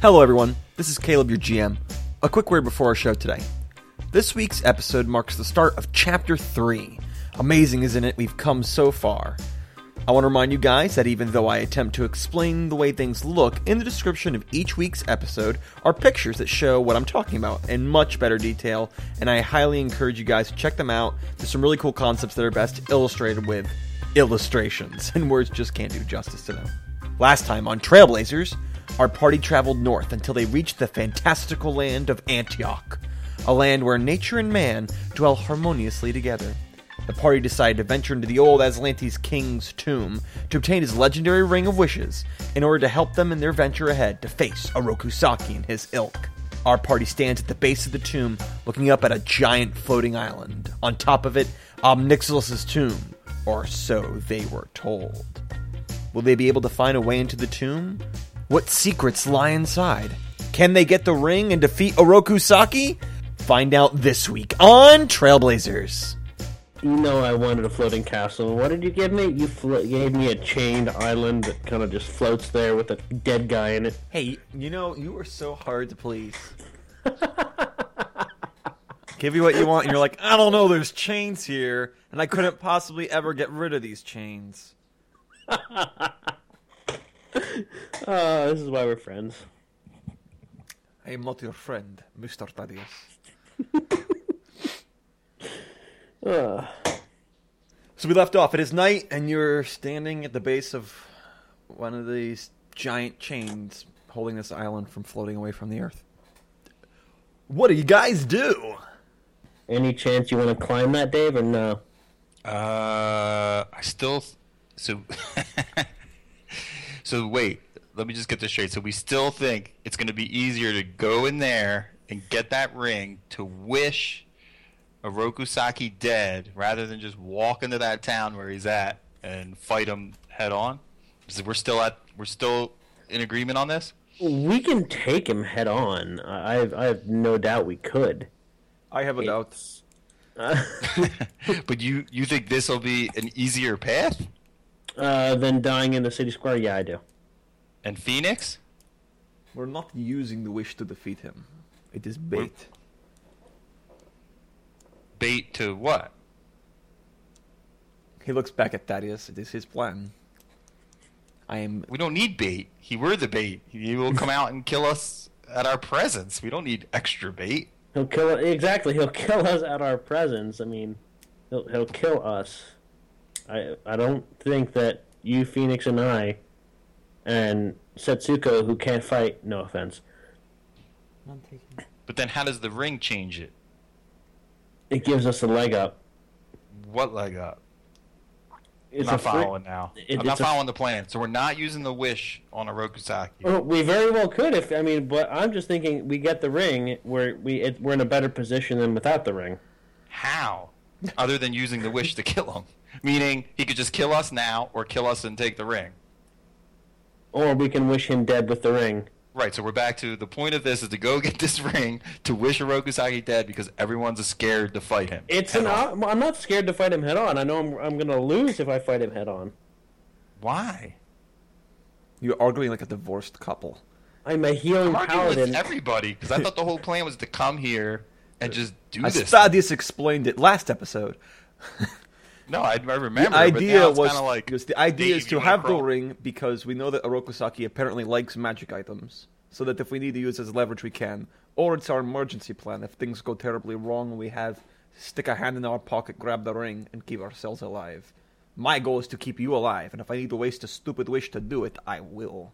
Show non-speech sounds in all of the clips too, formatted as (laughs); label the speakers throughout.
Speaker 1: Hello, everyone. This is Caleb, your GM. A quick word before our show today. This week's episode marks the start of Chapter 3. Amazing, isn't it? We've come so far. I want to remind you guys that even though I attempt to explain the way things look, in the description of each week's episode are pictures that show what I'm talking about in much better detail, and I highly encourage you guys to check them out. There's some really cool concepts that are best illustrated with illustrations, (laughs) and words just can't do justice to them. Last time on Trailblazers, our party traveled north until they reached the fantastical land of Antioch, a land where nature and man dwell harmoniously together. The party decided to venture into the old Aslantes king's tomb to obtain his legendary ring of wishes in order to help them in their venture ahead to face Orokusaki and his ilk. Our party stands at the base of the tomb, looking up at a giant floating island. On top of it, Omnixilus's tomb, or so they were told. Will they be able to find a way into the tomb? What secrets lie inside? Can they get the ring and defeat Orokusaki? Find out this week on Trailblazers.
Speaker 2: You know I wanted a floating castle. What did you give me? You flo- gave me a chained island that kind of just floats there with a dead guy in it.
Speaker 1: Hey, you know, you are so hard to please. (laughs) Give you what you want, and you're like, I don't know, there's chains here, and I couldn't possibly ever get rid of these chains.
Speaker 2: Uh, this is why we're friends.
Speaker 1: I am not your friend, Mr. Thaddeus.
Speaker 2: Uh,
Speaker 1: So we left off. It is night, and you're standing at the base of one of these giant chains holding this island from floating away from the earth. What do you guys do?
Speaker 2: any chance you want to climb that, Dave, or no?
Speaker 3: Uh, I still. So. (laughs) so wait. Let me just get this straight. So we still think it's going to be easier to go in there and get that ring to wish Orokusaki dead rather than just walk into that town where he's at and fight him head on. So we're still at. We're still in agreement on this. (laughs)
Speaker 2: We can take him head on. I, I have- I have no doubt we could. (laughs)
Speaker 1: I have a doubt.
Speaker 2: Uh,
Speaker 3: but you you think this will be an easier path?
Speaker 2: uh, then dying in the city square? Yeah, I do.
Speaker 3: And Phoenix?
Speaker 1: We're not using the wish to defeat him. It is bait.
Speaker 3: Bait to what?
Speaker 1: He looks back at Thaddeus. It is his plan. I am.
Speaker 3: We don't need bait. He were the bait. He will come out and kill us at our presence. We don't need extra bait.
Speaker 2: He'll kill exactly. He'll (laughs) kill us at our presence. I mean, he'll he'll kill us. I I don't think that you, Phoenix, and I, and Setsuko, who can't fight. No offense.
Speaker 3: But then how does the ring change it?
Speaker 2: It gives us a leg up.
Speaker 3: What leg up?
Speaker 2: It's
Speaker 3: I'm
Speaker 2: a
Speaker 3: not
Speaker 2: free-
Speaker 3: following now.
Speaker 2: it-
Speaker 3: I'm not
Speaker 2: it's a-
Speaker 3: following the plan. So we're not using the wish on Orokusaki.
Speaker 2: Well, we very well could if I mean, but I'm just thinking we get the ring. We're we it, we're in a better position than without the ring.
Speaker 3: How? Other than using the wish to kill him. Meaning he could just kill us now or kill us and take the ring.
Speaker 2: Or we can wish him dead with the ring.
Speaker 3: Right, so we're back to the point of this is to go (laughs) get this ring to wish Orokusaki dead because everyone's scared to fight him.
Speaker 2: It's
Speaker 3: head
Speaker 2: an.
Speaker 3: on.
Speaker 2: op- I'm not scared to fight him head on. I know I'm I'm gonna lose if I fight him head on.
Speaker 3: Why?
Speaker 1: You're arguing like a divorced couple.
Speaker 2: I'm a healing
Speaker 3: I'm arguing
Speaker 2: paladin.
Speaker 3: with everybody because I thought the whole plan was to come here
Speaker 1: Uh,
Speaker 3: and just do
Speaker 1: As
Speaker 3: this.
Speaker 1: Thaddeus explained it last episode,
Speaker 3: No, I, I remember.
Speaker 1: the idea was
Speaker 3: kind of like
Speaker 1: was the idea
Speaker 3: Dave,
Speaker 1: is
Speaker 3: you
Speaker 1: to
Speaker 3: wanna
Speaker 1: have the
Speaker 3: crawl?
Speaker 1: ring because we know that Orokusaki apparently likes magic items, so that if we need to use as leverage, we can. Or it's our emergency plan if things go terribly wrong and we have stick a hand in our pocket, grab the ring, and keep ourselves alive. My goal is to keep you alive, and if I need to waste a stupid wish to do it, I will.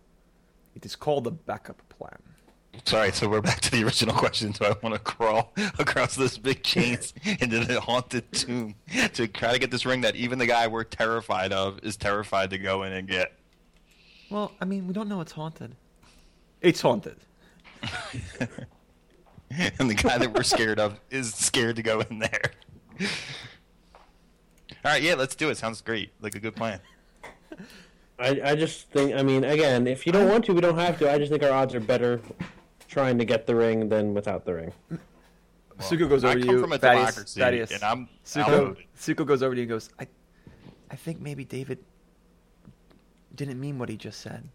Speaker 1: It is called the backup plan.
Speaker 3: Sorry, so we're back to the original question. Do I want to crawl (laughs) across those big chains (laughs) into the haunted tomb to try to get this ring that even the guy we're terrified of is terrified to go in and get? (laughs)
Speaker 1: Well, I mean, we don't know it's haunted. It's haunted.
Speaker 3: and the guy that we're scared
Speaker 1: (laughs)
Speaker 3: of is scared to go in there. All right, yeah, let's do it. Sounds great. Like a good plan.
Speaker 2: I, I just think, I mean, again, if you don't want to, we don't have to. I just think our odds are better trying to get the ring than without the ring.
Speaker 1: Suko goes
Speaker 3: I
Speaker 1: over to
Speaker 3: come
Speaker 1: you.
Speaker 3: from a
Speaker 1: Thaddeus,
Speaker 3: democracy,
Speaker 1: Thaddeus.
Speaker 3: and I'm
Speaker 1: Suko,
Speaker 3: outvoted.
Speaker 1: Suko goes over to you and goes, I, I think maybe David didn't mean what he just said.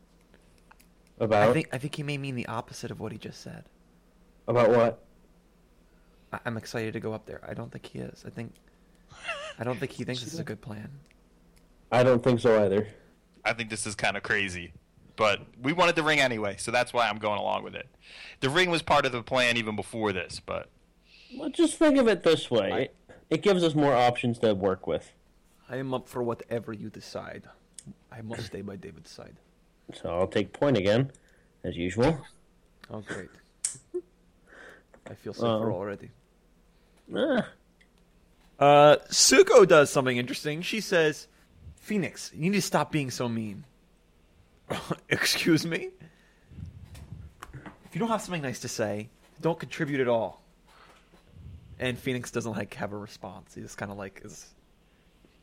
Speaker 2: About
Speaker 1: I think I think he may mean the opposite of what he just said.
Speaker 2: about what?
Speaker 1: I, I'm excited to go up there. I don't think he is. I think I don't think he thinks this is a good plan.
Speaker 2: I don't think so either.
Speaker 3: I think this is kind of crazy. But we wanted the ring anyway, so that's why I'm going along with it. The ring was part of the plan even before this, but
Speaker 2: Well, just think of it this way: it, it gives us more options to work with.
Speaker 1: I am up for whatever you decide. I must stay by David's side.
Speaker 2: So I'll take point again, as usual.
Speaker 1: Oh great. I feel safer
Speaker 2: Um,
Speaker 1: already.
Speaker 2: Ah,
Speaker 1: Uh, Suko does something interesting. She says, "Phoenix, you need to stop being so mean." (laughs) Excuse me. If you don't have something nice to say, don't contribute at all. And Phoenix doesn't like have a response. He just kind of like is.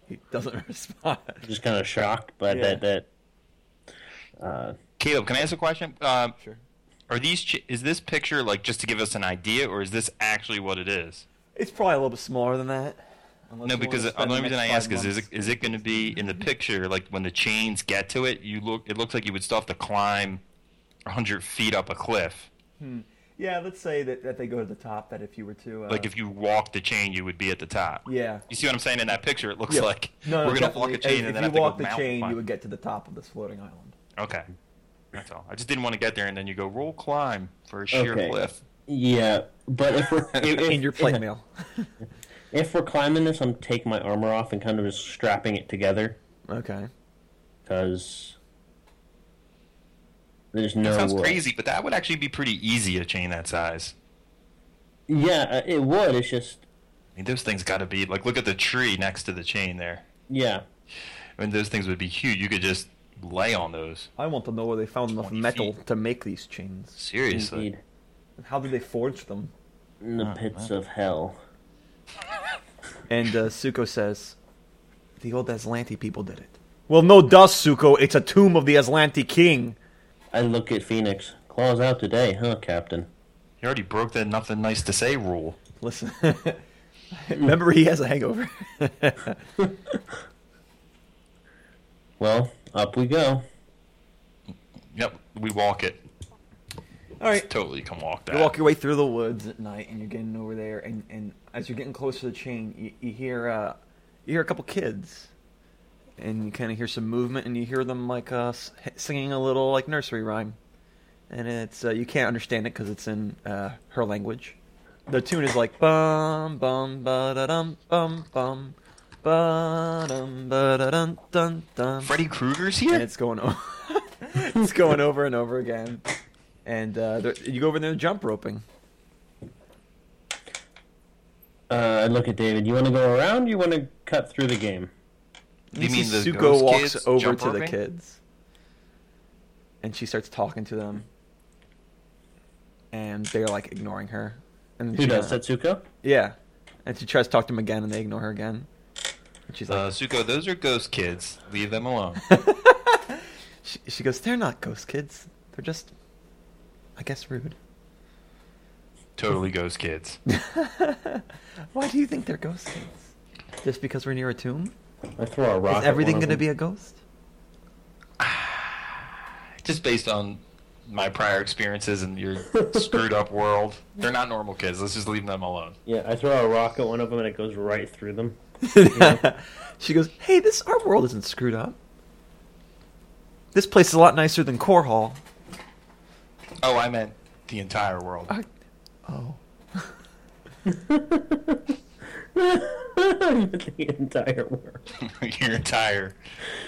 Speaker 1: He doesn't (laughs) respond.
Speaker 2: just kind of shocked by
Speaker 1: Yeah.
Speaker 2: that. That. Uh,
Speaker 3: Caleb, can I ask a question? Um,
Speaker 1: Sure.
Speaker 3: Are these? Ch- is this picture like just to give us an idea, or is this actually what it is?
Speaker 1: It's probably a little bit smaller than that.
Speaker 3: No, because the
Speaker 1: the
Speaker 3: only reason I ask is, is it,
Speaker 1: it
Speaker 3: is it going to be in the picture like when the chains get to it? You look. It looks like you would still have to climb hundred feet up a cliff.
Speaker 1: yeah, let's say that, that they go to the top. That if you were to uh,
Speaker 3: Like if you walk the chain, you would be at the top.
Speaker 1: yeah,
Speaker 3: You see what I'm saying in that picture? It looks
Speaker 1: Yeah.
Speaker 3: (laughs) like
Speaker 1: no, no,
Speaker 3: we're going to walk
Speaker 1: definitely.
Speaker 3: a chain
Speaker 1: if,
Speaker 3: and
Speaker 1: if
Speaker 3: then have
Speaker 1: you
Speaker 3: to
Speaker 1: walk
Speaker 3: go
Speaker 1: the
Speaker 3: mountain
Speaker 1: chain,
Speaker 3: climb.
Speaker 1: you would get to the top of this floating island.
Speaker 3: Okay, that's all. I just didn't want to get there and then you go roll climb for a sheer
Speaker 2: Okay.
Speaker 3: cliff.
Speaker 2: yeah, but if we're if,
Speaker 1: (laughs)
Speaker 2: if-
Speaker 1: in your plate mail.
Speaker 2: if we're climbing this, I'm taking my armor off and kind of just strapping it together
Speaker 1: Okay.
Speaker 2: because there's no.
Speaker 3: That sounds
Speaker 2: way.
Speaker 3: crazy, but that would actually be pretty easy a chain that size.
Speaker 2: Yeah, uh, it would. It's just
Speaker 3: I mean, those things got to be like look at the tree next to the chain there.
Speaker 2: yeah.
Speaker 3: I mean, those things would be huge. You could just lay on those.
Speaker 1: I want to know where they found enough
Speaker 3: 20
Speaker 1: metal
Speaker 3: feet.
Speaker 1: to make these chains.
Speaker 3: Seriously.
Speaker 2: Indeed.
Speaker 1: And how did they forge them?
Speaker 2: In
Speaker 1: oh,
Speaker 2: the pits of hell.
Speaker 1: And uh, Suko says, the old Aslanti people did it. Well, no dust, Suko. It's a tomb of the Aslanti king.
Speaker 2: I look at Phoenix. Claws out today, huh, Captain? (laughs)
Speaker 3: You already broke that nothing nice to say rule.
Speaker 1: Listen, (laughs) remember he has a hangover. (laughs)
Speaker 2: Well, up we go.
Speaker 3: Yep, we walk it.
Speaker 1: All right.
Speaker 3: Totally can walk that.
Speaker 1: You walk your way through the woods at night, and you're getting over there, and, and as you're getting closer to the chain, you, you hear uh, you hear a couple kids, and you kind of hear some movement, and you hear them like uh, s- singing a little like nursery rhyme, and it's uh, you can't understand it because it's in uh, her language. The tune is like bum bum ba da dum bum bum ba dum ba da dum dum dum
Speaker 3: Freddy Krueger's
Speaker 1: and
Speaker 3: here?
Speaker 1: it's going over. (laughs) it's going over and over again. And uh, there- you go over there jump roping.
Speaker 2: Uh, I look at David. You want to go around? Or you want to cut through the game?
Speaker 3: You
Speaker 1: see
Speaker 3: mean the
Speaker 1: Suko
Speaker 3: ghost
Speaker 1: walks
Speaker 3: kids
Speaker 1: over
Speaker 3: jump
Speaker 1: to the
Speaker 3: roping?
Speaker 1: kids, and she starts talking to them, and they're like ignoring her. And
Speaker 2: Who
Speaker 1: she,
Speaker 2: does?
Speaker 1: uh,
Speaker 2: Setsuko?
Speaker 1: Yeah, and she tries to talk to them again, and they ignore her again. And she's
Speaker 3: Uh,
Speaker 1: like,
Speaker 3: Suko, those are ghost kids. Leave them
Speaker 1: (laughs)
Speaker 3: alone.
Speaker 2: Oh.
Speaker 1: she, she goes, "They're not ghost kids. They're just, I guess, rude." (laughs)
Speaker 3: totally
Speaker 2: (laughs)
Speaker 3: ghost kids.
Speaker 1: Why do you think they're ghost kids? Just because we're near a tomb?
Speaker 2: I throw a rock.
Speaker 1: Is everything going to be a ghost?
Speaker 2: (laughs)
Speaker 3: Ah, Just based on my prior experiences and your screwed up world, they're not normal kids. Let's just leave them alone.
Speaker 2: Yeah, I throw a rock at one of them and it goes right through them.
Speaker 1: (laughs) she goes, "Hey, this our world isn't screwed up. This place is a lot nicer than Core Hall."
Speaker 3: Oh, I meant the entire world.
Speaker 1: I,
Speaker 2: (laughs)
Speaker 1: oh, (laughs)
Speaker 2: the entire world.
Speaker 3: (laughs) your entire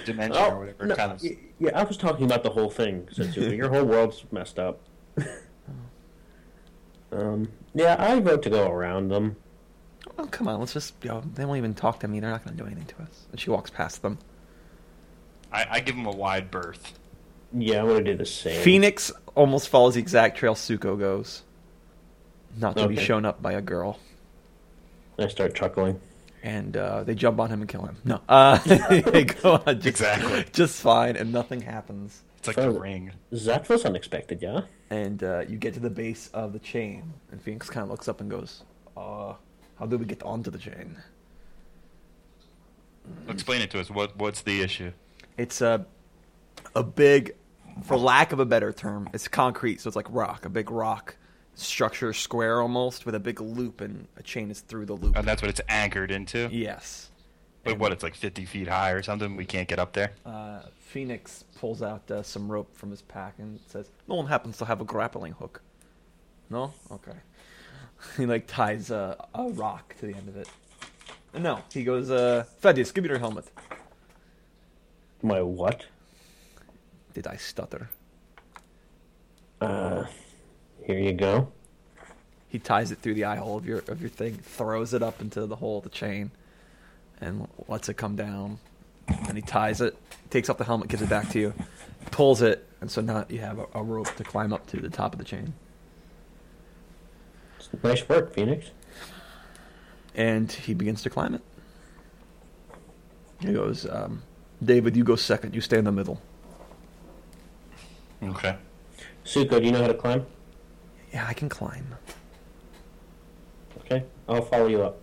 Speaker 3: dimension or
Speaker 2: Oh,
Speaker 3: whatever
Speaker 2: no,
Speaker 3: kind of.
Speaker 2: y- yeah, I was talking about the whole thing, Setsuko. Your whole world's messed up. um, yeah, I vote to go around them.
Speaker 1: oh, come on, let's just. You know, they won't even talk to me. They're not going to do anything to us. And she walks past them.
Speaker 3: I, I give them a wide berth.
Speaker 2: Yeah, I want to do the same.
Speaker 1: Phoenix almost follows the exact trail Suko goes, not to be
Speaker 2: Okay.
Speaker 1: shown up by a girl.
Speaker 2: I start chuckling.
Speaker 1: And uh, they jump on him and kill him. No, (laughs) uh, they go on just,
Speaker 3: Exactly.
Speaker 1: just fine, and nothing happens.
Speaker 3: It's like
Speaker 2: Oh.
Speaker 3: the ring.
Speaker 2: That was unexpected, yeah?
Speaker 1: and uh, you get to the base of the chain, and Phoenix kind of looks up and goes, "Uh, how do we get onto the chain?"
Speaker 3: Explain it to us. What What's the issue?
Speaker 1: It's a a big for lack of a better term, it's concrete, so it's like rock, a big rock structure, square almost, with a big loop, and a chain is through the loop.
Speaker 3: And that's what it's anchored into.
Speaker 1: Yes.
Speaker 3: But what, it's like 50 feet high or something? We can't get up there?
Speaker 1: Uh, Phoenix pulls out uh, some rope from his pack and says, "No one happens to have a grappling hook." No, okay. (laughs) he like ties uh, a rock to the end of it. No, he goes, uh, "Thaddeus, give me your helmet."
Speaker 2: My what?
Speaker 1: Did I stutter?
Speaker 2: Uh, here you go.
Speaker 1: He ties it through the eye hole of your of your thing, throws it up into the hole of the chain, and lets it come down. And he ties it, takes off the helmet, gives it back to you, pulls it, and so now you have a, a rope to climb up to the top of the chain.
Speaker 2: Nice work, Phoenix.
Speaker 1: And he begins to climb it. He goes, um, David, you go second. You stay in the middle.
Speaker 3: Okay.
Speaker 2: Suko, do you know how to climb?
Speaker 1: Yeah, I can climb.
Speaker 2: Okay, I'll follow you up.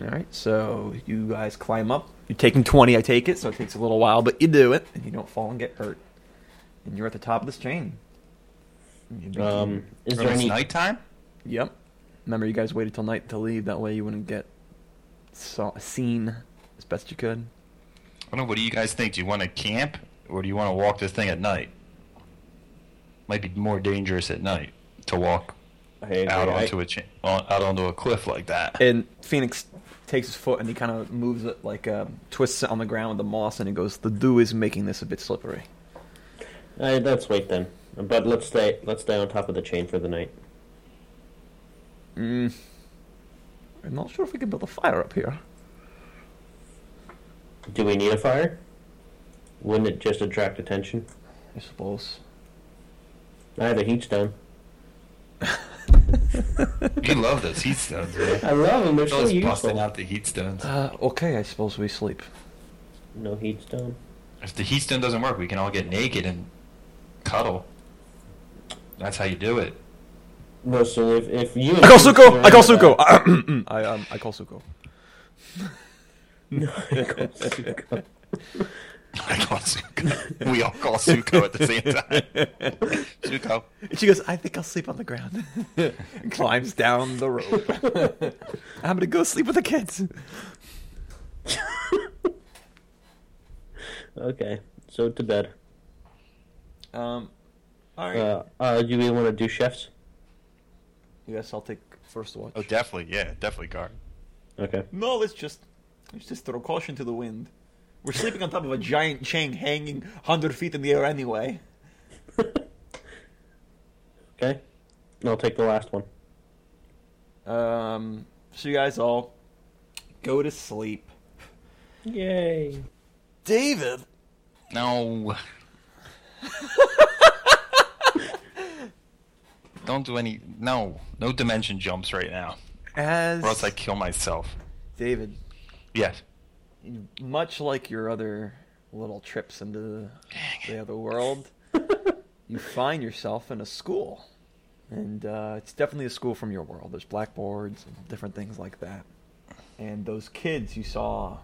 Speaker 1: All right, so you guys climb up. You're taking 20, I take it, so it takes a little while, but you do it, and you don't fall and get hurt. And you're at the top of this chain. You begin-
Speaker 2: Um, is
Speaker 3: Is
Speaker 2: there any?
Speaker 3: nighttime?
Speaker 1: Yep. Remember, you guys waited till night to leave. That way, you wouldn't get saw- seen as best you could.
Speaker 3: I don't know. What do you guys think? Do you want to camp or do you want to walk this thing at night? Might be more dangerous at night to walk
Speaker 2: I agree.
Speaker 3: out
Speaker 2: I-
Speaker 3: onto a cha- on, out onto a cliff
Speaker 2: (laughs)
Speaker 3: like that.
Speaker 1: And Phoenix takes his foot and he kind of moves it like uh, twists it on the ground with the moss, and he goes, "The dew is making this a bit slippery."
Speaker 2: I, let's wait then. But let's stay. Let's stay on top of the chain for the night.
Speaker 1: Mm. I'm not sure if we can build a fire up here.
Speaker 2: Do we need a fire? Wouldn't it just attract attention?
Speaker 1: I suppose.
Speaker 2: I have a heat stone.
Speaker 3: you love those heat stones, man.
Speaker 2: I love them. (laughs) They're so
Speaker 3: Phil's busting
Speaker 2: useful.
Speaker 3: out the heat stones.
Speaker 1: Uh, okay, I suppose we sleep.
Speaker 2: No heat stone.
Speaker 3: If the heat stone doesn't work, we can all get naked and cuddle. That's how you do it. (laughs)
Speaker 2: No, so if, if you
Speaker 1: I call Suko. I call Suko. (laughs) I um, I call Suko.
Speaker 2: (laughs) No,
Speaker 1: (laughs)
Speaker 2: I call Suko. (laughs)
Speaker 3: I call Suko. (laughs) we all call Suko at the same time.
Speaker 1: (laughs)
Speaker 2: (laughs)
Speaker 3: Suko.
Speaker 1: She goes. I think I'll sleep on the ground. (laughs) And climbs down the rope. (laughs) I'm gonna go sleep with the kids.
Speaker 2: Okay, so to bed.
Speaker 1: Um, all right.
Speaker 2: Uh, uh, do we want to do chefs?
Speaker 1: you guys, I'll take first watch.
Speaker 3: Oh, definitely. Yeah, definitely guard.
Speaker 2: Okay. (laughs)
Speaker 1: No, let's just let's just throw caution to the wind. We're sleeping on top of a giant chain hanging hundred feet in the air anyway.
Speaker 2: Okay. And I'll take the last one.
Speaker 1: Um, so you guys all go to sleep.
Speaker 2: Yay.
Speaker 1: David,
Speaker 3: No. Don't do any. No, no dimension jumps right now,
Speaker 1: as
Speaker 3: or else I kill myself.
Speaker 1: David,
Speaker 3: Yes.
Speaker 1: much like your other little trips into the other
Speaker 2: (laughs)
Speaker 1: world, you find yourself in a school, and uh, it's definitely a school from your world. There's blackboards and different things like that, and those kids you saw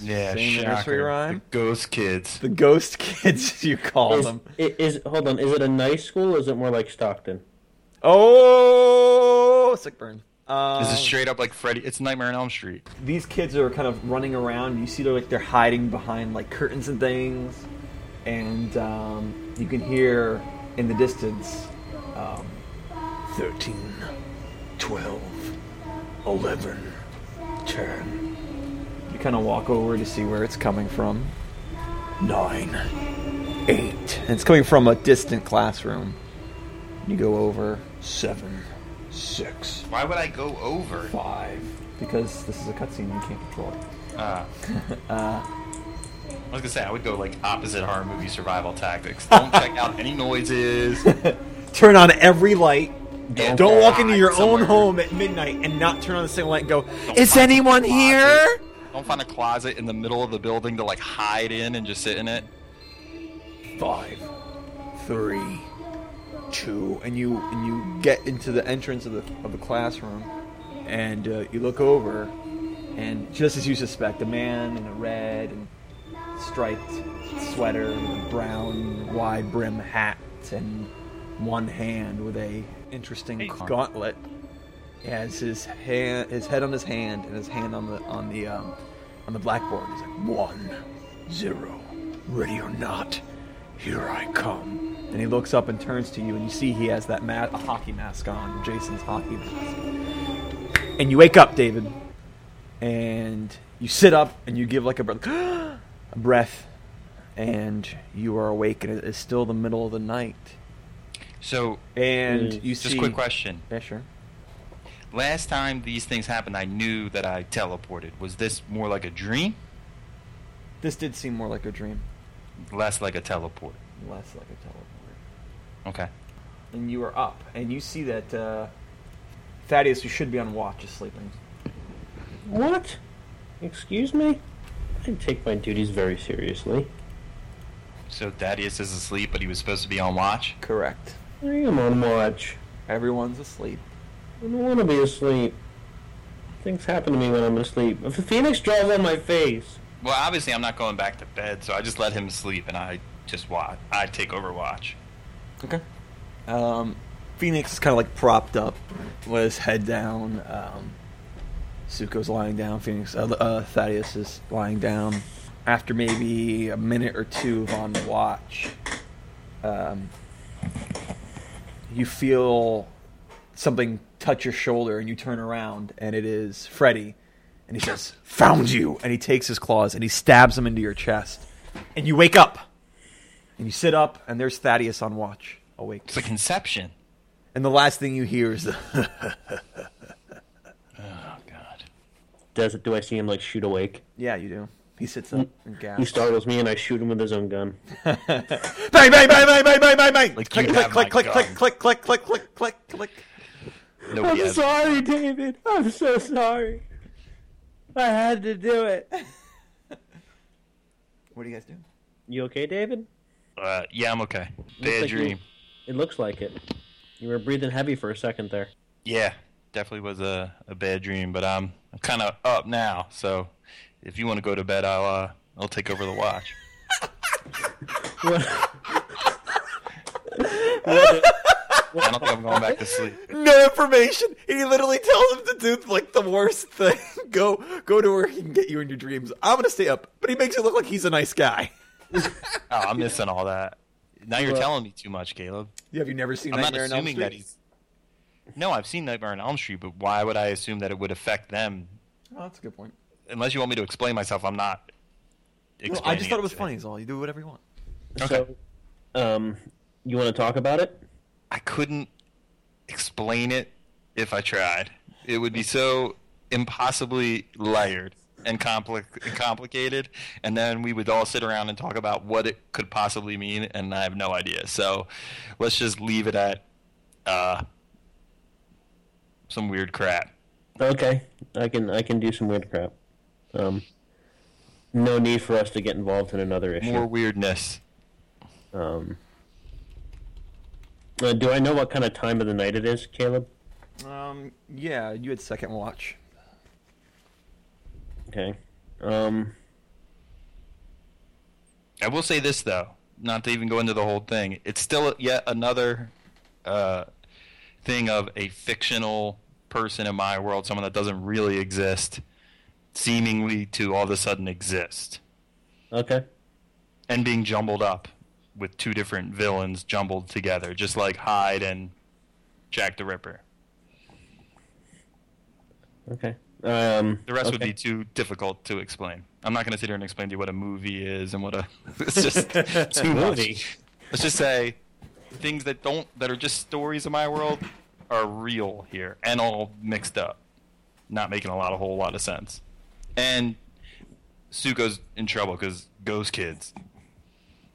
Speaker 3: Yeah.
Speaker 1: sing the nursery
Speaker 3: shocker.
Speaker 1: rhyme.
Speaker 3: The ghost kids.
Speaker 1: the ghost (laughs) kids as you call
Speaker 2: Is,
Speaker 1: them.
Speaker 2: i- is, hold on, is it a nice school or is it more like Stockton?
Speaker 1: Oh, sick burn. Um,
Speaker 3: This is straight up like Freddy. It's Nightmare on Elm Street.
Speaker 1: these kids are kind of running around. You see, they're like they're hiding behind like curtains and things, and um, you can hear in the distance, um, 13, 12, 11, 10. You kind of walk over to see where it's coming from. Nine, eight, and it's coming from a distant classroom. You go over seven, six,
Speaker 3: Why would I go over?
Speaker 1: five because this is a cutscene you can't control. it.
Speaker 3: Uh,
Speaker 1: (laughs)
Speaker 3: I was gonna say I would go like opposite horror movie survival tactics. Don't check out any
Speaker 1: (laughs)
Speaker 3: noises.
Speaker 1: Turn on every light.
Speaker 3: Don't
Speaker 1: Don't walk
Speaker 3: hide
Speaker 1: into your
Speaker 3: somewhere.
Speaker 1: own home at midnight and not turn on the single light and go, "Is
Speaker 3: find a
Speaker 1: anyone
Speaker 3: closet.
Speaker 1: here?"
Speaker 3: Don't find a closet in the middle of the building to like hide in and just sit in it.
Speaker 1: Five, three, two, and you and you get into the entrance of the of the classroom, and uh, you look over, and just as you suspect, a man in a red and striped sweater, brown wide brim hat, and one hand with a interesting gauntlet. He has his hand, his head on his hand, and his hand on the on the um, on the blackboard. He's like one, zero, ready or not, here I come. And he looks up and turns to you, and you see he has that ma- a hockey mask on, Jason's hockey mask. And you wake up, David, and you sit up and you give like a breath, (gasps) a breath, and you are awake, and it is still the middle of the night.
Speaker 3: So,
Speaker 1: And
Speaker 2: Mm.
Speaker 1: you see.
Speaker 3: just quick question.
Speaker 1: Yeah, sure.
Speaker 3: Last time these things happened, I knew that I teleported. Was this more like a dream,
Speaker 1: This did seem more like a dream,
Speaker 3: less like a teleport?
Speaker 1: less like a teleport.
Speaker 3: Okay.
Speaker 1: and you are up, and you see that uh, Thaddeus, who should be on watch, is sleeping.
Speaker 2: What? Excuse me? I take my duties very seriously.
Speaker 3: So Thaddeus is asleep, but he was supposed to be on watch.
Speaker 1: Correct.
Speaker 2: I am on watch.
Speaker 1: Everyone's asleep.
Speaker 2: I don't want to be asleep. Things happen to me when I'm asleep. If a phoenix draws on my face,
Speaker 3: Well, obviously, I'm not going back to bed, so I just let him sleep, and I just watch. I take over watch.
Speaker 1: Okay. Um, Phoenix is kind of like propped up with his head down. Um, Suko's lying down. Phoenix, uh, uh, Thaddeus is lying down. After maybe a minute or two of on watch, um, you feel something touch your shoulder, and you turn around, and it is Freddy. And he says, "Found you!" And he takes his claws and he stabs them into your chest, and you wake up. And you sit up, and there's Thaddeus on watch, awake.
Speaker 3: It's like Inception.
Speaker 1: And the last thing you hear is (laughs) the.
Speaker 3: Oh God.
Speaker 2: does it? Do I see him like shoot awake?
Speaker 1: yeah, you do. He sits up and (laughs)
Speaker 2: He
Speaker 1: gasps.
Speaker 2: startles me, and I shoot him with his own gun.
Speaker 1: Bang, bang, bang, bang, bang, bang, bang, bang.
Speaker 3: Like,
Speaker 1: click,
Speaker 3: you
Speaker 1: click,
Speaker 3: have my
Speaker 1: click, click, click,
Speaker 3: gun.
Speaker 1: click, click, click, click, click, click.
Speaker 3: Nobody has-
Speaker 2: sorry, David. I'm so sorry. I had to
Speaker 1: (laughs)
Speaker 2: do it.
Speaker 1: What do you guys do?
Speaker 2: You okay, David?
Speaker 3: Uh, yeah, I'm okay.
Speaker 2: Looks
Speaker 3: Bad
Speaker 2: like you-
Speaker 3: dream.
Speaker 2: It looks like it. You were breathing heavy for a second
Speaker 3: (laughs)
Speaker 2: there.
Speaker 3: Yeah, definitely was a, a bad dream, but I'm I'm kind of up now. So if you want to go to bed, I'll uh, I'll take over the watch.
Speaker 2: What?
Speaker 3: I don't think I'm going back
Speaker 2: (laughs)
Speaker 3: to sleep.
Speaker 1: No information. He literally tells him to do like the worst thing. (laughs) go, go to where he can get you in your dreams. I'm gonna stay up, but he makes it look like he's a nice guy. (laughs)
Speaker 3: Oh, I'm missing all that. Now you're
Speaker 2: Well-
Speaker 3: telling me too much, Caleb.
Speaker 1: Have you never seen
Speaker 3: I'm not
Speaker 1: Nightmare on Elm
Speaker 3: assuming that
Speaker 1: Street?
Speaker 3: he's. No, I've seen Nightmare on Elm Street, but why would I assume that it would affect them?
Speaker 1: Oh, that's a good point.
Speaker 3: Unless you want me to explain myself, I'm not.
Speaker 1: Well,
Speaker 3: Explaining
Speaker 1: I just thought it was
Speaker 3: to
Speaker 1: funny.
Speaker 3: you.
Speaker 1: Is all you do whatever you want.
Speaker 2: So, um, you want to talk about it?
Speaker 3: I couldn't explain it if I tried. It would be so impossibly layered and, compli- and complicated, and then we would all sit around and talk about what it could possibly mean, and I have no idea. So let's just leave it at uh, some weird crap.
Speaker 2: Okay, I can I can do some weird crap. Um, no need for us to get involved in another issue.
Speaker 1: (laughs)
Speaker 3: More weirdness.
Speaker 2: Um, uh, do I know what kind of time of the night it is, Caleb?
Speaker 1: Um, yeah, you had second watch.
Speaker 2: Okay. Um,
Speaker 3: I will say this though, not to even go into the whole thing, it's still yet another uh, thing of a fictional person in my world, someone that doesn't really exist, seemingly to all of a sudden exist,
Speaker 2: okay.
Speaker 3: and being jumbled up with two different villains jumbled together, just like Hyde and Jack the Ripper.
Speaker 2: Okay. Um,
Speaker 3: The rest would
Speaker 2: okay.
Speaker 3: be too difficult to explain. I'm not going to sit here and explain to you what a movie is and what a. (laughs)
Speaker 2: (laughs)
Speaker 3: It's just too
Speaker 2: Movie.
Speaker 3: much. Let's just say things that don't that are just stories of my world are real here and all mixed up, not making a lot a whole lot of sense. And Suko's in trouble because ghost kids.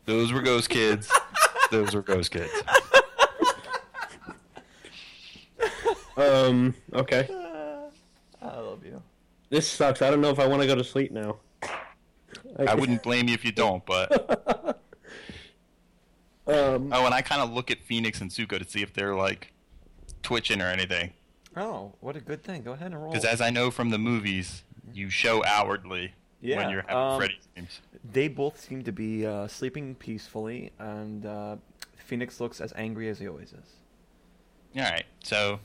Speaker 3: Those were
Speaker 2: (laughs)
Speaker 3: ghost kids. Those were ghost kids.
Speaker 2: Um, okay.
Speaker 1: I love you.
Speaker 2: This sucks. I don't know if I want to go to sleep now.
Speaker 3: I wouldn't blame you if you don't, but
Speaker 2: (laughs) Um,
Speaker 3: oh, and I kind of look at Phoenix and Suko to see if they're like twitching or anything.
Speaker 1: Oh, what a good thing. Go ahead and roll.
Speaker 3: Because as I know from the movies, you show outwardly
Speaker 1: Yeah,
Speaker 3: when you're having
Speaker 1: um,
Speaker 3: Freddy's games.
Speaker 1: They both seem to be uh, sleeping peacefully, and uh, Phoenix looks as angry as he always is.
Speaker 3: All right, so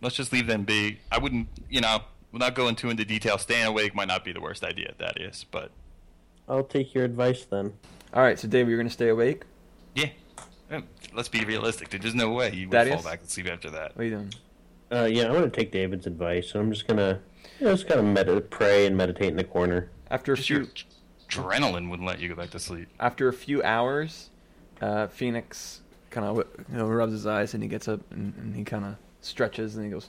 Speaker 3: let's just leave them be. I wouldn't, you know, without going too into detail, staying awake might not be the worst idea. That is, but
Speaker 2: I'll take your advice then.
Speaker 1: All right, so Dave, you're going to stay awake.
Speaker 3: yeah, Um, let's be realistic. There's no way you would
Speaker 1: That
Speaker 3: fall
Speaker 1: is-
Speaker 3: back and sleep after that.
Speaker 1: What are you doing?
Speaker 2: Uh, yeah, I'm gonna take David's advice. and I'm just gonna, you know, just kind of med- pray and meditate in the corner.
Speaker 1: After a
Speaker 3: Just your
Speaker 1: few
Speaker 3: adrenaline wouldn't let you go back to sleep.
Speaker 1: after a few hours, uh, Phoenix kind of you know, rubs his eyes and he gets up and, and he kind of stretches and he goes,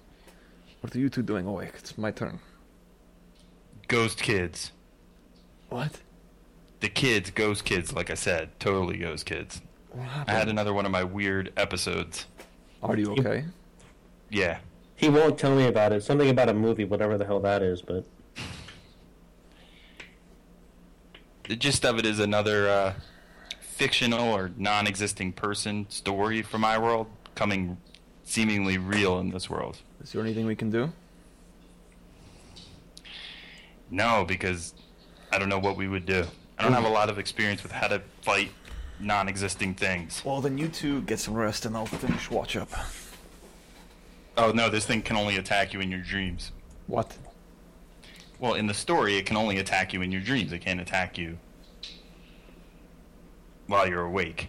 Speaker 1: "What are you two doing awake? It's my turn."
Speaker 3: Ghost kids,
Speaker 1: What?
Speaker 3: the kids, ghost kids. Like I said, totally ghost kids.
Speaker 1: What
Speaker 3: I had
Speaker 1: happened?
Speaker 3: another one of my weird episodes.
Speaker 1: Are you okay?
Speaker 3: Yeah,
Speaker 2: He won't tell me about it. Something about a movie, whatever the hell that is. But
Speaker 3: the gist of it is another uh, fictional or non-existing person story from my world coming seemingly real in this world.
Speaker 1: Is there anything we can do?
Speaker 3: No, because I don't know what we would do. I don't have a lot of experience with how to fight non-existing things.
Speaker 1: Well, then you two get some rest and I'll finish watch up.
Speaker 3: Oh no, this thing can only attack you in your dreams.
Speaker 1: What?
Speaker 3: Well, in the story, it can only attack you in your dreams. It can't attack you while you're awake.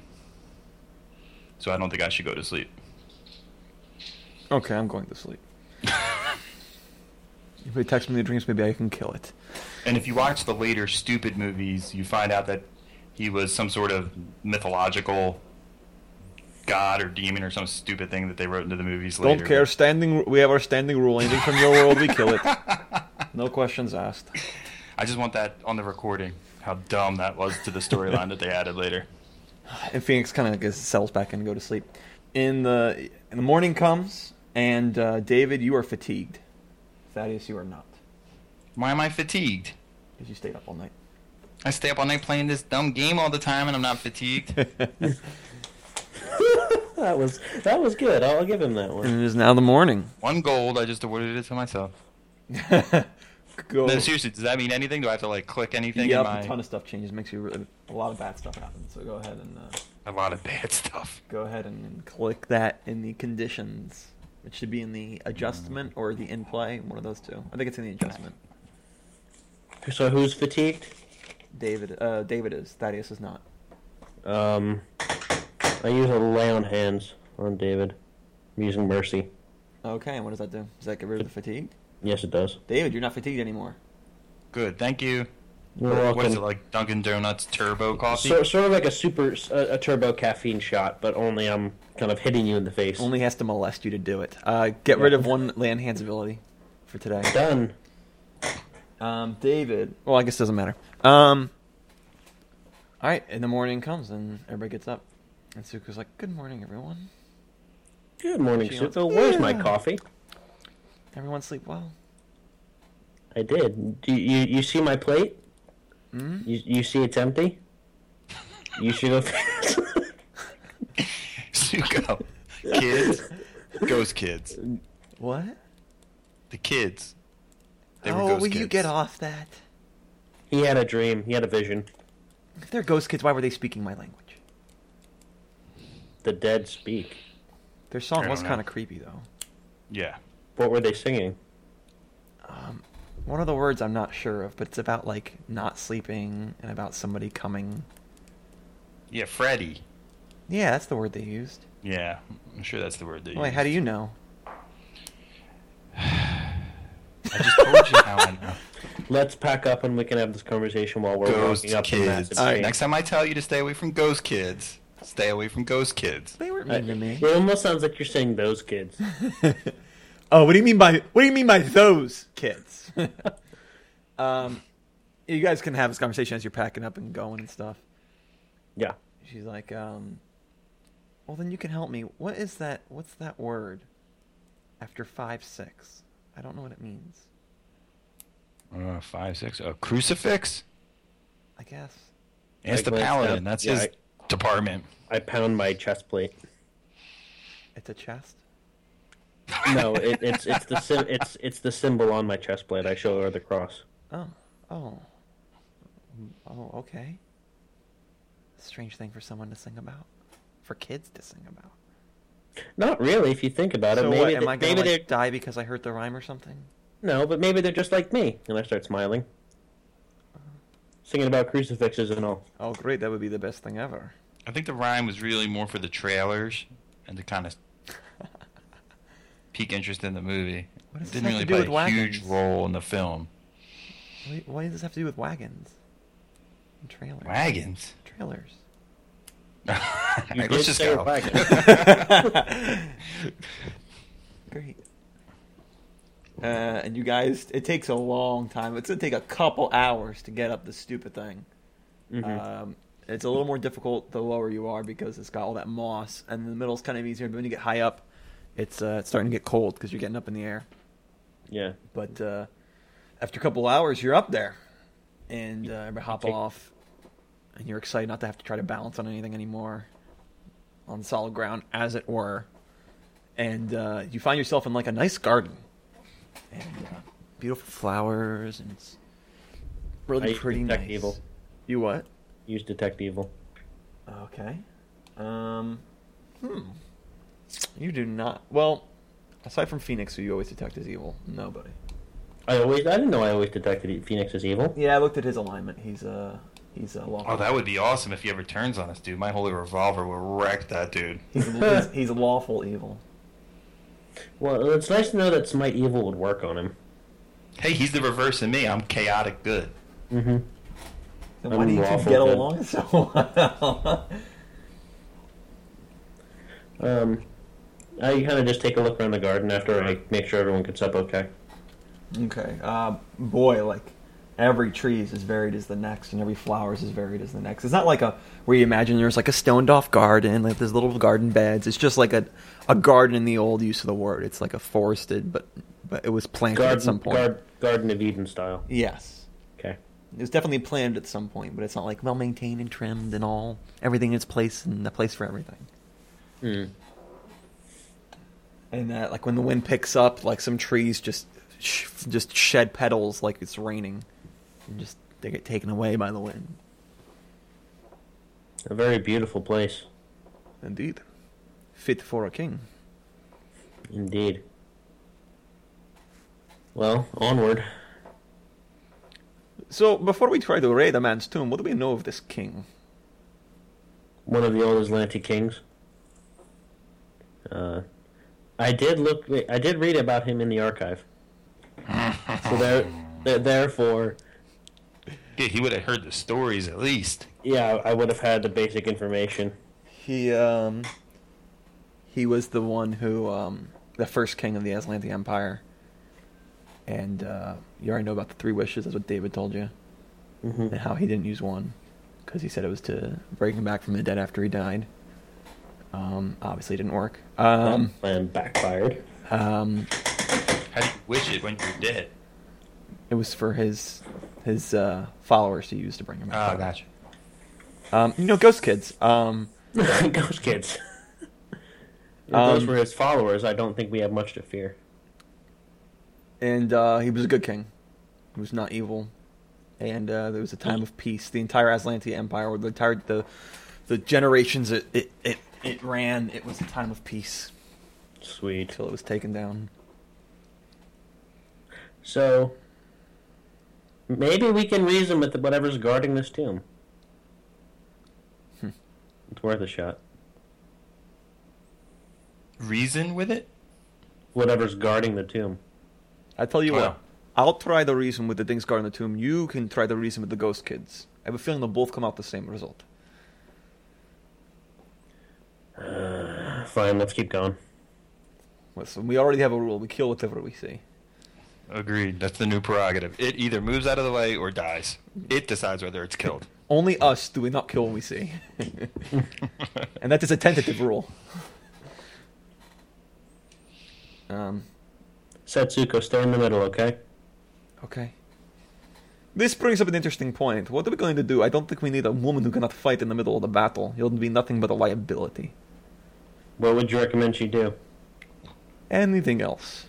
Speaker 3: So I don't think I should go to sleep.
Speaker 1: Okay, I'm going to sleep. (laughs) if it attacks me in the dreams, maybe I can kill it.
Speaker 3: And if you watch the later stupid movies, you find out that he was some sort of mythological god or demon or some stupid thing that they wrote into the movies later.
Speaker 1: Don't care. Standing. We have our standing rule. Anything from your world, we kill it. No questions asked.
Speaker 3: I just want that on the recording. How dumb that was to the storyline that they added later.
Speaker 1: And Phoenix kind of gets settles back in and go to sleep. In the in the morning comes, and uh, David, you are fatigued. Thaddeus, you are not,
Speaker 3: Why am I fatigued?
Speaker 1: because you stayed up all night.
Speaker 3: I stay up all night playing this dumb game all the time and I'm not fatigued.
Speaker 1: (laughs) and
Speaker 2: (laughs) that was that was good. I'll give him that one.
Speaker 1: it is now the (laughs) morning.
Speaker 3: One gold, I just awarded it to myself.
Speaker 1: go.
Speaker 3: No, seriously, does that mean anything? Do I have to like click anything
Speaker 1: Yep, a
Speaker 3: in my
Speaker 1: ton of stuff changes. Makes you really, a lot of bad stuff happen. So go ahead and uh,
Speaker 3: a lot of bad (laughs) stuff?
Speaker 1: go ahead and, and click that in the conditions. It should be in the adjustment or the in play. One of those two. I think it's in the adjustment.
Speaker 2: So who's fatigued?
Speaker 1: David, uh, David is. Thaddeus is not.
Speaker 2: Um, I use a lay on hands on David. I'm using mercy.
Speaker 1: Okay, and what does that do? Does that get rid of the fatigue?
Speaker 2: Yes, it does.
Speaker 1: David, you're not fatigued anymore.
Speaker 3: Good, thank you.
Speaker 2: You're
Speaker 3: What is it
Speaker 2: welcome.
Speaker 3: like Dunkin' Donuts Turbo Coffee?
Speaker 2: So, sort of like a super a, a turbo caffeine shot, but only I'm kind of hitting you in the face.
Speaker 1: Only has to molest you to do it. Uh, get rid of one land hands ability for today.
Speaker 2: done.
Speaker 1: Um, David. Well, I guess it doesn't matter. Um, all right, and the morning comes and everybody gets up. And Suku's like, "Good morning, everyone.
Speaker 2: Good morning,
Speaker 1: She wants-
Speaker 2: Suko. Where's my
Speaker 1: Yeah.
Speaker 2: coffee?
Speaker 1: Everyone sleep well."
Speaker 2: I did. Do you you see my plate?
Speaker 1: Mm?
Speaker 2: You you see it's empty. You should have.
Speaker 3: (laughs)
Speaker 2: (laughs)
Speaker 3: Suko. (laughs) kids. Ghost kids.
Speaker 1: What?
Speaker 3: The kids. They were
Speaker 1: oh,
Speaker 3: ghost
Speaker 1: will you
Speaker 3: kids.
Speaker 1: get off that?
Speaker 2: he had a dream. He had a vision.
Speaker 1: If they're ghost kids, why were they speaking my language?
Speaker 2: The dead speak.
Speaker 1: Their
Speaker 3: I
Speaker 1: song
Speaker 3: don't
Speaker 1: was
Speaker 3: know.
Speaker 1: kind of creepy, though.
Speaker 3: Yeah.
Speaker 2: What were they singing?
Speaker 1: Um, one of the words I'm not sure of, but it's about like not sleeping and about somebody coming.
Speaker 3: Yeah, Freddy.
Speaker 1: Yeah, that's the word they used.
Speaker 3: Yeah, I'm sure that's the word they
Speaker 1: Wait, how do you know?
Speaker 3: (sighs) I just told you how I know.
Speaker 2: Let's pack up and we can have this conversation while (laughs) we're
Speaker 3: Ghost
Speaker 2: walking up the
Speaker 3: kids.
Speaker 2: massive
Speaker 1: All right.
Speaker 2: chain.
Speaker 3: Next time I tell you to stay away from ghost kids, stay away from ghost kids.
Speaker 1: (laughs) They weren't
Speaker 2: Uh,
Speaker 1: mean to me.
Speaker 2: It almost sounds like you're saying
Speaker 1: (laughs)
Speaker 2: those kids.
Speaker 1: oh, what do you mean by what do you mean by those kids? (laughs) um, you guys can have this conversation as you're packing up and going and stuff.
Speaker 2: Yeah.
Speaker 1: She's like, um, well, then you can help me. What is that? What's that word after five six? I don't know what it means.
Speaker 3: Uh, five, six. A crucifix?
Speaker 1: I guess.
Speaker 3: Ask
Speaker 2: I
Speaker 3: the
Speaker 2: glanced
Speaker 3: paladin.
Speaker 2: up.
Speaker 3: That's
Speaker 2: Yeah,
Speaker 3: his department.
Speaker 2: I pound my chest plate.
Speaker 1: It's a chest.
Speaker 3: (laughs)
Speaker 2: No, it, it's it's the sy- it's it's the symbol on my chest plate. I show her the cross.
Speaker 1: Oh, oh. Oh, okay. Strange thing for someone to sing about, for kids to sing about.
Speaker 2: Not really, if you think about it.
Speaker 1: so
Speaker 2: maybe
Speaker 1: what? Am
Speaker 2: they-
Speaker 1: I gonna
Speaker 2: maybe
Speaker 1: like,
Speaker 2: they're
Speaker 1: die because I heard the rhyme or something?
Speaker 2: no, but maybe they're just like me, and I start smiling,
Speaker 1: Uh-huh.
Speaker 2: singing about crucifixes and all.
Speaker 1: Oh, great! That would be the best thing ever.
Speaker 3: I think the rhyme was really more for the trailers and to kind of pique interest in the movie.
Speaker 1: What does
Speaker 3: It
Speaker 1: this
Speaker 3: didn't
Speaker 1: have
Speaker 3: really
Speaker 1: to
Speaker 3: play
Speaker 1: do
Speaker 3: a
Speaker 1: with
Speaker 3: huge
Speaker 1: wagons?
Speaker 3: role in the film.
Speaker 1: (laughs) Why- Why does this have to do with wagons? And trailers.
Speaker 3: Wagons.
Speaker 1: Trailers.
Speaker 3: (laughs) All right,
Speaker 2: did
Speaker 3: let's just
Speaker 2: say
Speaker 3: go.
Speaker 1: wagons. Great. Uh, and you guys, it takes a long time. It's gonna take a couple hours to get up the stupid thing.
Speaker 2: Mhm.
Speaker 1: Um, it's a little more difficult the lower you are because it's got all that moss, and the middle's kind of easier. But when you get high up, it's uh, it's starting to get cold because you're getting up in the air.
Speaker 2: yeah.
Speaker 1: But uh, after a couple hours, you're up there, and uh, you're hopping
Speaker 2: Take-
Speaker 1: off, and you're excited not to have to try to balance on anything anymore, on solid ground, as it were. And uh, you find yourself in like a nice garden, and uh, beautiful flowers, and it's
Speaker 2: I
Speaker 1: really
Speaker 2: used
Speaker 1: pretty
Speaker 2: Detect
Speaker 1: nice.
Speaker 2: Evil.
Speaker 1: You what?
Speaker 2: Use Detect Evil.
Speaker 1: Okay. Um. Hmm. You do not. Well, aside from Phoenix, who you always detect as evil, nobody.
Speaker 2: I always I didn't know I always detected e- Phoenix as evil.
Speaker 1: Yeah, I looked at his alignment. He's uh he's a lawful.
Speaker 3: (laughs) Oh, that would be awesome if he ever turns on us, dude. My holy revolver would wreck that dude.
Speaker 1: he's, he's, he's lawful
Speaker 3: (laughs)
Speaker 1: evil.
Speaker 2: Well, it's nice to know that Smite Evil would work on him.
Speaker 3: Hey, he's the reverse of me. I'm chaotic good.
Speaker 2: Mm-hmm.
Speaker 1: Then why do you two
Speaker 2: Unlawful
Speaker 1: get
Speaker 2: good.
Speaker 1: along so well? (laughs)
Speaker 2: Um, I kind of just take a look around the garden after I make sure everyone gets up okay.
Speaker 1: okay. Uh, boy, like every tree is as varied as the next, and every flower is as varied as the next. It's not like a where you imagine there's like a stoned off garden, like there's little garden beds. It's just like a a garden in the old use of the word. It's like a forested, but but it was planted
Speaker 2: Garden,
Speaker 1: at some point.
Speaker 2: guard- Garden of Eden style.
Speaker 1: Yes.
Speaker 2: Okay.
Speaker 1: It was definitely planned at some point, but it's not like well maintained and trimmed and all everything in its place and a place for everything.
Speaker 2: Hmm.
Speaker 1: And that, like when the wind picks up, like some trees just sh- just shed petals like it's raining, and just they get taken away by the wind.
Speaker 2: A very beautiful place,
Speaker 1: Indeed, fit for a king.
Speaker 2: indeed. Well, onward.
Speaker 1: So before we try to raid a man's tomb, what do we know of this king?
Speaker 2: one of the old Atlantic kings. Uh, I did look. I did read about him in the archive.
Speaker 1: Ah.
Speaker 2: so there,
Speaker 3: (laughs)
Speaker 2: there, therefore,
Speaker 3: Yeah, he would have heard the stories at least.
Speaker 2: yeah, I would have had the basic information.
Speaker 1: He um he was the one who um the first king of the Aslanti Empire. And uh, you already know about the three wishes. That's what David told you,
Speaker 2: Mhm.
Speaker 1: and how he didn't use one because he said it was to bring him back from the dead after he died. Um, obviously, it didn't work. Um,
Speaker 2: and backfired. (laughs)
Speaker 1: um,
Speaker 3: How do you wish it when you're dead?
Speaker 1: it was for his his uh, followers to use to bring him
Speaker 3: Oh,
Speaker 1: back.
Speaker 3: gotcha.
Speaker 1: Um, you know, ghost kids. Um,
Speaker 2: Ghost kids. If
Speaker 1: Um,
Speaker 2: those were his followers. I don't think we have much to fear.
Speaker 1: and uh, he was a good king. He was not evil, and uh, there was a time of peace. The entire Aslantia Empire, or the entire the the generations it it, it, it ran, it was a time of peace
Speaker 2: Sweet.
Speaker 1: until it was taken down.
Speaker 2: So maybe we can reason with whatever's guarding this tomb.
Speaker 1: Hmm.
Speaker 2: It's worth a shot.
Speaker 3: Reason with it?
Speaker 2: Whatever's guarding the tomb. (sighs)
Speaker 1: I tell you
Speaker 3: Wow.
Speaker 1: what, I'll try the reason with the things guarding the tomb. You can try the reason with the ghost kids. I have a feeling they'll both come out the same result.
Speaker 2: Fine, let's keep going.
Speaker 1: Listen, we already have a rule: we kill whatever we see.
Speaker 3: Agreed. That's the new prerogative. It either moves out of the way or dies. It decides whether it's killed.
Speaker 1: Only us do we not kill what we see, (laughs) and that is a tentative rule. Um.
Speaker 2: Setsuko, stay in the middle, okay?
Speaker 1: Okay. This brings up an interesting point. What are we going to do? I don't think we need a woman who cannot fight in the middle of the battle. You'll be nothing but a liability.
Speaker 2: What would you recommend she do?
Speaker 1: Anything else?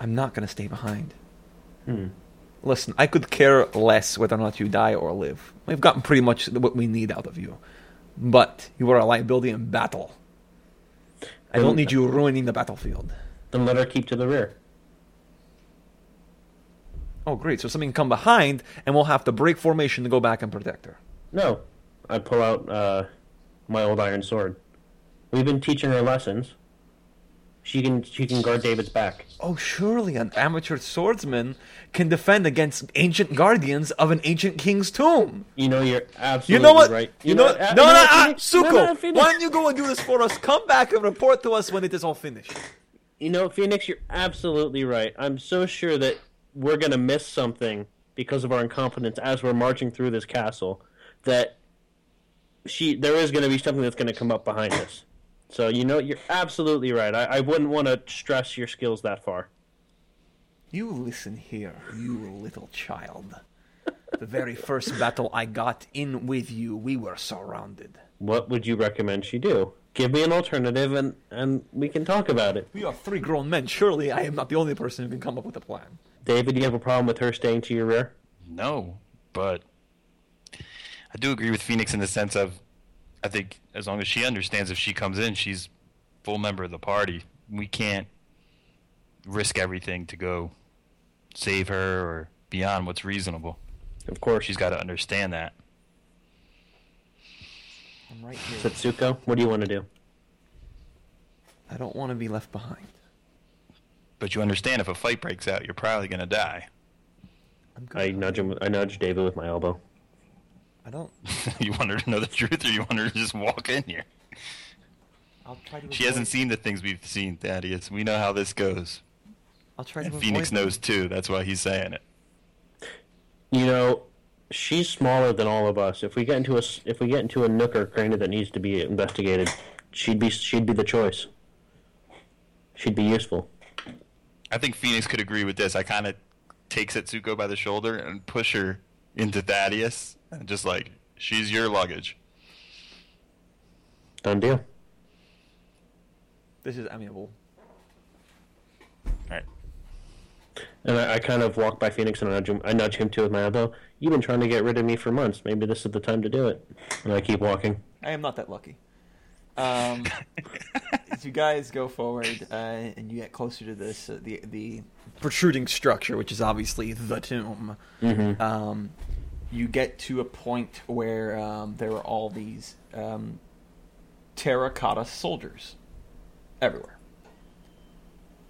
Speaker 1: I'm not going to stay behind.
Speaker 2: Hmm.
Speaker 1: Listen, I could care less whether or not you die or live. We've gotten pretty much what we need out of you. But you are a liability in battle. I don't need you ruining the battlefield.
Speaker 2: Then let her keep to the rear.
Speaker 1: Oh, great. So something can come behind, and we'll have to break formation to go back and protect her.
Speaker 2: No, I pull out uh, my old iron sword. We've been teaching her lessons. She can she can guard David's back.
Speaker 1: Oh, surely an amateur swordsman can defend against ancient guardians of an ancient king's tomb.
Speaker 2: You know you're absolutely
Speaker 1: You know what?
Speaker 2: right.
Speaker 1: You, know,
Speaker 2: what?
Speaker 1: what? No, no, no,
Speaker 2: I
Speaker 1: ah,
Speaker 2: finished.
Speaker 1: Suko,
Speaker 2: No, no, I finished.
Speaker 1: why don't you go and do this for us? Come back and report to us when it is all finished.
Speaker 2: You know, Phoenix, you're absolutely right. I'm so sure that we're going to miss something because of our incompetence as we're marching through this castle that she there is going to be something that's going to come up behind us. So, you know, you're absolutely right. I, I wouldn't want to stress your skills that far.
Speaker 1: You listen here, you little child. The very first battle I got in with you, we were surrounded.
Speaker 2: What would you recommend she do? Give me an alternative and, and we can talk about it.
Speaker 1: We are three grown men. Surely I am not the only person who can come up with a plan.
Speaker 2: David, do you have a problem with her staying to your rear?
Speaker 3: No, but I do agree with Phoenix in the sense of I think as long as she understands if she comes in, she's full member of the party. We can't risk everything to go save her or beyond what's reasonable.
Speaker 2: Of course.
Speaker 3: She's got to understand that.
Speaker 1: I'm right here.
Speaker 2: Setsuko, what do you want to do?
Speaker 1: I don't want to be left behind.
Speaker 3: But you understand if a fight breaks out, you're probably going to die. (laughs)
Speaker 1: I'm good.
Speaker 2: I nudge him. I nudge David with my elbow.
Speaker 1: I don't.
Speaker 3: you want her to know the truth or you want her to just walk in here?
Speaker 1: I'll try to.
Speaker 3: She
Speaker 1: avoid-
Speaker 3: hasn't seen the things we've seen, Thaddeus. We know how this goes.
Speaker 1: I'll try to.
Speaker 3: And
Speaker 1: avoid
Speaker 3: Phoenix
Speaker 1: them.
Speaker 3: knows too. That's why he's saying it.
Speaker 2: You know, she's smaller than all of us. If we get into a s- if we get into a nook or cranny that needs to be investigated, she'd be she'd be the choice. She'd be useful.
Speaker 3: I think Phoenix could agree with this. I kind of take Setsuko by the shoulder and push her into Thaddeus, and just like she's your luggage.
Speaker 2: Done deal.
Speaker 1: This is amiable.
Speaker 3: All
Speaker 1: (laughs)
Speaker 3: right.
Speaker 2: And I, I kind of walk by Phoenix and I nudge him. I nudge him too with my elbow. "Oh, You've been trying to get rid of me for months. Maybe this is the time to do it. And I keep walking.
Speaker 1: I am not that lucky. Um,
Speaker 3: (laughs)
Speaker 1: as you guys go forward uh, and you get closer to this, uh, the the protruding structure, which is obviously the tomb, um, you get to a point where um, there are all these um, terracotta soldiers everywhere,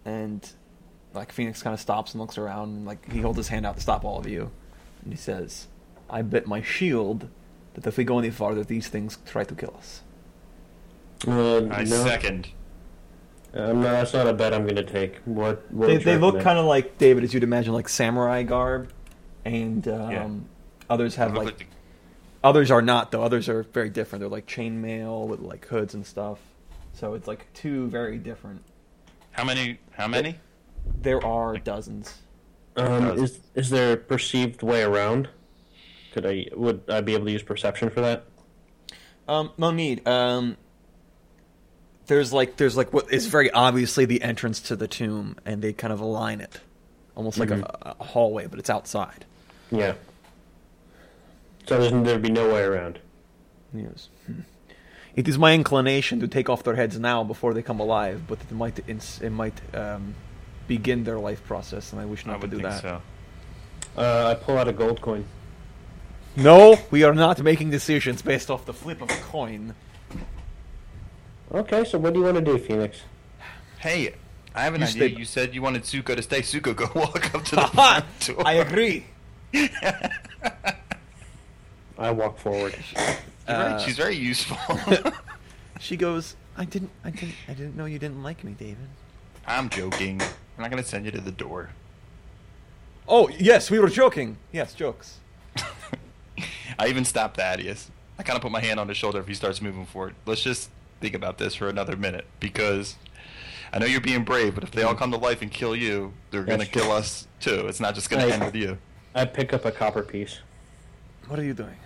Speaker 1: and like Phoenix kind of stops and looks around, and like he holds his hand out to stop all of you, and he says, "I bet my shield that if we go any farther, these things try to kill us."
Speaker 2: Uh,
Speaker 3: I
Speaker 2: no,
Speaker 3: second.
Speaker 2: Um, no, that's not a bet I'm going to take. What? what
Speaker 1: They,
Speaker 2: would you
Speaker 1: they look
Speaker 2: recommend?
Speaker 1: kind of like David, as you'd imagine, like samurai garb, and um,
Speaker 3: Yeah.
Speaker 1: others have
Speaker 3: Look
Speaker 1: like
Speaker 3: at the-
Speaker 1: others are not though. Others are very different. They're like chainmail with like hoods and stuff. So it's like two very different.
Speaker 3: how many? How many?
Speaker 1: There are dozens.
Speaker 2: Um, is is there a perceived way around? Could I would I be able to use perception for that?
Speaker 1: Um, no need. Um, there's like there's like what is very obviously the entrance to the tomb, and they kind of align it, almost like
Speaker 3: Mm-hmm.
Speaker 1: a, a hallway, but it's outside.
Speaker 2: Yeah. So there's, there'd be no way around.
Speaker 1: Yes. Hmm. It is my inclination to take off their heads now before they come alive, but it might ins- it might um, begin their life process, and I wish
Speaker 3: I
Speaker 1: not to
Speaker 3: would
Speaker 1: do
Speaker 3: think
Speaker 1: that.
Speaker 3: so.
Speaker 2: Uh, I pull out a gold coin.
Speaker 1: No, we are not making decisions based off the flip of a (laughs) coin.
Speaker 2: Okay, so what do you want to do, Phoenix?
Speaker 3: Hey, I have an
Speaker 1: You
Speaker 3: idea.
Speaker 1: stay-
Speaker 3: You said you wanted Suko to stay. Suko, go (laughs)
Speaker 1: (laughs)
Speaker 3: walk up to the
Speaker 1: Haha,
Speaker 3: front door.
Speaker 1: I
Speaker 3: (laughs)
Speaker 1: agree.
Speaker 2: I walk forward.
Speaker 3: You're right,
Speaker 1: Uh,
Speaker 3: She's very useful.
Speaker 1: (laughs)
Speaker 3: (laughs)
Speaker 1: She goes. I didn't. I didn't. I didn't know you didn't like me, David.
Speaker 3: I'm joking. I'm not gonna send you to the door.
Speaker 1: Oh yes, we were joking. Yes, jokes.
Speaker 3: (laughs) I even stopped Thaddeus. I kind of put my hand on his shoulder if he starts moving forward. Let's just think about this for another minute because I know you're being brave, but if they all come to life and kill you, they're going to
Speaker 2: That's true.
Speaker 3: kill us too. It's not just going
Speaker 2: Hey.
Speaker 3: to end with you.
Speaker 2: I pick up a copper piece.
Speaker 1: What are you doing?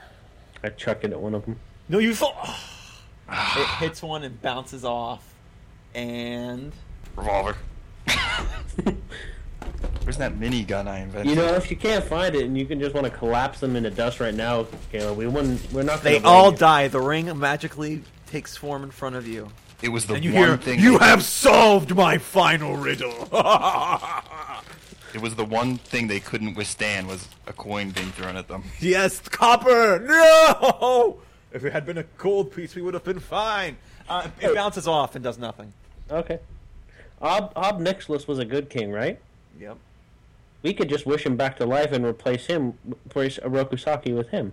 Speaker 2: I chuck it at one of them.
Speaker 1: No, you fall. (sighs) it hits one and bounces off, and
Speaker 2: (laughs)
Speaker 3: Revolver. Where's that mini gun I invented?
Speaker 2: You know, if you can't find it and you can just want to collapse them into dust right now, Caleb, we wouldn't. We're not.
Speaker 1: They
Speaker 2: gonna
Speaker 1: all
Speaker 2: blame
Speaker 1: die. The ring magically takes form in front of you.
Speaker 3: it was the
Speaker 1: And you
Speaker 3: one
Speaker 1: hear,
Speaker 3: thing.
Speaker 1: you
Speaker 3: that-
Speaker 1: have solved my final riddle. (laughs)
Speaker 3: It was the one thing they couldn't withstand was a coin being thrown
Speaker 2: (laughs)
Speaker 3: at them.
Speaker 1: yes, copper. No. If it had been a gold piece, we would have been fine. Uh, it bounces off and does nothing.
Speaker 2: you. Okay. Ob Obnixilus was a good king, right?
Speaker 1: Yep.
Speaker 2: We could just wish him back to life and replace him, replace Orokusaki with him.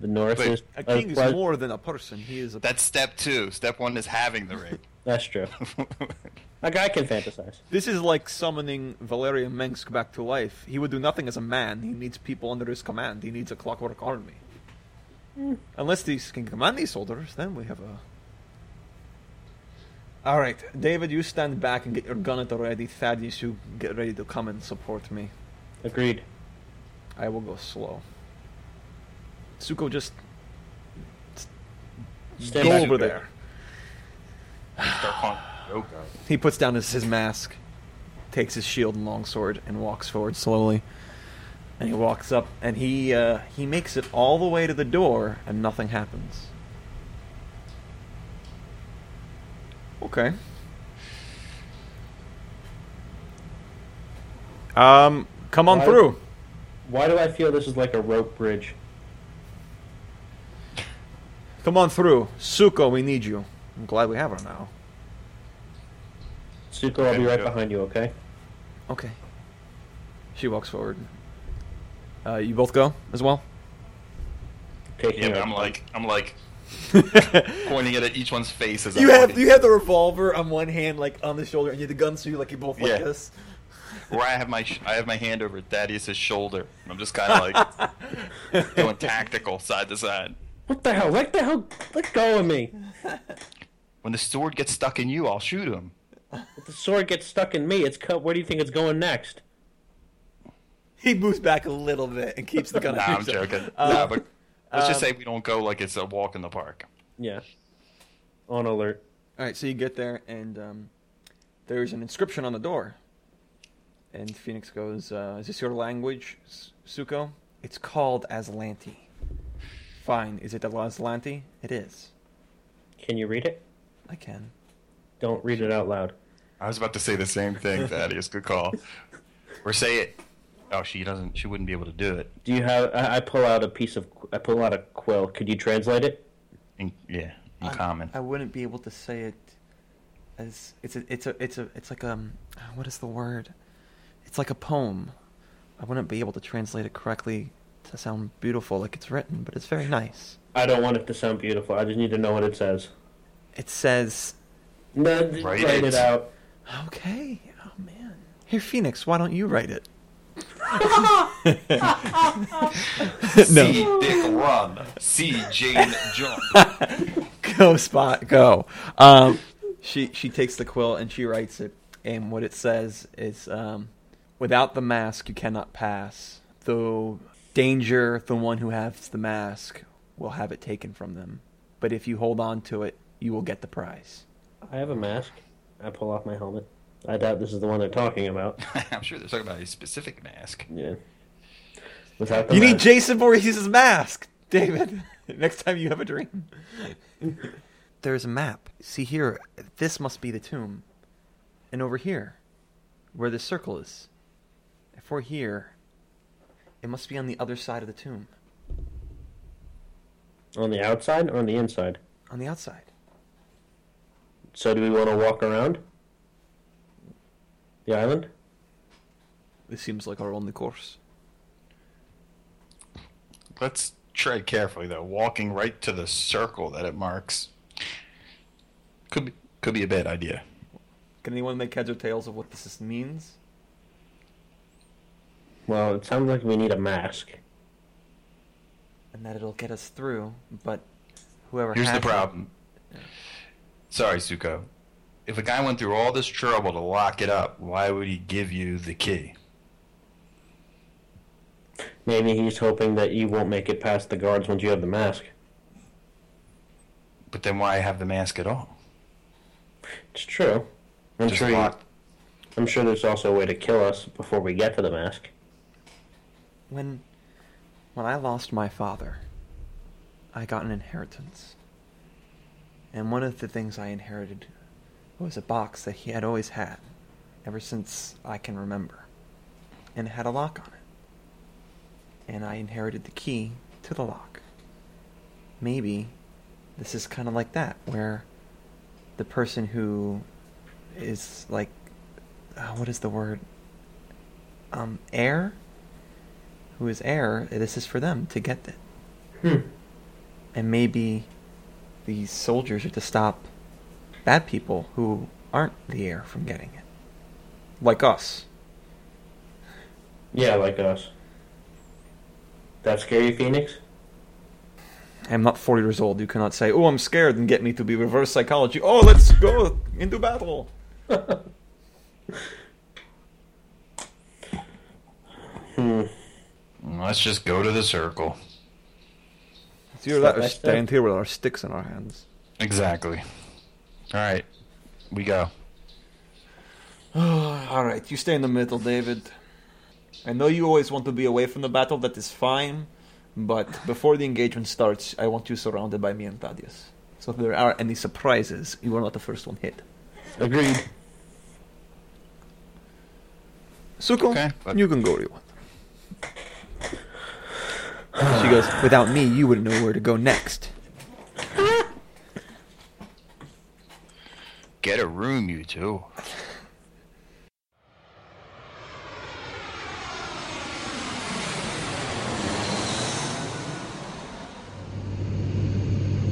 Speaker 2: The Norris
Speaker 3: Wait,
Speaker 2: is
Speaker 1: A
Speaker 2: uh,
Speaker 1: king
Speaker 2: was-
Speaker 1: is more than a person. He is a
Speaker 3: That's step two. Step one is having
Speaker 2: (laughs)
Speaker 3: the ring.
Speaker 2: That's true. A guy can fantasize.
Speaker 1: This is like summoning Valerian Minsk back to life. He would do nothing as a man. He needs people under his command. He needs a clockwork army. Unless these can command these soldiers, then we have a. All right, David, you stand back and get your gun at ready. Thaddeus, you get ready to come and support me.
Speaker 2: Agreed.
Speaker 1: I will go slow. Suko, just
Speaker 2: Stand
Speaker 1: go
Speaker 2: back.
Speaker 1: over
Speaker 3: Zuko.
Speaker 1: there.
Speaker 3: Start calling Yoko.
Speaker 1: He puts down his, his mask, takes his shield and longsword, and walks forward slowly. And he walks up, and he uh, he makes it all the way to the door, and nothing happens. Okay. Um, come on
Speaker 2: Why-
Speaker 1: through.
Speaker 2: Why do I feel this is like a rope bridge?
Speaker 1: Come on through, Suko. We need you. I'm glad we have her now.
Speaker 2: Suko, I'll
Speaker 3: Okay,
Speaker 2: be right
Speaker 3: yeah.
Speaker 2: behind you, okay?
Speaker 1: Okay. She walks forward. Uh, you both go as well.
Speaker 2: Taking
Speaker 3: Yeah, but
Speaker 2: out-
Speaker 3: I'm like, I'm like pointing it at each one's face as
Speaker 1: You
Speaker 3: I'm
Speaker 1: have
Speaker 3: walking.
Speaker 1: you have the revolver on one hand, like on the shoulder, and you have the gun, so you like you both like
Speaker 3: Yeah.
Speaker 1: this.
Speaker 3: Or I have my sh- I have my hand over Thaddeus's shoulder. and I'm just kind of
Speaker 1: (laughs)
Speaker 3: like going tactical side to side.
Speaker 2: What the hell? Let the hell let go of me.
Speaker 3: When the sword gets stuck in you, I'll shoot him.
Speaker 2: If the sword gets stuck in me, it's cut where do you think it's going next?
Speaker 1: He moves back a little bit and keeps
Speaker 3: (laughs)
Speaker 1: the gun.
Speaker 3: Nah,
Speaker 1: at (laughs)
Speaker 3: I'm
Speaker 1: himself.
Speaker 3: joking.
Speaker 1: Um,
Speaker 3: nah, but let's just say we don't go like it's a walk in the park.
Speaker 2: Yeah. On alert.
Speaker 1: All right, so you get there, and um, there's an inscription on the door. And Phoenix goes, uh, "Is this your language, S- Suko? It's called Aslanti. Fine. Is it Aslanti? It is.
Speaker 2: Can you read it?
Speaker 1: I can.
Speaker 2: Don't read it out loud.
Speaker 3: I was about to say the same thing, Thaddeus. Good call. Or say it. Oh, she doesn't. She wouldn't be able to do it.
Speaker 2: Do you have I, I pull out a piece of I pull out a quill. Could you translate it?
Speaker 3: In, yeah, in common.
Speaker 1: I wouldn't be able to say it as it's a, it's a it's a it's like um what is the word? It's like a poem. I wouldn't be able to translate it correctly to sound beautiful like it's written, but it's very nice.
Speaker 2: I don't want it to sound beautiful. I just need to know what it says.
Speaker 1: It says,
Speaker 2: No, d-
Speaker 3: Write
Speaker 2: write,
Speaker 3: it.
Speaker 2: it. out.
Speaker 1: "Okay, oh man, here, Phoenix, why don't you write it?"
Speaker 3: (laughs)
Speaker 1: (laughs)
Speaker 3: See Dick run. See Jane jump.
Speaker 1: (laughs)
Speaker 3: (laughs)
Speaker 1: go spot go um, she she takes the quill and she writes it and what it says is um, without the mask you cannot pass though danger the one who has the mask will have it taken from them but if you hold on to it you will get the prize
Speaker 2: I have a mask. I pull off my helmet. I doubt this is the one they're talking about.
Speaker 3: I'm sure they're talking about a specific mask.
Speaker 2: Yeah. Without the
Speaker 1: you need
Speaker 2: mask-
Speaker 1: jason Voorhees' mask david (laughs) next time you have a dream there's a map see here this must be the tomb and over here where the circle is if we're here it must be on the other side of the tomb
Speaker 2: on the outside or on the inside.
Speaker 1: on the outside
Speaker 2: So do we want to walk around the island?
Speaker 1: this seems like our only course
Speaker 3: Let's tread carefully though. Walking right to the circle that it marks could be, could be a bad idea.
Speaker 1: can anyone make heads or tails of what this is- means
Speaker 2: Well, it sounds like we need a mask.
Speaker 1: and that it'll get us through but whoever
Speaker 3: Here's the
Speaker 1: has it-
Speaker 3: problem. Sorry, Suko. If a guy went through all this trouble to lock it up, why would he give you the key?
Speaker 2: Maybe he's hoping that you won't make it past the guards once you have the mask.
Speaker 3: But then why have the mask at all?
Speaker 2: It's true. I'm
Speaker 3: Just
Speaker 2: sure you,
Speaker 3: lock,
Speaker 2: I'm sure there's also a way to kill us before we get to the mask.
Speaker 1: When when I lost my father, I got an inheritance. And one of the things I inherited was a box that he had always had ever since I can remember. And it had a lock on it. And I inherited the key to the lock. Maybe this is kind of like that where the person who is like uh, what is the word um heir who is heir this is for them to get it and maybe these soldiers are to stop bad people who aren't the heir from getting it like us
Speaker 2: Yeah, like us. That scare you, Phoenix?
Speaker 1: i'm not 40 years old you cannot say oh i'm scared and get me to be reverse psychology oh let's go into battle
Speaker 2: Hmm.
Speaker 3: Let's just go to the circle.
Speaker 1: it's either that or
Speaker 2: Step by step.
Speaker 1: stand here with our sticks in our hands
Speaker 3: Exactly. All right, we go.
Speaker 1: (sighs) All right, you stay in the middle, David. I know you always want to be away from the battle, that is fine, but before the engagement starts, I want you surrounded by me and Thaddeus. So if there are any surprises, you are not the first one hit.
Speaker 2: Agreed.
Speaker 1: Suko,
Speaker 3: Okay.
Speaker 1: you can go where you want. (sighs) She goes, Without me, you wouldn't know where to go next.
Speaker 3: Get a room, you two.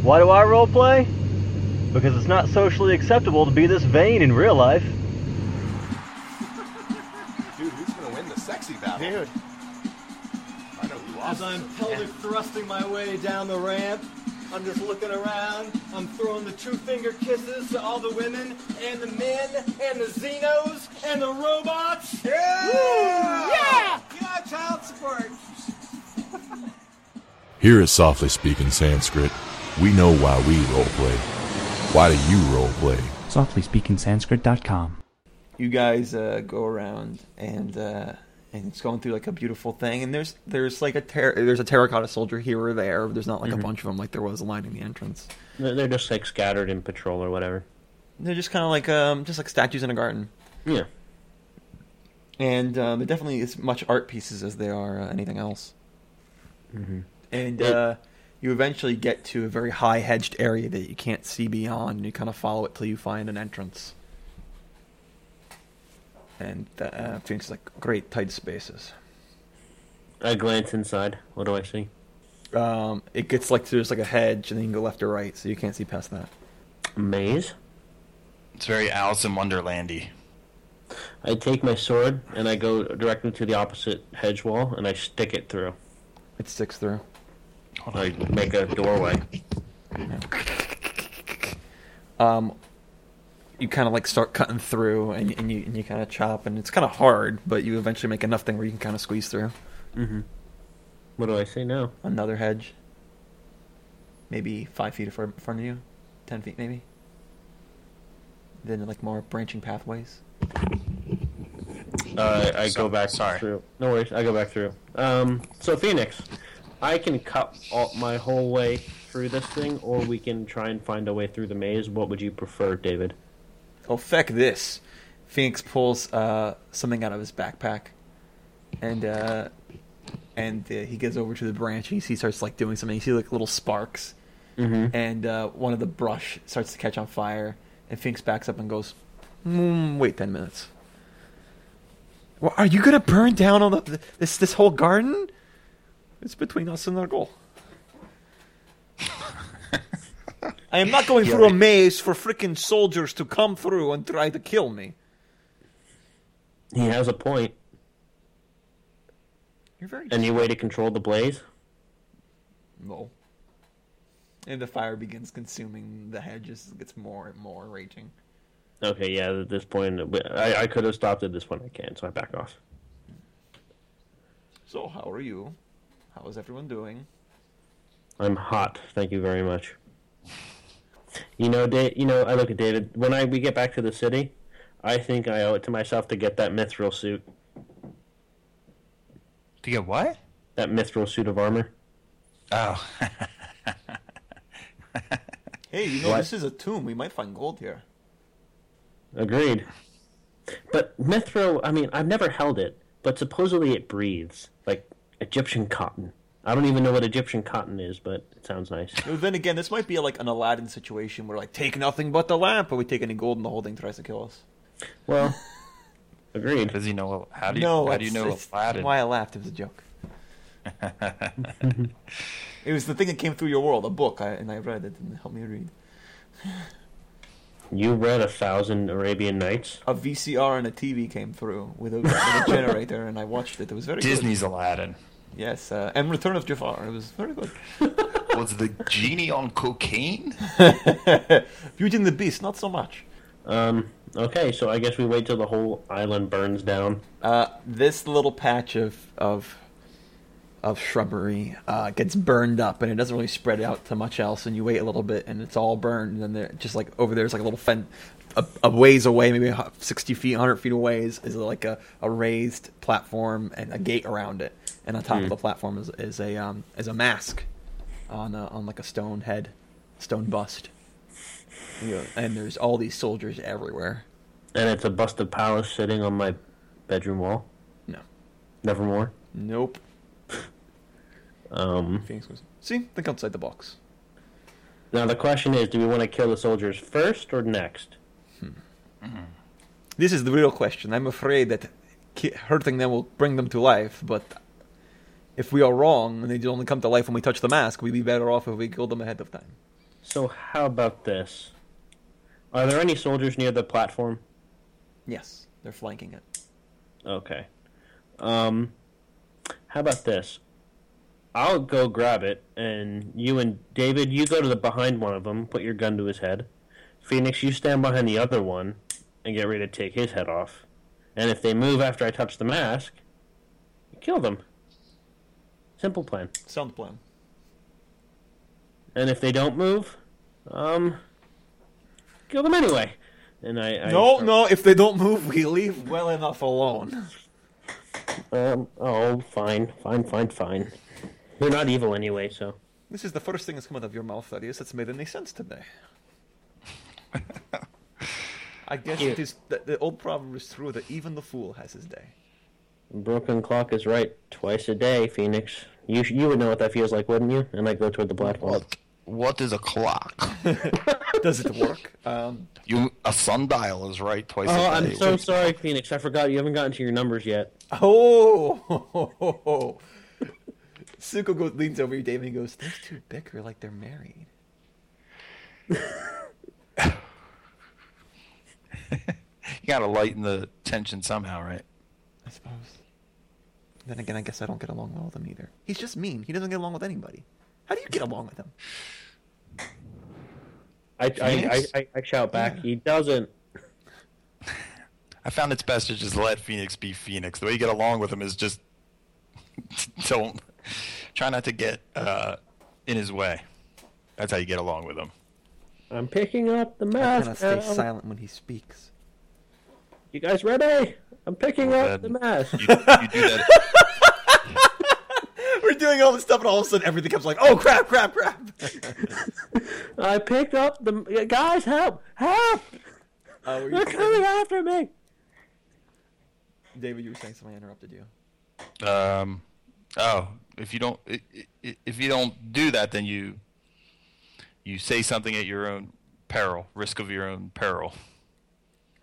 Speaker 4: Why do I roleplay? Because it's not socially acceptable to be this vain in real life.
Speaker 5: Dude, who's gonna win the sexy battle?
Speaker 4: Dude.
Speaker 5: I know who
Speaker 6: As
Speaker 5: lost.
Speaker 6: I'm pelvic thrusting my way down the ramp, I'm just looking around. I'm throwing the two finger kisses to all the women and the men and the Xenos and the robots. Yeah! yeah! Yeah, child support.
Speaker 7: Here is Softly Speaking Sanskrit. We know why we roleplay. Why do you roleplay?
Speaker 8: SoftlySpeakingSanskrit.com.
Speaker 1: you guys uh, go around and uh, and it's going through like a beautiful thing and there's there's like a ter- there's a terracotta soldier here or there there's not like a bunch of them like there was lining the entrance
Speaker 2: They're they're just like scattered in patrol or whatever.
Speaker 1: they're just kind of like um just like statues in a garden
Speaker 2: Yeah.
Speaker 1: and um, they're definitely as much art pieces as they are uh, anything else and
Speaker 2: It-
Speaker 1: uh, you eventually get to a very high hedged area that you can't see beyond and you kind of follow it till you find an entrance and uh, Phoenix is like great tight spaces
Speaker 2: I glance inside. What do I see?
Speaker 1: Um, it gets like there's like a hedge, and then you can go left or right, so you can't see past that.
Speaker 2: Maze?
Speaker 3: It's very Alice in Wonderlandy.
Speaker 2: I take my sword and I go directly to the opposite hedge wall and I stick it through.
Speaker 1: It sticks through.
Speaker 2: I make a doorway.
Speaker 1: um, You kind of like start cutting through, and, and you and you kind of chop, and it's kind of hard, but you eventually make enough thing where you can kind of squeeze through
Speaker 2: What do I see now?
Speaker 1: another hedge. Maybe five feet in front in front of you, ten feet maybe. Then like more branching pathways.
Speaker 2: Uh, I
Speaker 3: So-
Speaker 2: go back
Speaker 3: sorry.
Speaker 2: through. No worries. I go back through. Um, so Phoenix, I can cut all, my whole way through this thing, or we can try and find a way through the maze. What would you prefer, David?
Speaker 1: Oh feck this! Phoenix pulls uh, something out of his backpack, and uh, and uh, he gets over to the branch. And he sees- starts like doing something. You see like little sparks, and uh, one of the brush starts to catch on fire. And Phoenix backs up and goes, mm, "Wait ten minutes. Well, are you gonna burn down all the this this whole garden? It's between us and our goal." I am not going through a maze for freaking soldiers to come through and try to kill me.
Speaker 2: He has a point.
Speaker 1: You're very
Speaker 2: Any way to control the blaze?
Speaker 1: (laughs) No. And the fire begins consuming the hedges. It gets more and more raging.
Speaker 2: Okay, yeah. At this point, I, I could have stopped at this point. I can't, so I back off.
Speaker 1: So, how are you? How is everyone doing?
Speaker 2: I'm hot. Thank you very much. You know, da- you know, I look at David. When I we get back to the city, I think I owe it to myself to get that mithril suit.
Speaker 3: To get what?
Speaker 2: That mithril suit of armor.
Speaker 3: Oh, (laughs)
Speaker 1: Hey, you know
Speaker 2: What?
Speaker 1: this is a tomb. We might find gold here.
Speaker 2: Agreed. But mithril, I mean, I've never held it, but supposedly it breathes like Egyptian cotton. I don't even know what Egyptian cotton is, but it sounds nice.
Speaker 1: But then again, this might be like an Aladdin situation where like take nothing but the lamp, but we take any gold and the whole thing tries to kill us.
Speaker 2: Well, agreed.
Speaker 3: does he know? How do you,
Speaker 1: no,
Speaker 3: how do you
Speaker 1: it's-
Speaker 3: know
Speaker 1: it's
Speaker 3: Aladdin?
Speaker 1: Why I laughed. It was a
Speaker 3: (laughs)
Speaker 1: joke. it was the thing that came through your world, a book, I, and I read it and it helped me read.
Speaker 2: You read a thousand Arabian Nights.
Speaker 1: A VCR and a TV came through with a, with a generator, and I watched it. It was very good.
Speaker 3: Disney's Aladdin.
Speaker 1: Yes, uh, and Return of Jafar. It was very
Speaker 3: (laughs)
Speaker 1: good. (laughs)
Speaker 3: Was the genie on cocaine?
Speaker 1: Beauty and the Beast, not so much.
Speaker 2: Um, okay, so I guess we wait till the whole island burns down.
Speaker 1: Uh, this little patch of of of shrubbery uh, gets burned up, and it doesn't really spread out to much else. And you wait a little bit, and it's all burned. And then there, just like over there's like a little fen, a, a ways away, maybe a hu- sixty feet, hundred feet away, is, is like a, a raised platform and a gate around it. And on top of the platform is, is a um, is a mask on a, on like a stone head, stone bust. Yeah. And there's all these soldiers everywhere.
Speaker 2: And it's a bust of Pallas sitting on my bedroom wall.
Speaker 1: No,
Speaker 2: Nevermore.
Speaker 1: nope.
Speaker 2: Um,
Speaker 1: Phoenix goes, See, think outside the box.
Speaker 2: now the question is, do we want to kill the soldiers first or next?
Speaker 1: This is the real question. I'm afraid that ki- hurting them will bring them to life, but if we are wrong and they only come to life when we touch the mask, we'd be better off if we kill them ahead of time.
Speaker 2: So how about this? Are there any soldiers near the platform?
Speaker 1: Yes, they're flanking it.
Speaker 2: Okay. Um, how about this? I'll go grab it, and you and David, you go to the behind one of them, put your gun to his head. Phoenix, you stand behind the other one, and get ready to take his head off. And if they move after I touch the mask, kill them. Simple plan.
Speaker 1: Sound plan.
Speaker 2: And if they don't move, um, kill them anyway. And I, I
Speaker 1: No, no, if they don't move, we leave well enough alone.
Speaker 2: Um, oh, fine, fine, fine, fine. They're not evil anyway, so.
Speaker 1: This is the first thing that's come out of your mouth, that is, that's made any sense (laughs) today. I guess it is the, the old proverb is true that even the fool has his day.
Speaker 2: Broken clock is right twice a day, Phoenix. You sh- you would know what that feels like, wouldn't you? And I go toward the platform.
Speaker 3: What is a clock?
Speaker 1: Does it work? Um,
Speaker 3: You a sundial is right twice
Speaker 2: Oh,
Speaker 3: a day.
Speaker 2: I'm so sorry, Phoenix. I forgot you haven't gotten to your numbers yet.
Speaker 1: Oh, (laughs) Suko goes, leans over you, David, and goes, "Those two bicker like they're married."
Speaker 3: You gotta lighten the tension somehow, right?
Speaker 1: I suppose. Then again, I guess I don't get along well with him either. He's just mean. He doesn't get along with anybody. How do you get along with him?
Speaker 2: I I,
Speaker 3: Phoenix?
Speaker 2: I, I, I shout back. He doesn't.
Speaker 3: I found it's best to just let Phoenix be Phoenix. The way you get along with him is just (laughs) don't try not to get uh, in his way. That's how you get along with him.
Speaker 2: I'm picking up the
Speaker 1: I cannot
Speaker 2: mask.
Speaker 1: stay
Speaker 2: now.
Speaker 1: silent when he speaks. (laughs)
Speaker 2: You guys ready? I'm picking
Speaker 3: Well,
Speaker 2: up the
Speaker 3: then-
Speaker 2: mask.
Speaker 3: You, you do that.
Speaker 1: We're doing all this stuff, and all of a sudden, everything comes like, "Oh crap, crap, (laughs) crap!"
Speaker 2: I picked up the guys. Help! Help!
Speaker 1: Uh, were you
Speaker 2: They're coming after me.
Speaker 1: David, you were saying something. I interrupted you.
Speaker 3: Um, oh, if you don't i- i- if you don't do that, then you you say something at your own peril, risk of your own peril.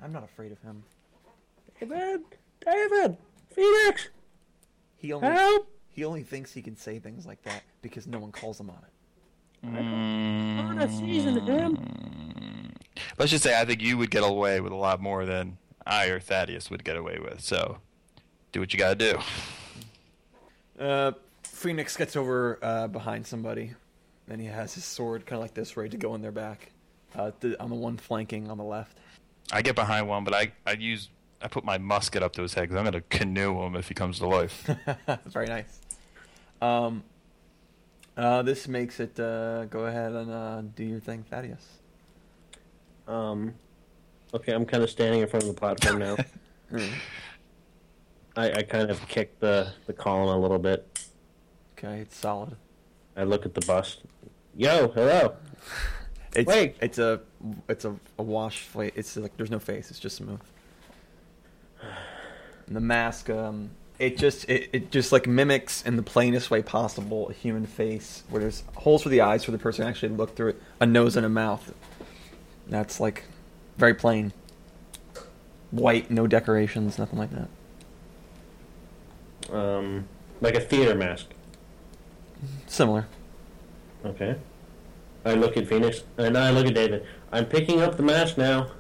Speaker 1: I'm not afraid of him.
Speaker 2: David, David, Phoenix,
Speaker 1: He only
Speaker 2: help!
Speaker 1: he only thinks he can say things like that because no one calls him on it.
Speaker 2: I'm gonna season him.
Speaker 3: Let's just say I think you would get away with a lot more than I or Thaddeus would get away with. So do what you gotta do.
Speaker 1: Uh, Phoenix gets over uh, behind somebody, and he has his sword kind of like this, ready to go in their back, uh, th- on the one flanking on the left. (laughs)
Speaker 3: I get behind one, but I I use I put my musket up to his head because I'm gonna canoe him if he comes
Speaker 1: (laughs)
Speaker 3: to life.
Speaker 1: Very nice. Um, uh, this makes it. Uh, go ahead and uh, do your thing, Thaddeus.
Speaker 2: Um, Okay, I'm kind of standing in front of the platform now. I, I kind of kick the, the column a little bit.
Speaker 1: Okay, it's solid.
Speaker 2: I look at the bus. Yo, hello.
Speaker 1: It's,
Speaker 2: Wait.
Speaker 1: it's a it's a, a wash. fla- It's like there's no face. It's just smooth. And the mask, um, it just it, it just like mimics in the plainest way possible a human face where there's holes for the eyes for the person to actually look through it, a nose and a mouth. And That's like very plain, white, no decorations, nothing like that.
Speaker 2: Um, like a theater mask.
Speaker 1: Similar.
Speaker 2: Okay. I look at Phoenix, and I look at David. I'm picking up the mask now,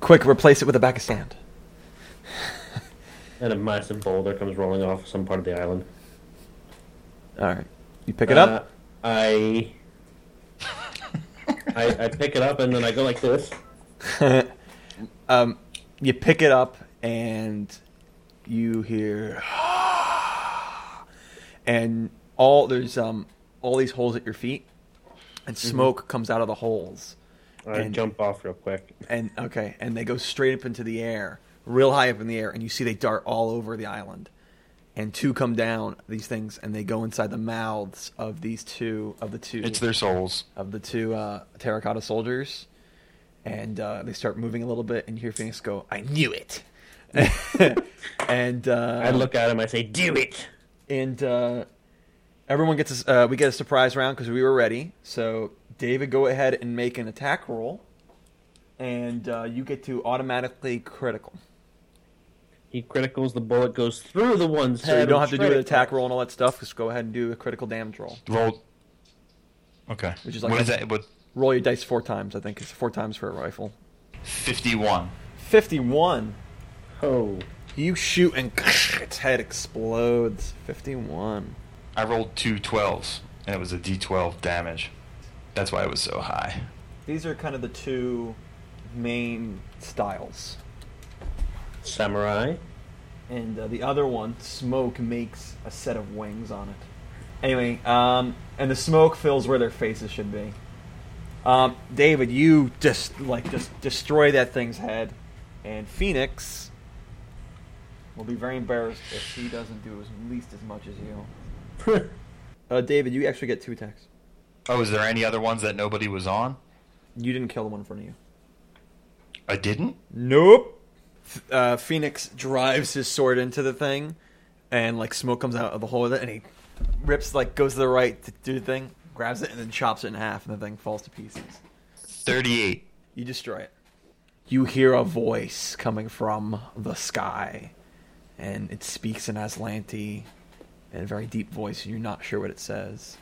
Speaker 1: Quick, replace it with the back of sand.
Speaker 2: and a massive boulder comes rolling off some part of the island.
Speaker 1: All right, you pick it up.
Speaker 2: Uh, I, I I pick it up and then I go like this.
Speaker 1: (laughs) um, you pick it up and you hear (gasps) and all there's um all these holes at your feet and smoke comes out of the holes
Speaker 2: Mm-hmm. I
Speaker 1: And-
Speaker 2: jump off real quick.
Speaker 1: and okay and they go straight up into the air real high up in the air and you see they dart all over the island and two come down these things and they go inside the mouths of these two of the two
Speaker 3: It's their souls.
Speaker 1: of the two uh, terracotta soldiers, and uh, they start moving a little bit, and you hear Phoenix go, "I knew it," (laughs) and uh,
Speaker 2: I look at him. I say, "Do it."
Speaker 1: and uh, everyone gets a s uh, we get a surprise round because we were ready. So David, go ahead and make an attack roll, and uh, you get to automatically critical.
Speaker 2: He criticals the bullet goes through the one's
Speaker 1: So
Speaker 2: head.
Speaker 1: you don't have
Speaker 2: with
Speaker 1: to do an
Speaker 2: critical.
Speaker 1: attack roll and all that stuff. Just go ahead and do a critical damage roll.
Speaker 3: Roll. Okay.
Speaker 1: Which is like
Speaker 3: what
Speaker 1: a-
Speaker 3: is that? What?
Speaker 1: Roll your dice four times. I think it's four times for a rifle.
Speaker 3: Fifty-one.
Speaker 1: Fifty-one.
Speaker 2: Oh,
Speaker 1: You shoot and (laughs) its head explodes. 51.
Speaker 3: I rolled two 12s, and it was a D12 damage. That's why it was so high.
Speaker 1: These are kind of the two main styles.
Speaker 2: samurai.
Speaker 1: And uh, the other one, smoke, makes a set of wings on it. Anyway, um, and the smoke fills where their faces should be. Um, David, you just like just destroy that thing's head, and Phoenix will be very embarrassed if he doesn't do at least as much as you. Uh, David, you actually get two attacks.
Speaker 3: Oh, is there any other ones that nobody was on?
Speaker 1: You didn't kill the one in front of you.
Speaker 3: I didn't.
Speaker 1: Nope. Uh, Phoenix drives his sword into the thing, and like smoke comes out of the hole with it, and he rips like goes to the right to do the thing, grabs it, and then chops it in half, and the thing falls to pieces.
Speaker 3: Thirty-eight.
Speaker 1: You destroy it. You hear a voice coming from the sky, and it speaks in Aslanti, in a very deep voice, and you're not sure what it says.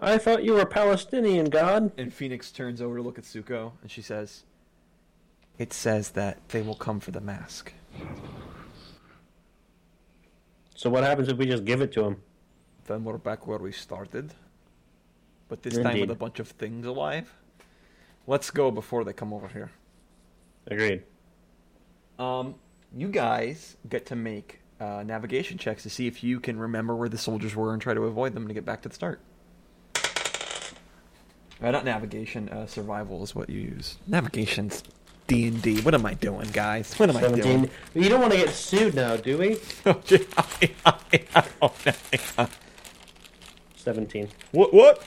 Speaker 2: I thought you were Palestinian, God.
Speaker 1: And Phoenix turns over to look at Suko, and she says, "It says that they will come for the mask."
Speaker 2: So what happens if we just give it to him?
Speaker 1: Then we're back where we started. But this time
Speaker 2: Indeed.
Speaker 1: with a bunch of things alive. Let's go before they come over here.
Speaker 2: Agreed.
Speaker 1: Um, you guys get to make uh, navigation checks to see if you can remember where the soldiers were and try to avoid them to get back to the start. Uh, not navigation, uh, survival is what you use. Navigation's D and D. What am I doing, guys? What am I doing? (laughs)
Speaker 2: Seventeen. You don't want to get sued now, do we? Seventeen.
Speaker 1: what? What?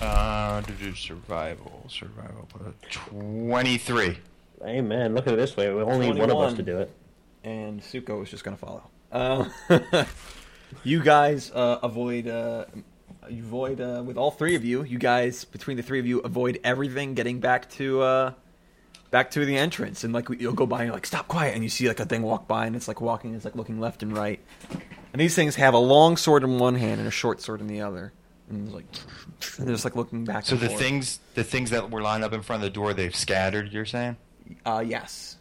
Speaker 3: Uh, do- do survival, survival. Twenty-three.
Speaker 2: Amen. Look at it this way. Only one of us
Speaker 1: 21.
Speaker 2: to do it.
Speaker 1: and Suko is just going to follow. Uh, (laughs) you guys uh, avoid. Uh, you avoid uh, with all three of you. You guys between the three of you avoid everything getting back to uh, back to the entrance, and like you'll go by and you're like stop quiet, and you see like a thing walk by, and it's like walking, it's like looking left and right, and these things have a long sword in one hand and a short sword in the other, and it's like and they're just like looking back.
Speaker 3: So
Speaker 1: and
Speaker 3: the
Speaker 1: forth.
Speaker 3: things, the things that were lined up in front of the door, they've scattered. You're saying?
Speaker 1: uh, yes,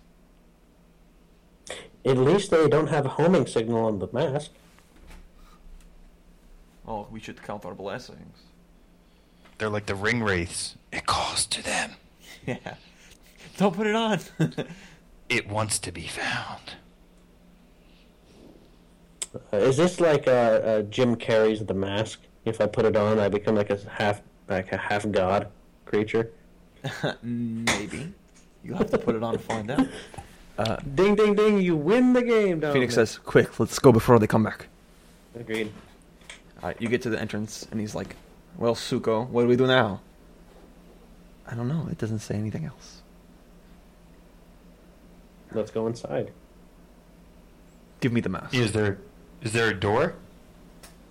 Speaker 2: At least they don't have a homing signal on the mask.
Speaker 1: oh, we should count our blessings.
Speaker 3: They're like the ring wraiths. It calls to them.
Speaker 1: (laughs) Yeah, don't put it on. (laughs)
Speaker 3: It wants to be found.
Speaker 2: Uh, Is this like uh, uh, Jim Carrey's The Mask? If I put it on, I become like a half, like a half god creature.
Speaker 1: Maybe. You'll have to put it on to find out.
Speaker 2: Ding, ding, ding! You win the game,
Speaker 1: (laughs)
Speaker 2: Dominic.
Speaker 1: Phoenix says, Quick, let's go before they come back.
Speaker 2: "Agreed."
Speaker 1: Uh, you get to the entrance, and he's like, Well, Suko, what do we do now? I don't know. It doesn't say anything else.
Speaker 2: Let's go inside.
Speaker 1: Give me the mouse.
Speaker 3: Is there is there a door?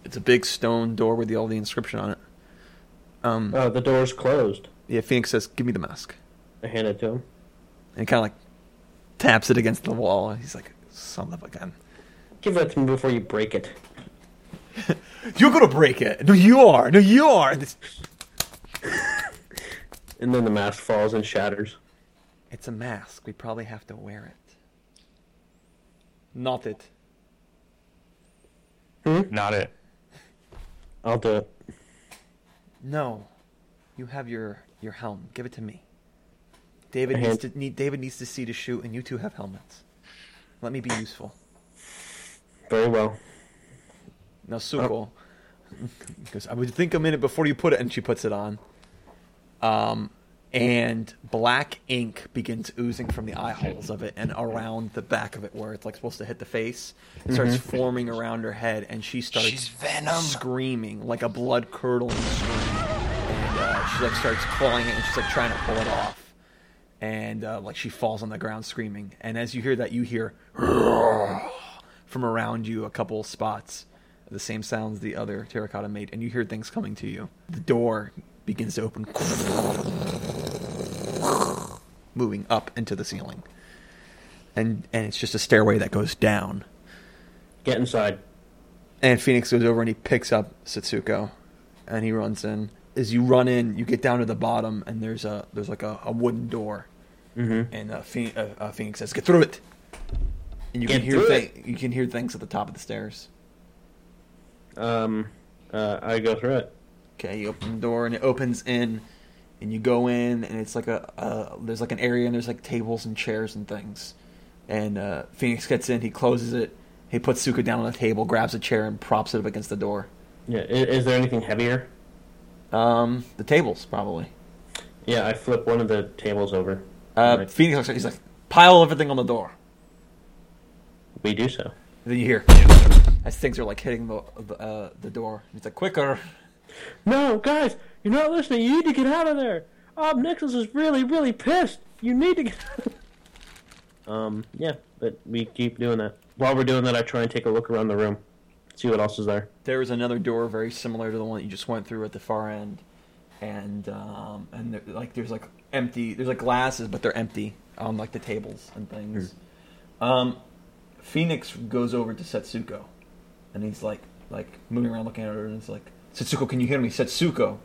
Speaker 1: It's a big stone door with the, all the inscription on it. Um,
Speaker 2: Oh, the door's closed.
Speaker 1: yeah, Phoenix says, Give me the mask.
Speaker 2: I hand it to him.
Speaker 1: And he kind of like taps it against the wall. He's like, Son of a gun.
Speaker 2: Give that to me before you break it.
Speaker 1: You're going to break it. No, you are. No, you are. It's,
Speaker 2: And then the mask falls and shatters.
Speaker 1: it's a mask. We probably have to wear it. Not it.
Speaker 3: Not it.
Speaker 2: I'll do it.
Speaker 1: No, you have your your helm. Give it to me. David
Speaker 2: I
Speaker 1: needs
Speaker 2: hand-
Speaker 1: to need, David needs to see to shoot, and you two have helmets. Let me be useful.
Speaker 2: Very well.
Speaker 1: Now Suko, (laughs) because I would think a minute before you put it, and she puts it on. Um, and black ink begins oozing from the eye holes of it and around the back of it, where it's like supposed to hit the face. It starts forming around her head, and she starts
Speaker 3: She's Venom.
Speaker 1: screaming like a blood curdling scream. And uh, she like starts clawing it, and she's like trying to pull it off. And uh, like she falls on the ground screaming. And as you hear that, you hear (laughs) from around you a couple spots the same sounds the other terracotta made and you hear things coming to you the door begins to open (laughs) moving up into the ceiling and and it's just a stairway that goes down
Speaker 2: Get inside.
Speaker 1: and Phoenix goes over and he picks up Satsuko, and he runs in. As you run in, you get down to the bottom, and there's a there's like a, a wooden door, mm-hmm. and uh, Phoenix, uh, uh, Phoenix says, "Get through it." And you
Speaker 2: Get
Speaker 1: can hear
Speaker 2: through
Speaker 1: thi- you can hear things at the top of the stairs.
Speaker 2: Um, uh, I go through it.
Speaker 1: Okay, you open the door and it opens in, and you go in and it's like a uh, there's like an area and there's like tables and chairs and things, and uh, Phoenix gets in. He closes it. He puts Suka down on a table, grabs a chair, and props it up against the door.
Speaker 2: Yeah. Is, is there anything heavier?
Speaker 1: Um, the tables probably.
Speaker 2: Yeah, I flip one of the tables over.
Speaker 1: Uh,
Speaker 2: Right.
Speaker 1: Phoenix looks at he's like, pile everything on the door.
Speaker 2: We do so.
Speaker 1: And then you hear as things are like hitting the the, uh, the door. It's like quicker.
Speaker 2: No, guys, you're not listening. You need to get out of there. Ob Nichols is really, really pissed. You need to get. um, yeah, but we keep doing that. While we're doing that, I try and take a look around the room, see what else is there.
Speaker 1: There is another door very similar to the one that you just went through at the far end, and um, and there, like there's like empty there's like glasses, but they're empty on like the tables and things. Um, Phoenix goes over to Setsuko, and he's like like moving around looking at her, and it's like Setsuko, can you hear me? Setsuko,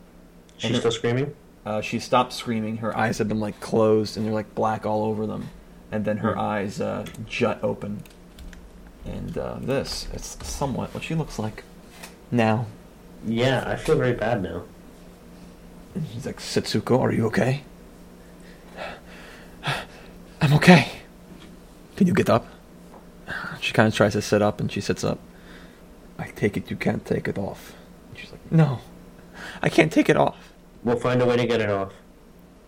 Speaker 2: She's still screaming.
Speaker 1: Uh, she stopped screaming. Her eyes had been like closed, and they're like black all over them. And then her eyes uh, jut open. And uh, this is somewhat what she looks like now.
Speaker 2: Yeah, I feel very bad now.
Speaker 1: And she's like, Setsuko, are you okay? (sighs) I'm okay. Can you get up? She kind of tries to sit up, and she sits up. I take it you can't take it off. And she's like, No, I can't take it off.
Speaker 2: We'll find a way to get it off.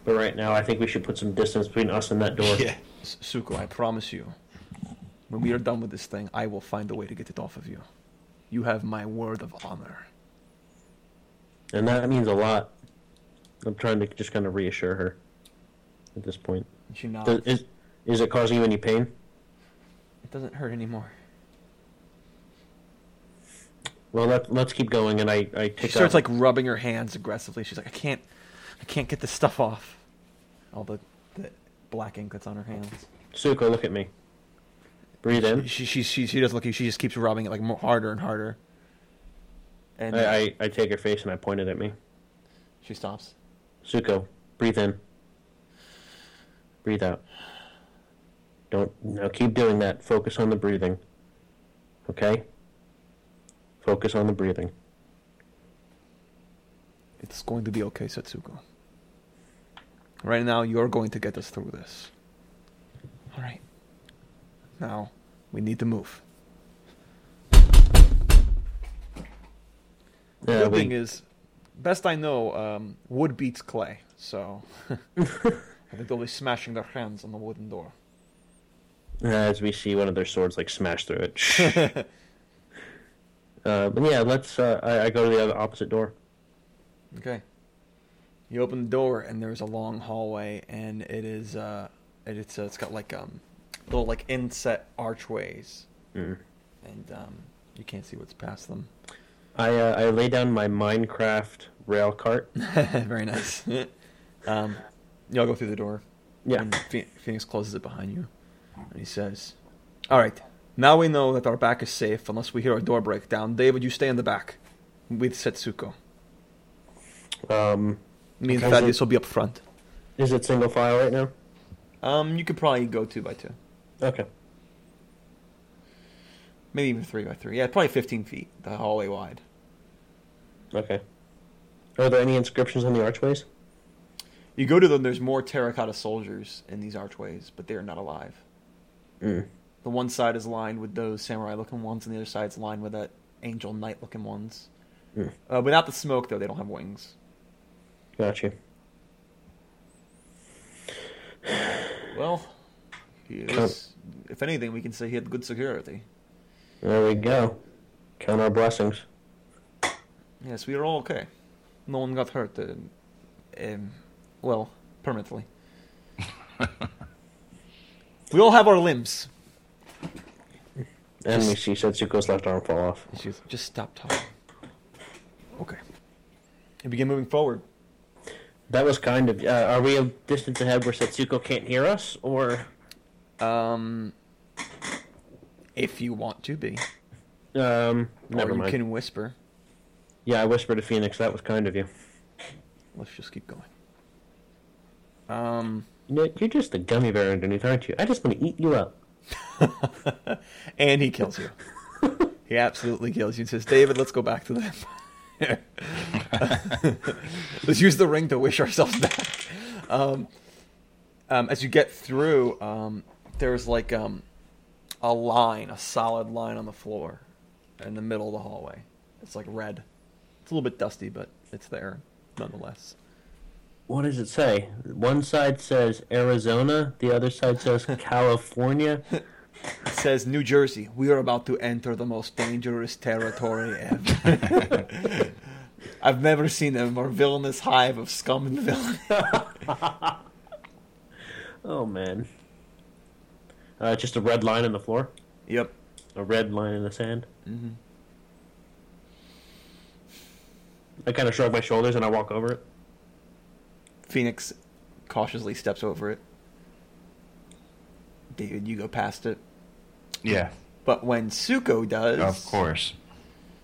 Speaker 2: But right now, I think we should put some distance between us and that door.
Speaker 3: Yeah.
Speaker 1: S- Suko, I promise you, when we are done with this thing, I will find a way to get it off of you. You have my word of honor.
Speaker 2: And that means a lot. I'm trying to just kind of reassure her at this point.
Speaker 1: And she nods.
Speaker 2: Does, is, is it causing you any pain?
Speaker 1: it doesn't hurt anymore.
Speaker 2: Well, let, let's keep going, and I, I take
Speaker 1: She starts like rubbing her hands aggressively. She's like, I can't, I can't get this stuff off. All the, the black ink that's on her hands.
Speaker 2: Suko, look at me. Breathe in.
Speaker 1: She she she, she doesn't look. at you. She just keeps rubbing it like more harder and harder. And
Speaker 2: I, I, I take her face and I point it at me.
Speaker 1: she stops.
Speaker 2: Suko, breathe in. Breathe out. Don't now keep doing that. Focus on the breathing. Okay? Focus on the breathing.
Speaker 1: It's going to be okay, Setsuko. Right now, you're going to get us through this. All right. Now, we need to move.
Speaker 2: Yeah,
Speaker 1: Good
Speaker 2: we-
Speaker 1: thing is, best I know, um, wood beats clay, so (laughs) I think they'll be smashing their hands on the wooden door.
Speaker 2: As we see one of their swords like smash through it.
Speaker 1: (laughs)
Speaker 2: uh, but yeah, let's. Uh, I, I go to the other opposite door.
Speaker 1: Okay. You open the door and there's a long hallway and it is uh and it's uh, it's got like um little like inset archways and um you can't see what's past them.
Speaker 2: I uh, I lay down my Minecraft
Speaker 1: (laughs)
Speaker 2: rail cart.
Speaker 1: Very (laughs) nice. um, y'all go through the door.
Speaker 2: Yeah.
Speaker 1: And Phe- Phoenix closes it behind you, and he says, "All right, now we know that our back is safe unless we hear a door break down. David, you stay in the back with Setsuko.
Speaker 2: Um,
Speaker 1: Me and
Speaker 2: Okay.
Speaker 1: Thaddeus will be up front.
Speaker 2: is it single file right now?
Speaker 1: Um, you could probably go two by two,
Speaker 2: Okay.
Speaker 1: maybe even three by three. Yeah, probably fifteen feet the hallway wide.
Speaker 2: Okay. Are there any inscriptions on the archways?
Speaker 1: You go to them. There's more terracotta soldiers in these archways, but they are not alive. Hmm. The one side is lined with those samurai-looking ones, and the other side's lined with that angel knight-looking ones.
Speaker 2: Hmm,
Speaker 1: Uh, without the smoke, though, they don't have wings.
Speaker 2: Got you.
Speaker 1: Well, he is, if anything, we can say he had good security.
Speaker 2: There we go. Count our blessings.
Speaker 1: Yes, we are all okay. No one got hurt. Uh, um, well, permanently. we all have our limbs.
Speaker 2: And we see Setsuko's left arm fall off.
Speaker 1: She goes, just stop talking. Okay. And begin moving forward.
Speaker 2: That was kind of. Uh, are we a distance ahead where Setsuko can't hear us, or
Speaker 1: Um, if you want to be,
Speaker 2: um? Never
Speaker 1: or you
Speaker 2: mind.
Speaker 1: can whisper.
Speaker 2: Yeah, I whispered to Phoenix. That was kind of you.
Speaker 1: Let's just keep going. Um,
Speaker 2: Nick, you're just a gummy bear underneath, aren't you? I just want to eat you up.
Speaker 1: and he kills you. he absolutely kills you. And says, "David, let's go back to them. (laughs) let's use the ring to wish ourselves back." Um, um, as you get through, um, there's like um, a line, a solid line on the floor, in the middle of the hallway. It's like red. It's a little bit dusty, but it's there nonetheless.
Speaker 2: What does it say? One side says Arizona, the other side (laughs) says California.
Speaker 1: says New Jersey, we are about to enter the most dangerous territory (laughs) ever. I've never seen a more villainous hive of scum and villainy.
Speaker 2: Oh man. Uh, just a red line on the floor.
Speaker 1: yep.
Speaker 2: A red line in the sand. Mm-hmm. I kind of shrug my shoulders and I walk over it.
Speaker 1: Phoenix cautiously steps over it. David, you go past it.
Speaker 3: Yeah,
Speaker 1: But when Suko does,
Speaker 3: of course.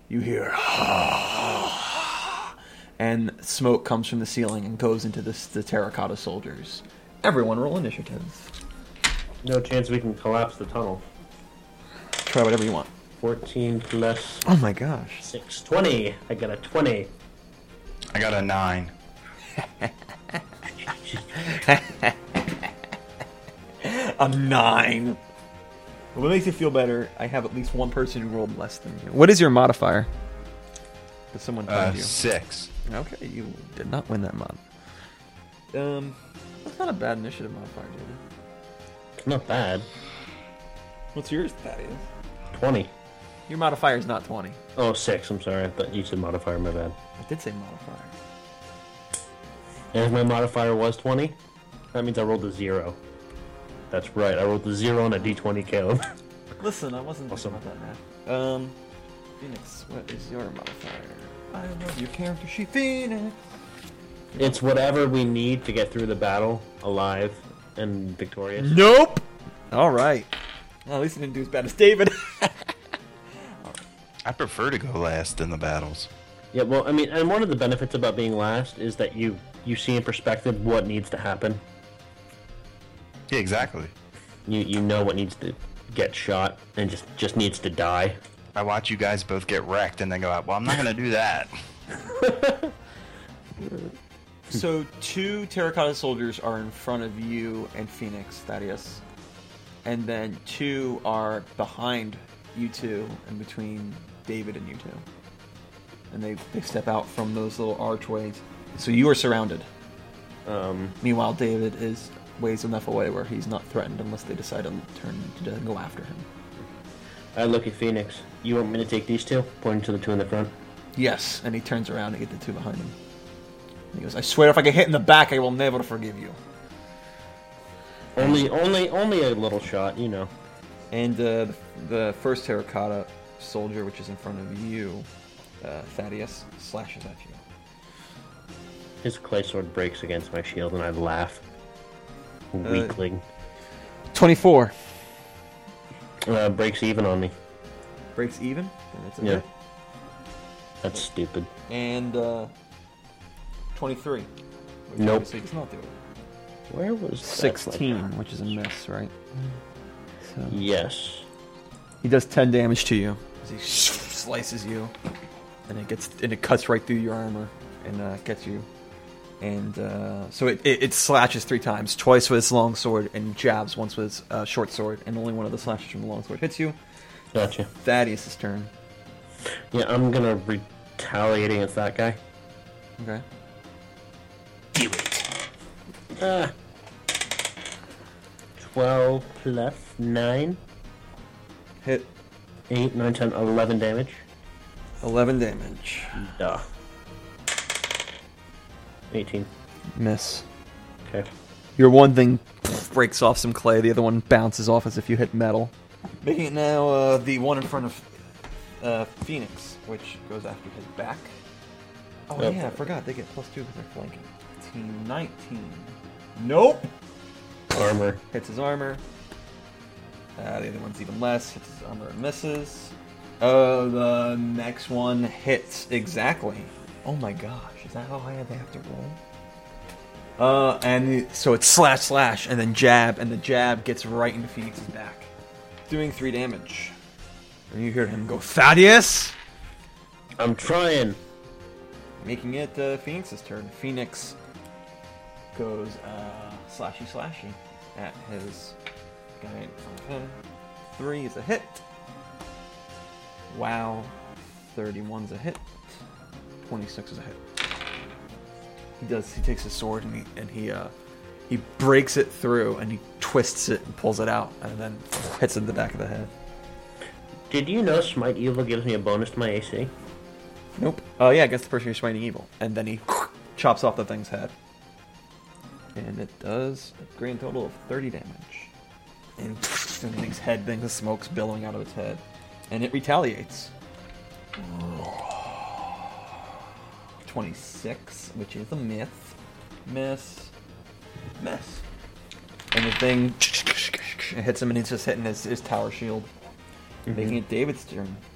Speaker 1: you hear "Ah!" and smoke comes from the ceiling and goes into this, the terracotta soldiers. Everyone roll initiative.
Speaker 2: No chance we can collapse the tunnel.
Speaker 1: Try whatever you want.
Speaker 2: 14 plus
Speaker 1: Oh my gosh.
Speaker 2: 6, 20. I got a 20.
Speaker 3: I got a nine.
Speaker 1: A nine. What makes you feel better? I have at least one person who rolled less than you. What is your modifier? Did someone tell
Speaker 3: Uh,
Speaker 1: you?
Speaker 3: six.
Speaker 1: Okay, you did not win that mod. Um, that's not a bad initiative modifier, dude.
Speaker 2: Not bad.
Speaker 1: What's yours? That is.
Speaker 2: 20.
Speaker 1: Your modifier is not twenty.
Speaker 2: Oh, 6, I'm sorry. I thought you said modifier, my bad.
Speaker 1: I did say modifier.
Speaker 2: And if my modifier was 20, that means I rolled a 0. That's right, I rolled a 0 on a d20, Caleb.
Speaker 1: Listen, I wasn't awesome. about that man. Um, Phoenix, what is your modifier? I love your character sheet, Phoenix.
Speaker 2: (laughs) it's whatever we need to get through the battle alive and victorious.
Speaker 1: Nope. All right. Well, at least I didn't do as bad as David. (laughs)
Speaker 3: I prefer to go last in the battles.
Speaker 2: Yeah, well, I mean, and one of the benefits about being last is that you you see in perspective what needs to happen.
Speaker 3: Yeah, exactly.
Speaker 2: You you know what needs to get shot and just just needs to die.
Speaker 3: I watch you guys both get wrecked and then go out. Well, I'm not gonna do that.
Speaker 1: So two terracotta soldiers are in front of you and Phoenix, Thaddeus, and then two are behind you two and between David and you two. and they, they step out from those little archways. So you are surrounded.
Speaker 2: Um,
Speaker 1: Meanwhile, David is ways enough away where he's not threatened unless they decide to turn to go after him.
Speaker 2: I look at Phoenix. You want me to take these two? Pointing to the two in the front.
Speaker 1: Yes, and he turns around to get the two behind him. And he goes, "I swear, if I get hit in the back, I will never forgive you."
Speaker 2: Only, only, only a little shot, you know.
Speaker 1: And uh, the first terracotta soldier, which is in front of you, uh, Thaddeus slashes at you.
Speaker 2: His clay sword breaks against my shield, and I laugh. Weakling
Speaker 1: Twenty-four
Speaker 2: uh, breaks even on me.
Speaker 1: breaks even. And that's a
Speaker 2: Yeah.
Speaker 1: hit.
Speaker 2: That's stupid.
Speaker 1: And uh, twenty-three. Which
Speaker 2: Nope.
Speaker 1: obviously does not do it.
Speaker 2: Where was that?
Speaker 1: Sixteen, which is a miss, right?
Speaker 2: Mm.
Speaker 1: So.
Speaker 2: Yes.
Speaker 1: He does ten damage to you. As he slices you, and it gets and it cuts right through your armor and uh, gets you. And uh, so it, it, it slashes three times, twice with its long sword and jabs once with its uh, short sword, and only one of the slashes from the long sword hits you.
Speaker 2: Gotcha.
Speaker 1: Thaddeus' turn.
Speaker 2: Yeah, I'm gonna retaliate against that guy.
Speaker 1: Okay.
Speaker 2: Ah. 12 plus 9,
Speaker 1: Hit
Speaker 2: 8, 9, 10, 11 damage.
Speaker 1: eleven damage.
Speaker 2: Duh. 18.
Speaker 1: Miss.
Speaker 2: Okay.
Speaker 1: Your one thing breaks off some clay, the other one bounces off as if you hit metal. Making it now uh, the one in front of uh, Phoenix, which goes after his back. Oh,
Speaker 2: Yep.
Speaker 1: yeah, I forgot. They get plus two because they're flanking. Team 19. Nope!
Speaker 2: Armor.
Speaker 1: Hits his armor. Uh, the other one's even less. Hits his armor and misses. Oh, the next one hits exactly. Oh my gosh, is that how high they have to roll? Uh, and so it's slash slash and then jab, and the jab gets right into Phoenix's back, doing three damage. And you hear him go, Thaddeus!
Speaker 2: I'm trying.
Speaker 1: Making it uh, Phoenix's turn. Phoenix goes uh, slashy slashy at his guy in front of him. Uh, Three is a hit. Wow. 31's a hit. 26 is a hit. He does. He takes his sword and he and he uh, he breaks it through and he twists it and pulls it out and then hits it in the back of the head.
Speaker 2: Did you know Smite Evil gives me a bonus to my AC?
Speaker 1: Nope. Oh yeah, against the person you're smiting evil, and then he (laughs) chops off the thing's head, and it does a grand total of 30 damage. And (laughs) the thing's head, then the smoke's billowing out of its head, and it retaliates. (sighs) 26, which is a myth, miss, miss, and the thing (laughs) hits him, and it's just hitting his, his tower shield, making it David's turn.
Speaker 3: (laughs)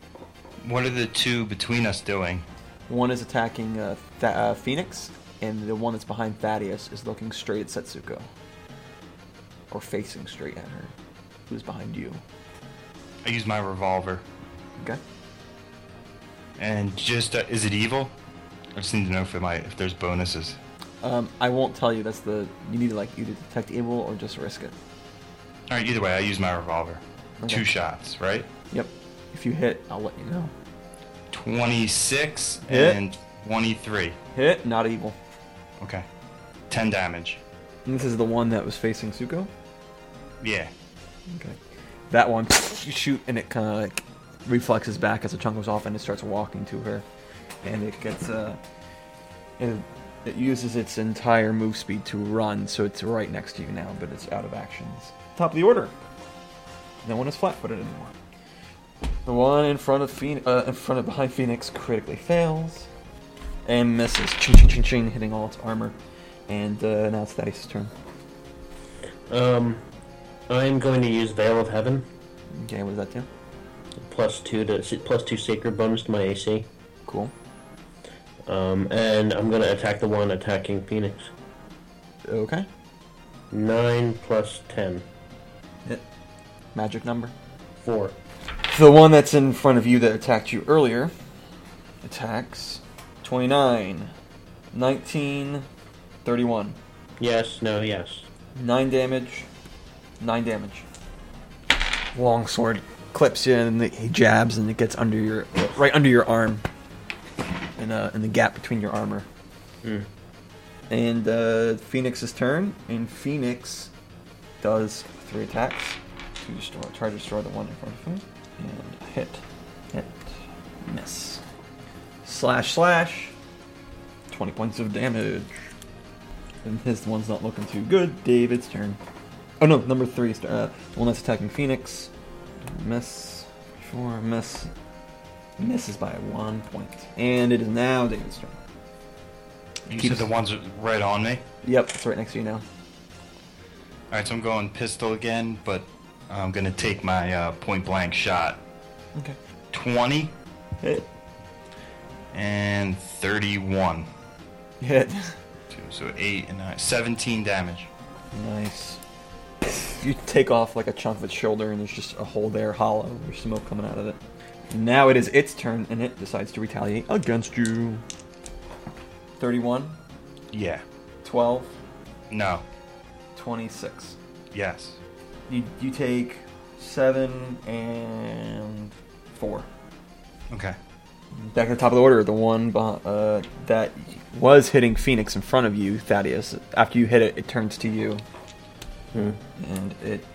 Speaker 3: What are the two between us doing?
Speaker 1: One is attacking uh, Th- uh, Phoenix, and the one that's behind Thaddeus is looking straight at Setsuko. Or facing straight at her, who's behind you.
Speaker 3: I use my revolver.
Speaker 1: Okay?
Speaker 3: And just uh, is it evil? I just need to know if my if there's bonuses.
Speaker 1: Um, I won't tell you. That's the. You need to, like, either detect evil or just risk it.
Speaker 3: All right, either way, I use my revolver.
Speaker 1: Okay.
Speaker 3: Two shots, right?
Speaker 1: Yep. If you hit, I'll let you know.
Speaker 3: Twenty six
Speaker 1: Hit.
Speaker 3: and twenty three.
Speaker 1: Hit, not evil.
Speaker 3: Okay, ten damage.
Speaker 1: And this is the one that was facing Suko.
Speaker 3: Yeah.
Speaker 1: Okay. That one, you shoot, and it kind of like reflexes back as the chunk goes off, and it starts walking to her, and it gets uh, it, it uses its entire move speed to run, so it's right next to you now, but it's out of actions. Top of the order. No one is flat-footed anymore. The one in front of Phoenix, uh, in front of behind Phoenix, critically fails, and misses, ching ching ching ching, hitting all its armor, and uh, now it's Thaddeus' turn.
Speaker 2: Um, I'm going to use Veil of Heaven.
Speaker 1: Okay, what does that do?
Speaker 2: Plus 2 to plus 2 sacred bonus to my AC.
Speaker 1: Cool.
Speaker 2: Um, and I'm gonna attack the one attacking Phoenix.
Speaker 1: Okay.
Speaker 2: 9 plus 10.
Speaker 1: Hit. Magic number.
Speaker 2: 4.
Speaker 1: The one that's in front of you that attacked you earlier attacks 29, 19, 31.
Speaker 2: Yes, no, yes.
Speaker 1: 9 damage, 9 damage. Long sword clips you and he jabs and it gets under your right under your arm. in, uh, in the gap between your armor. And uh, Phoenix's turn, and Phoenix does three attacks to destroy, try to destroy the one in front of him, and hit, hit, miss, slash, slash, twenty points of damage. And his one's not looking too good. David's turn. Oh no, number three. is, Uh, the one that's attacking Phoenix. Miss. Four. Miss. Misses by one point. And it is now David's turn.
Speaker 3: You
Speaker 1: Keeps-
Speaker 3: said the ones right on me.
Speaker 1: Yep, it's right next to you now.
Speaker 3: All right, so I'm going pistol again, but I'm gonna take my uh, point blank shot.
Speaker 1: Okay.
Speaker 3: Twenty
Speaker 1: Hit.
Speaker 3: and thirty-one.
Speaker 1: Hit.
Speaker 3: Two, so eight and nine. Seventeen damage.
Speaker 1: Nice. You take off like a chunk of its shoulder, and there's just a hole there, hollow. There's smoke coming out of it. Now it is its turn, and it decides to retaliate against you. 31,
Speaker 3: Yeah.
Speaker 1: 12,
Speaker 3: No.
Speaker 1: 26.
Speaker 3: Yes.
Speaker 1: You, you take 7 and 4.
Speaker 3: Okay.
Speaker 1: Back to the top of the order, the one beh- uh, that was hitting Phoenix in front of you, Thaddeus. After you hit it, it turns to you.
Speaker 2: Hmm.
Speaker 1: And it.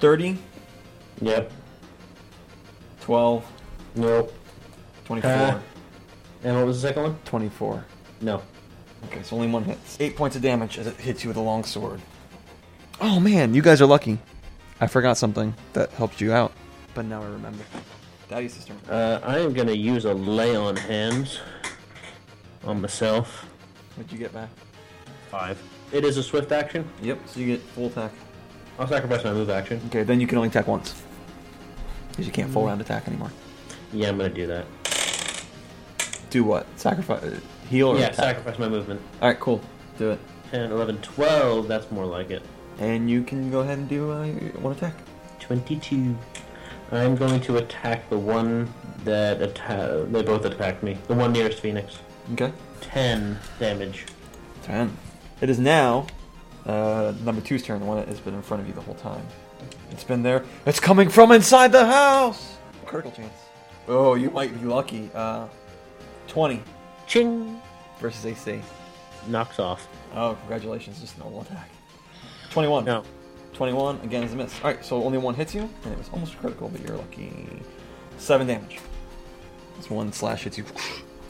Speaker 1: 30,
Speaker 2: Yep.
Speaker 1: 12,
Speaker 2: Nope.
Speaker 1: 24.
Speaker 2: Uh. And what was the second one?
Speaker 1: 24.
Speaker 2: No.
Speaker 1: Okay, so only one hits. Eight points of damage as it hits you with a long sword. Oh man, you guys are lucky. I forgot something that helped you out, but now I remember. Thaddeus' turn.
Speaker 2: Uh, I am gonna use a lay on hands on myself.
Speaker 1: What'd you get back?
Speaker 2: Five. It is a swift action.
Speaker 1: Yep, so you get full attack.
Speaker 2: I'll sacrifice my move action.
Speaker 1: Okay, then you can only attack once. Because you can't
Speaker 2: Mm.
Speaker 1: full round attack anymore.
Speaker 2: Yeah, I'm gonna do that.
Speaker 1: Do what? Sacrifice? uh, Heal or
Speaker 2: yeah,
Speaker 1: attack?
Speaker 2: sacrifice my movement.
Speaker 1: Alright, cool. Do it.
Speaker 2: 10, 11, 12. That's more like it.
Speaker 1: And you can go ahead and do uh, one attack.
Speaker 2: 22. I'm going to attack the one that atta- they both attacked me. The one nearest Phoenix.
Speaker 1: Okay.
Speaker 2: 10 damage.
Speaker 1: 10. It is now uh, number two's turn, the one that has been in front of you the whole time. It's been there. It's coming from inside the house! Critical chance. Oh, you might be lucky. Uh, 20
Speaker 2: Ching!
Speaker 1: versus AC.
Speaker 2: Knocks off.
Speaker 1: Oh, congratulations. Just normal attack. 21.
Speaker 2: No.
Speaker 1: 21 again is a miss. Alright, so only one hits you, and it was almost critical, but you're lucky. Seven damage. This one slash hits you.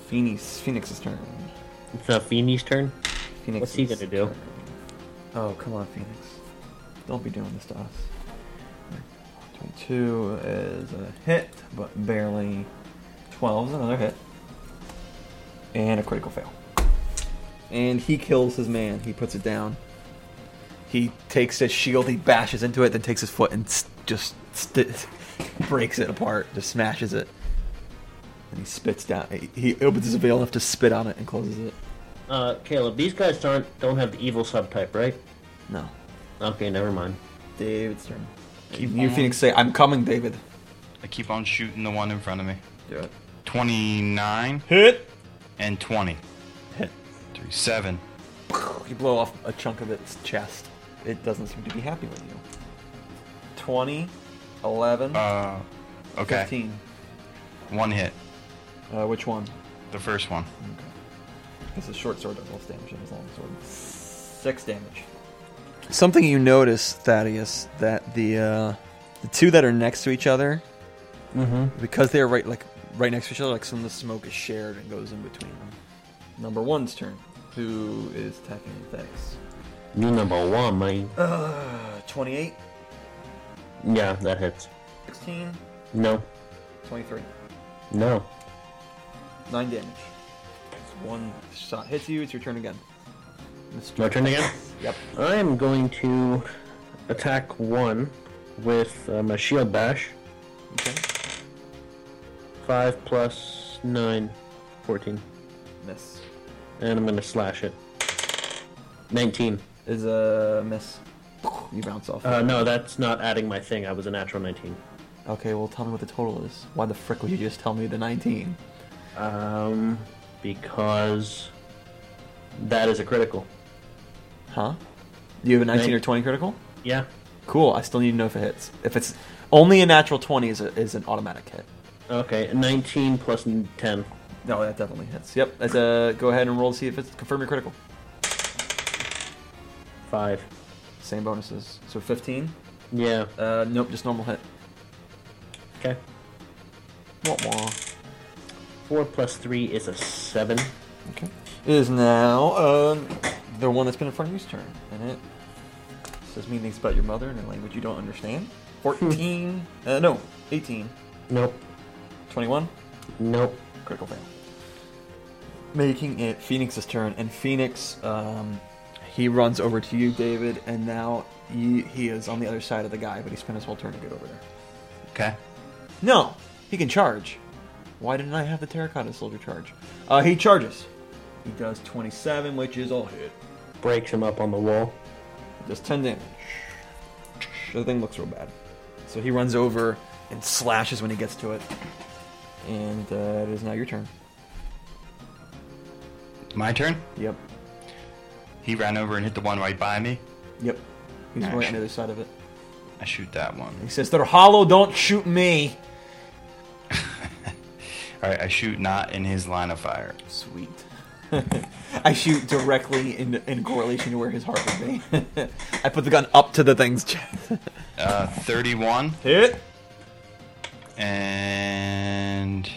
Speaker 1: Phoenix, Phoenix's turn.
Speaker 2: It's not Phoenix's turn.
Speaker 1: Phoenix.
Speaker 2: What's he gonna do?
Speaker 1: Oh, come on, Phoenix. Don't be doing this to us. 22 is a hit, but barely. 12 is another hit. And a critical fail. And he kills his man. He puts it down. He takes his shield, he bashes into it, then takes his foot and s just st- (laughs) breaks it apart, just smashes it. And he spits down. He, he opens his veil enough to spit on it and closes it.
Speaker 2: Uh, Caleb, these guys aren't don't have the evil subtype, right?
Speaker 1: No.
Speaker 2: Okay, never mind.
Speaker 1: David's turn.
Speaker 3: Keep
Speaker 1: you
Speaker 3: on.
Speaker 1: Phoenix say, "I'm coming, David."
Speaker 3: I keep on shooting the one in front of me.
Speaker 1: Do it.
Speaker 3: Twenty-nine and twenty.
Speaker 1: Hit.
Speaker 3: Three seven.
Speaker 1: You blow off a chunk of its chest. It doesn't seem to be happy with you. 20, 11,
Speaker 3: Uh, okay.
Speaker 1: 15.
Speaker 3: One hit.
Speaker 1: Uh, which one?
Speaker 3: The first one.
Speaker 1: Okay. This is short sword doubles damage and his long sword. Six damage. Something you notice, Thaddeus, that the uh, the two that are next to each other, because they're right like right next to each other, like some of the smoke is shared and goes in between them. Number one's turn. Who is attacking Thaddeus?
Speaker 2: You number one, man.
Speaker 1: Uh, 28,
Speaker 2: Yeah, that hits.
Speaker 1: 16,
Speaker 2: No,
Speaker 1: 23.
Speaker 2: no.
Speaker 1: Nine damage. One shot hits you. It's your turn again. Mr.
Speaker 2: My turn again.
Speaker 1: Yep.
Speaker 2: I am going to attack one with uh, my shield bash.
Speaker 1: Okay.
Speaker 2: 5 plus 9, 14.
Speaker 1: Miss.
Speaker 2: And I'm going to slash it. 19.
Speaker 1: Is a miss. You bounce off.
Speaker 2: Uh, no, that's not adding my thing. I was a natural 19.
Speaker 1: Okay, well, tell me what the total is. Why the frick would you just tell me the 19?
Speaker 2: Um, because that is a critical.
Speaker 1: Huh? Do you have a 19 or
Speaker 2: Nine.
Speaker 1: 20 critical?
Speaker 2: Yeah.
Speaker 1: Cool, I still need to know if it hits. If it's only a natural 20 is, a, is an automatic hit.
Speaker 2: Okay, 19 plus n- 10.
Speaker 1: No, that definitely hits. Yep. That's a go ahead and roll to see if it's confirm your critical.
Speaker 2: Five.
Speaker 1: Same bonuses. So 15.
Speaker 2: Yeah.
Speaker 1: Uh, nope, just normal hit.
Speaker 2: Okay.
Speaker 1: Wah, wah.
Speaker 2: Four plus three is a seven.
Speaker 1: Okay. It is now uh, the one that's been in front of you's turn, and it says mean things about your mother in a language you don't understand. 14. uh, no, 18.
Speaker 2: Nope.
Speaker 1: 21.
Speaker 2: Nope.
Speaker 1: Critical fail. Making it Phoenix's turn, and Phoenix, um, he runs over to you, David, and now he, he is on the other side of the guy, but he spent his whole turn to get over there.
Speaker 3: Okay.
Speaker 1: No, he can charge. Why didn't I have the terracotta soldier charge? Uh, he charges. He does 27, which is all hit.
Speaker 2: Breaks him up on the wall.
Speaker 1: Does 10 damage. The thing looks real bad. So he runs over and slashes when he gets to it. And uh, it is now your turn.
Speaker 3: My turn.
Speaker 1: Yep.
Speaker 3: He ran over and hit the one right by me.
Speaker 1: Yep. He's
Speaker 3: Nice.
Speaker 1: right on the other side of it.
Speaker 3: I shoot that one.
Speaker 1: He says, They're hollow, don't shoot me!
Speaker 3: All right, I shoot not in his line of fire.
Speaker 1: Sweet. (laughs) I shoot directly in, in correlation to where his heart would be. (laughs) I put the gun up to the thing's chest.
Speaker 3: Uh, 31
Speaker 1: Hit!
Speaker 3: and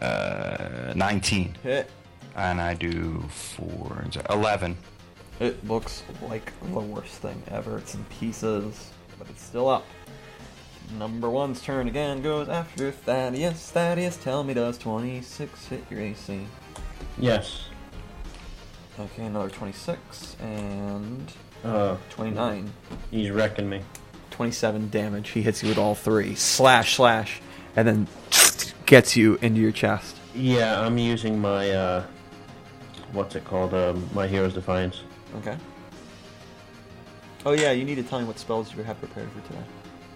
Speaker 3: uh, 19.
Speaker 1: Hit.
Speaker 3: And I do 4 and so- 11.
Speaker 1: It looks like the worst thing ever. It's in pieces, but it's still up. Number one's turn again goes after Thaddeus. Thaddeus, tell me, does 26 hit your AC?
Speaker 2: Yes.
Speaker 1: Okay, another 26 and
Speaker 2: Uh,
Speaker 1: 29.
Speaker 2: he's wrecking me.
Speaker 1: 27 damage. He hits you with all three. Slash, slash, and then gets you into your chest.
Speaker 2: Yeah, I'm using my uh, what's it called? Um, my hero's defiance.
Speaker 1: Okay. Oh, yeah, you need to tell me what spells you have prepared for today.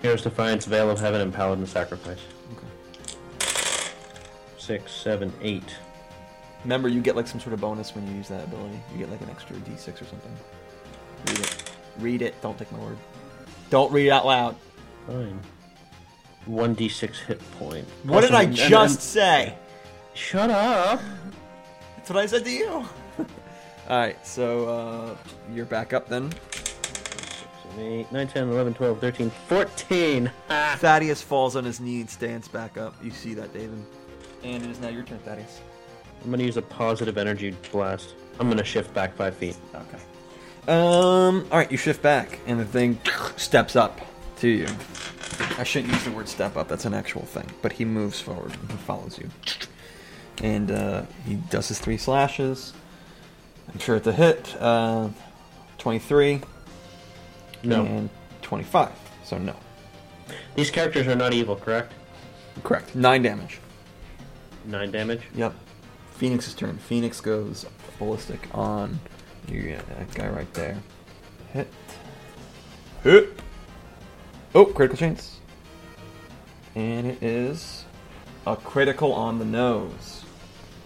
Speaker 2: Hero's defiance, veil of heaven, and paladin sacrifice.
Speaker 1: Okay.
Speaker 2: Six, seven, eight.
Speaker 1: Remember, you get like some sort of bonus when you use that ability. You get like an extra d6 or something. Read it. Read it. Don't take my word. Don't read it out loud.
Speaker 2: Fine. One d6 hit point.
Speaker 1: What did
Speaker 2: Also,
Speaker 1: I
Speaker 2: and-
Speaker 1: just
Speaker 2: and-
Speaker 1: say?
Speaker 2: shut up.
Speaker 1: That's what I said to you. (laughs) All right, so uh, you're back up then.
Speaker 2: Seven, Eight, nine, 10, 11, 12, 13, 14. Ah.
Speaker 1: Thaddeus falls on his knee and stands back up. You see that, David. And it is now your turn, Thaddeus.
Speaker 2: I'm gonna use a positive energy blast. I'm gonna shift back five feet.
Speaker 1: Okay. Um. All right, you shift back, and the thing steps up to you. I shouldn't use the word step up. That's an actual thing. But he moves forward and he follows you, and uh, he does his three slashes. I'm sure it's a hit. Uh, Twenty-three
Speaker 2: No,
Speaker 1: and twenty-five. So no.
Speaker 2: these characters are not evil, correct?
Speaker 1: Correct. Nine damage.
Speaker 2: Nine damage.
Speaker 1: Yep. Phoenix's turn. Phoenix goes ballistic on you, uh, that guy right there. Hit. Hit. Oh, critical chance. And it is a critical on the nose.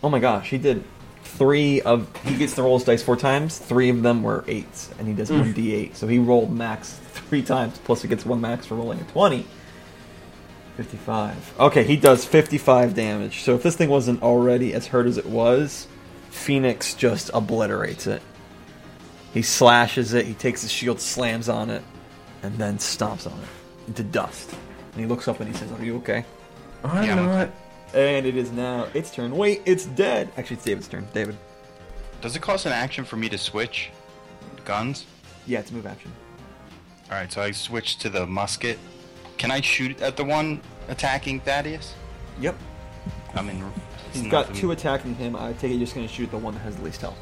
Speaker 1: Oh my gosh, he did three of. He gets to roll his dice four times. Three of them were eights, and he does one d8. So he rolled max three times, plus he gets one max for rolling a 20. 55. Okay, he does 55 damage. So if this thing wasn't already as hurt as it was, Phoenix just obliterates it. He slashes it, he takes his shield, slams on it, and then stomps on it into dust. And he looks up and he says, Are you okay?
Speaker 2: I'm
Speaker 3: Yeah.
Speaker 2: not.
Speaker 1: And it is now its turn. Wait, it's dead. Actually, it's David's turn. David.
Speaker 3: Does it cost an action for me to switch guns?
Speaker 1: Yeah, it's move action.
Speaker 3: All right, so I switch to the musket. Can I shoot at the one attacking Thaddeus?
Speaker 1: Yep.
Speaker 3: I'm in.
Speaker 1: He's got
Speaker 3: nothing-
Speaker 1: two attacking him. I take it you're just going to shoot the one that has the least health.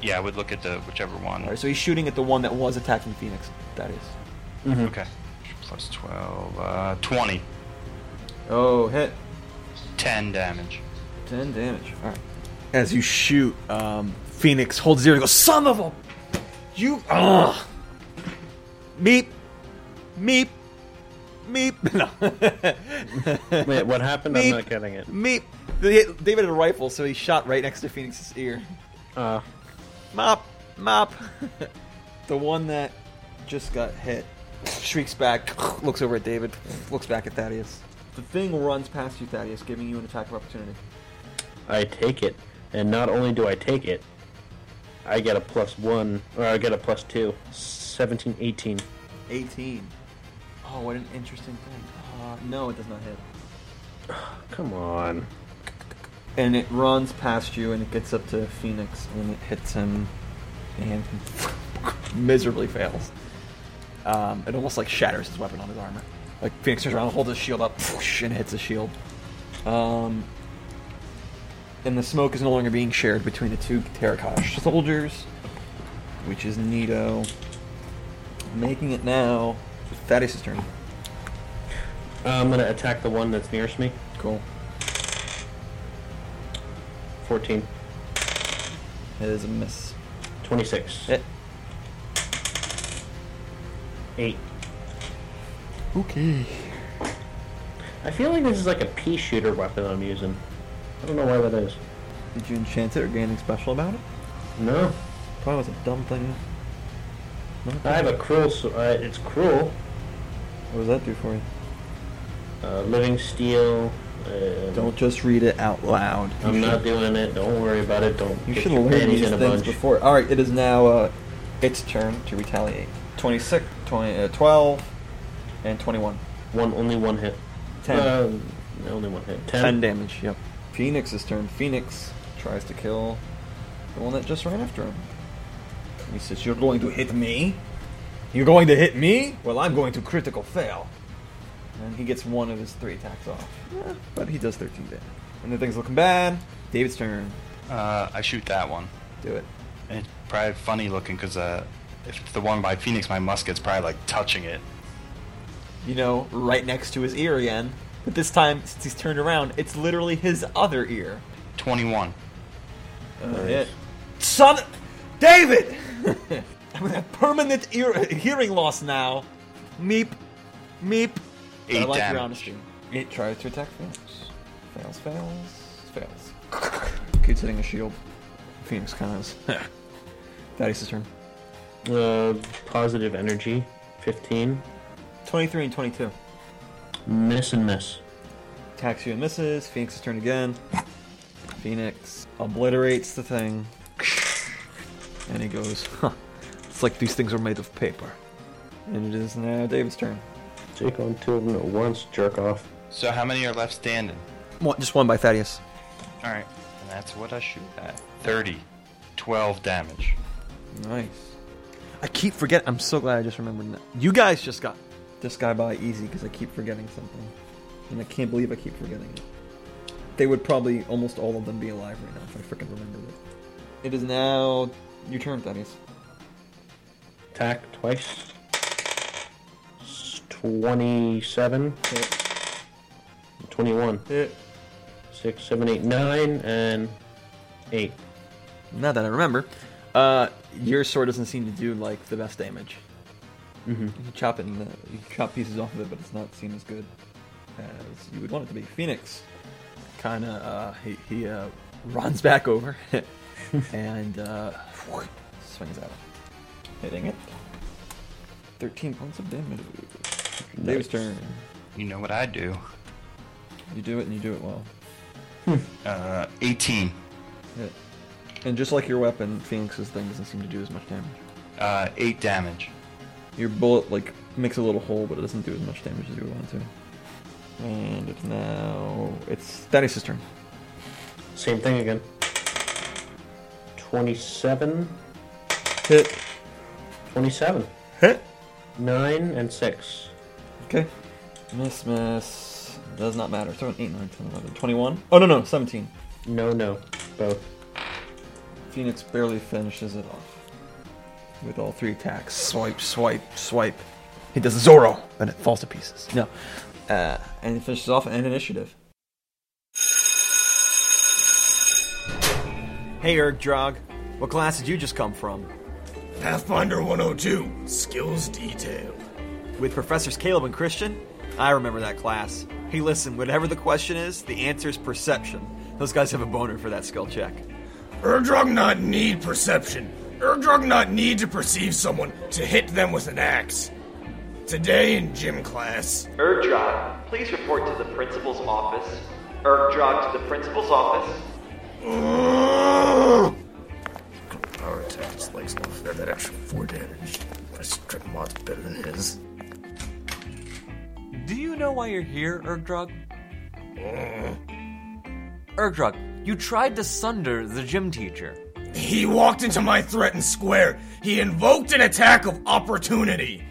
Speaker 3: Yeah, I would look at the whichever one.
Speaker 1: All right, so he's shooting at the one that was attacking Phoenix. That is.
Speaker 3: Okay. Plus 12, uh, 20.
Speaker 1: Oh, hit.
Speaker 3: 10 damage.
Speaker 1: 10 damage. Alright. As you shoot, um, Phoenix holds zero and goes, Son of a. You. Ugh! Meep. Meep. Meep. (laughs) No.
Speaker 2: (laughs) Wait, what happened? I'm
Speaker 1: Beep.
Speaker 2: not getting it.
Speaker 1: Meep. They- David had a rifle, so he shot right next to Phoenix's ear.
Speaker 2: Uh,
Speaker 1: Mop. Mop. (laughs) the one that (sniffs) just got hit shrieks back, looks over at David, looks back at Thaddeus. The thing runs past you, Thaddeus, giving you an attack of opportunity.
Speaker 2: I take it, and not only do I take it, I get a plus one, or I get a plus two. 17, 18.
Speaker 1: 18. Oh, what an interesting thing. Uh, no, it does not hit.
Speaker 2: Come on.
Speaker 1: And it runs past you and it gets up to Phoenix and it hits him and (laughs) miserably fails. Um, it almost like shatters his weapon on his armor. Like Phoenix turns around, holds his shield up, and hits his shield. Um, and the smoke is no longer being shared between the two terracotta soldiers, which is Nito. Making it now. Thaddeus' turn.
Speaker 2: I'm gonna attack the one that's nearest me.
Speaker 1: Cool.
Speaker 2: 14,
Speaker 1: It is a miss.
Speaker 2: 26,
Speaker 1: Hit.
Speaker 2: 8.
Speaker 1: Okay.
Speaker 2: I feel like this is like a pea shooter weapon I'm using. I don't know why that is.
Speaker 1: Did you enchant it or gain anything special about it?
Speaker 2: No.
Speaker 1: Probably was a dumb thing.
Speaker 2: I have a cruel, s- uh, it's cruel.
Speaker 1: What does that do for you?
Speaker 2: Uh, living steel. Uh,
Speaker 1: Don't just read it out loud. You
Speaker 2: I'm not
Speaker 1: should-
Speaker 2: doing it. Don't worry about it. Don't.
Speaker 1: You
Speaker 2: get
Speaker 1: should
Speaker 2: your
Speaker 1: have learned
Speaker 2: panties
Speaker 1: these
Speaker 2: in a
Speaker 1: things
Speaker 2: bunch.
Speaker 1: before. All right, it is now uh, its turn to retaliate. 26, 20, uh, 12, and 21.
Speaker 2: One, only one hit.
Speaker 1: Ten.
Speaker 2: Um, only one hit. Ten.
Speaker 1: 10 damage, yep. Phoenix's turn. Phoenix tries to kill the one that just ran after him. And he says, You're going to hit me? You're going to hit me? Well, I'm going to critical fail. And he gets one of his three attacks off. Eh, but he does 13 damage. And the thing's looking bad. David's turn.
Speaker 3: Uh, I shoot that one.
Speaker 1: Do it.
Speaker 3: And it's probably funny looking because uh, if it's the one by Phoenix, my musket's probably like touching it.
Speaker 1: You know, right next to his ear again. But this time, since he's turned around, it's literally his other ear.
Speaker 3: 21.
Speaker 1: It. Son, David, (laughs) I'm gonna have permanent ear- hearing loss now. Meep, meep. But I
Speaker 3: Eight
Speaker 1: like your
Speaker 3: damage.
Speaker 1: honesty. It tries to attack Phoenix. Fails, fails, fails. Keeps hitting a shield. Phoenix kind
Speaker 3: (laughs)
Speaker 1: of is. Thaddeus' turn.
Speaker 2: Uh, positive energy. Fifteen.
Speaker 1: 23 and 22.
Speaker 2: Miss and miss.
Speaker 1: Attacks you and misses. Phoenix's turn again. Phoenix obliterates the thing. And he goes, huh, it's like these things are made of paper. And it is now David's turn.
Speaker 2: Take on two of them at once. Jerk off.
Speaker 3: So how many are left standing?
Speaker 1: One, just one by Thaddeus.
Speaker 3: All right. And that's what I shoot at. 30. 12 damage.
Speaker 1: Nice. I keep forgetting. I'm so glad I just remembered that. You guys just got this guy by easy because I keep forgetting something. And I can't believe I keep forgetting it. They would probably almost all of them be alive right now if I freaking remembered it. It is now your turn, Thaddeus.
Speaker 2: Attack twice. S- Twenty-seven. Twenty-one.
Speaker 1: Hit.
Speaker 2: Six, seven, eight, nine, and eight.
Speaker 1: Not that I remember. Uh, your sword doesn't seem to do like the best damage. You can chop it, in the, you can chop pieces off of it, but it's not seen as good as you would want it to be. Phoenix, kind of, uh, he, he uh, runs back over (laughs) and uh, swings at it, hitting it. Thirteen points of damage. Dave's turn.
Speaker 3: You know what I do.
Speaker 1: You do it, and you do it well.
Speaker 3: Uh, 18.
Speaker 1: Hit. And just like your weapon, Phoenix's thing doesn't seem to do as much damage.
Speaker 3: Uh, 8 damage.
Speaker 1: Your bullet like makes a little hole, but it doesn't do as much damage as you want to. And it's now it's Thaddeus' turn.
Speaker 2: Same thing again. Twenty-seven.
Speaker 1: Hit,
Speaker 2: 27.
Speaker 1: hit.
Speaker 2: 9 and 6.
Speaker 1: Okay. Miss, miss. Does not matter. So an 8, 9, 10, 11, 21. Oh, no, no, 17.
Speaker 2: No, no. Both.
Speaker 1: Phoenix barely finishes it off with all three attacks. Swipe, swipe, swipe. He does a Zorro, and it falls to pieces. No. Uh, and it finishes off and initiative. Hey, Erg Drog. What class did you just come from?
Speaker 5: Pathfinder 102, skills detail.
Speaker 1: With Professors Caleb and Christian? I remember that class. Hey, listen, whatever the question is, the answer is perception. Those guys have a boner for that skill check.
Speaker 5: Erdrog not need perception. Erdrog not need to perceive someone to hit them with an axe. Today in gym class,
Speaker 9: Erdrod, please report to the principal's office. Erdrod to the principal's office.
Speaker 5: Ugh. Power attack, slice off that that extra four damage. My strip mod's better than his.
Speaker 1: Do you know why you're here, Ergdrog? Ergdrog, you tried to sunder the gym teacher.
Speaker 5: He walked into my threatened square. He invoked an attack of opportunity.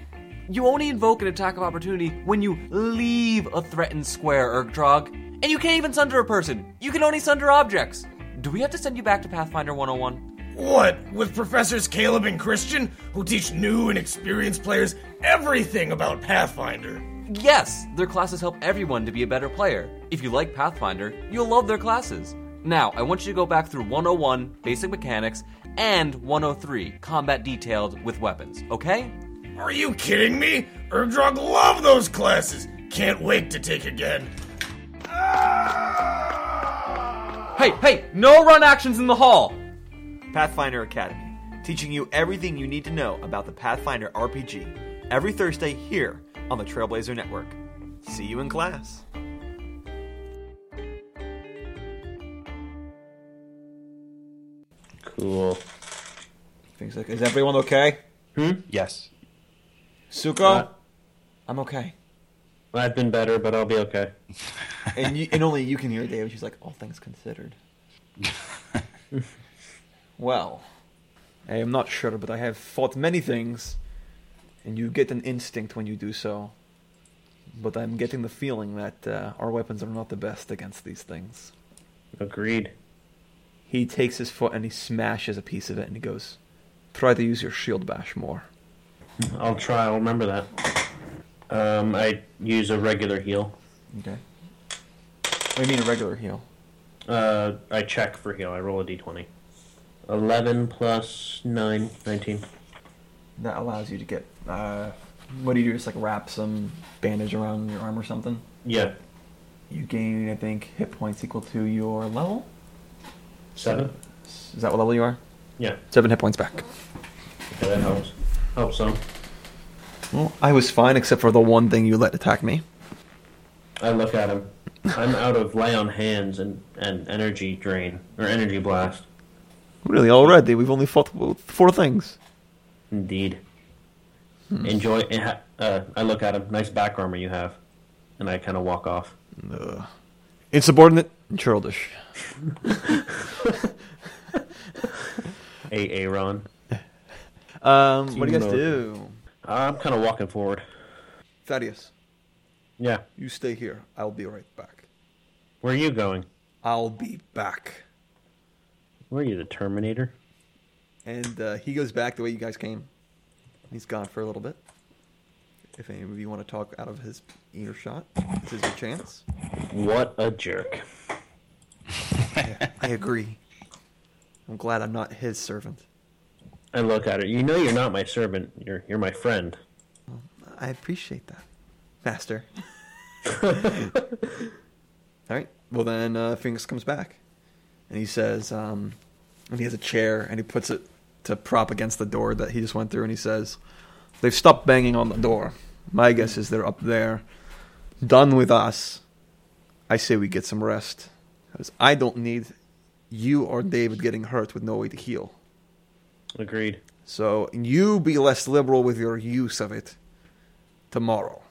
Speaker 1: You only invoke an attack of opportunity when you leave a threatened square, Ergdrog. And you can't even sunder a person. You can only sunder objects. Do we have to send you back to Pathfinder 101?
Speaker 5: What, with Professors Caleb and Christian, who teach new and experienced players everything about Pathfinder?
Speaker 1: Yes, their classes help everyone to be a better player. If you like Pathfinder, you'll love their classes. Now, I want you to go back through 101, Basic Mechanics, and 103, Combat Detailed with Weapons, okay?
Speaker 5: Are you kidding me? Erdrog love those classes. Can't wait to take again.
Speaker 1: Hey, hey, no run actions in the hall! Pathfinder Academy, teaching you everything you need to know about the Pathfinder RPG every Thursday here on the Trailblazer Network. See you in class.
Speaker 2: Cool.
Speaker 1: Things like, is everyone okay?
Speaker 3: Yes.
Speaker 1: Suko?
Speaker 2: Uh,
Speaker 1: I'm okay.
Speaker 2: I've been better, but I'll be okay.
Speaker 1: And, you, and only you can hear David. She's like, all things considered. well, I am not sure, but I have fought many things, and you get an instinct when you do so. But I'm getting the feeling that uh, our weapons are not the best against these things.
Speaker 2: Agreed.
Speaker 1: He takes his foot and he smashes a piece of it, and he goes, "Try to use your shield bash more."
Speaker 2: I'll try. I'll remember that. Um, I use a regular heal.
Speaker 1: Okay. What do you mean a regular heal?
Speaker 2: Uh, I check for heal. I roll a d20. 11 plus 9, 19.
Speaker 1: That allows you to get. Uh, what do you do? Just like wrap some bandage around your arm or something?
Speaker 2: Yeah.
Speaker 1: You gain, I think, hit points equal to your level.
Speaker 2: 7?
Speaker 1: Is that what level you are?
Speaker 2: Yeah.
Speaker 1: Seven hit points back.
Speaker 2: Okay, that helps. Helps some.
Speaker 1: Well, I was fine except for the one thing you let attack me.
Speaker 2: I look at him. I'm out of lay on hands and, and energy drain, or energy blast.
Speaker 1: Really, already? We've only fought with four things.
Speaker 2: Indeed. Enjoy. eh, ha- Uh, I look at him. Nice back armor you have. And I kind of walk off.
Speaker 1: Insubordinate and churlish.
Speaker 2: A Aaron.
Speaker 1: Um, what do you guys
Speaker 2: Teamwork.
Speaker 1: do?
Speaker 2: I'm kind of walking forward.
Speaker 1: Thaddeus,
Speaker 2: Yeah.
Speaker 1: you stay here. I'll be right back.
Speaker 2: Where are you going?
Speaker 1: I'll be back.
Speaker 2: Where are you, the Terminator?
Speaker 1: And uh, he goes back the way you guys came. He's gone for a little bit. If any of you want to talk out of his earshot, this is your chance.
Speaker 2: What a jerk.
Speaker 1: I agree. I'm glad I'm not his servant.
Speaker 2: I look at her. You know you're not my servant. You're you're my friend.
Speaker 1: I appreciate that, (laughs) Master. All right. Well, then uh, Phoenix comes back, and he says, um, and he has a chair, and he puts it to prop against the door that he just went through, and he says, "They've stopped banging on the door. My guess is they're up there, done with us. I say we get some rest, because I don't need you or David getting hurt with no way to heal."
Speaker 2: Agreed.
Speaker 1: So you be less liberal with your use of it tomorrow.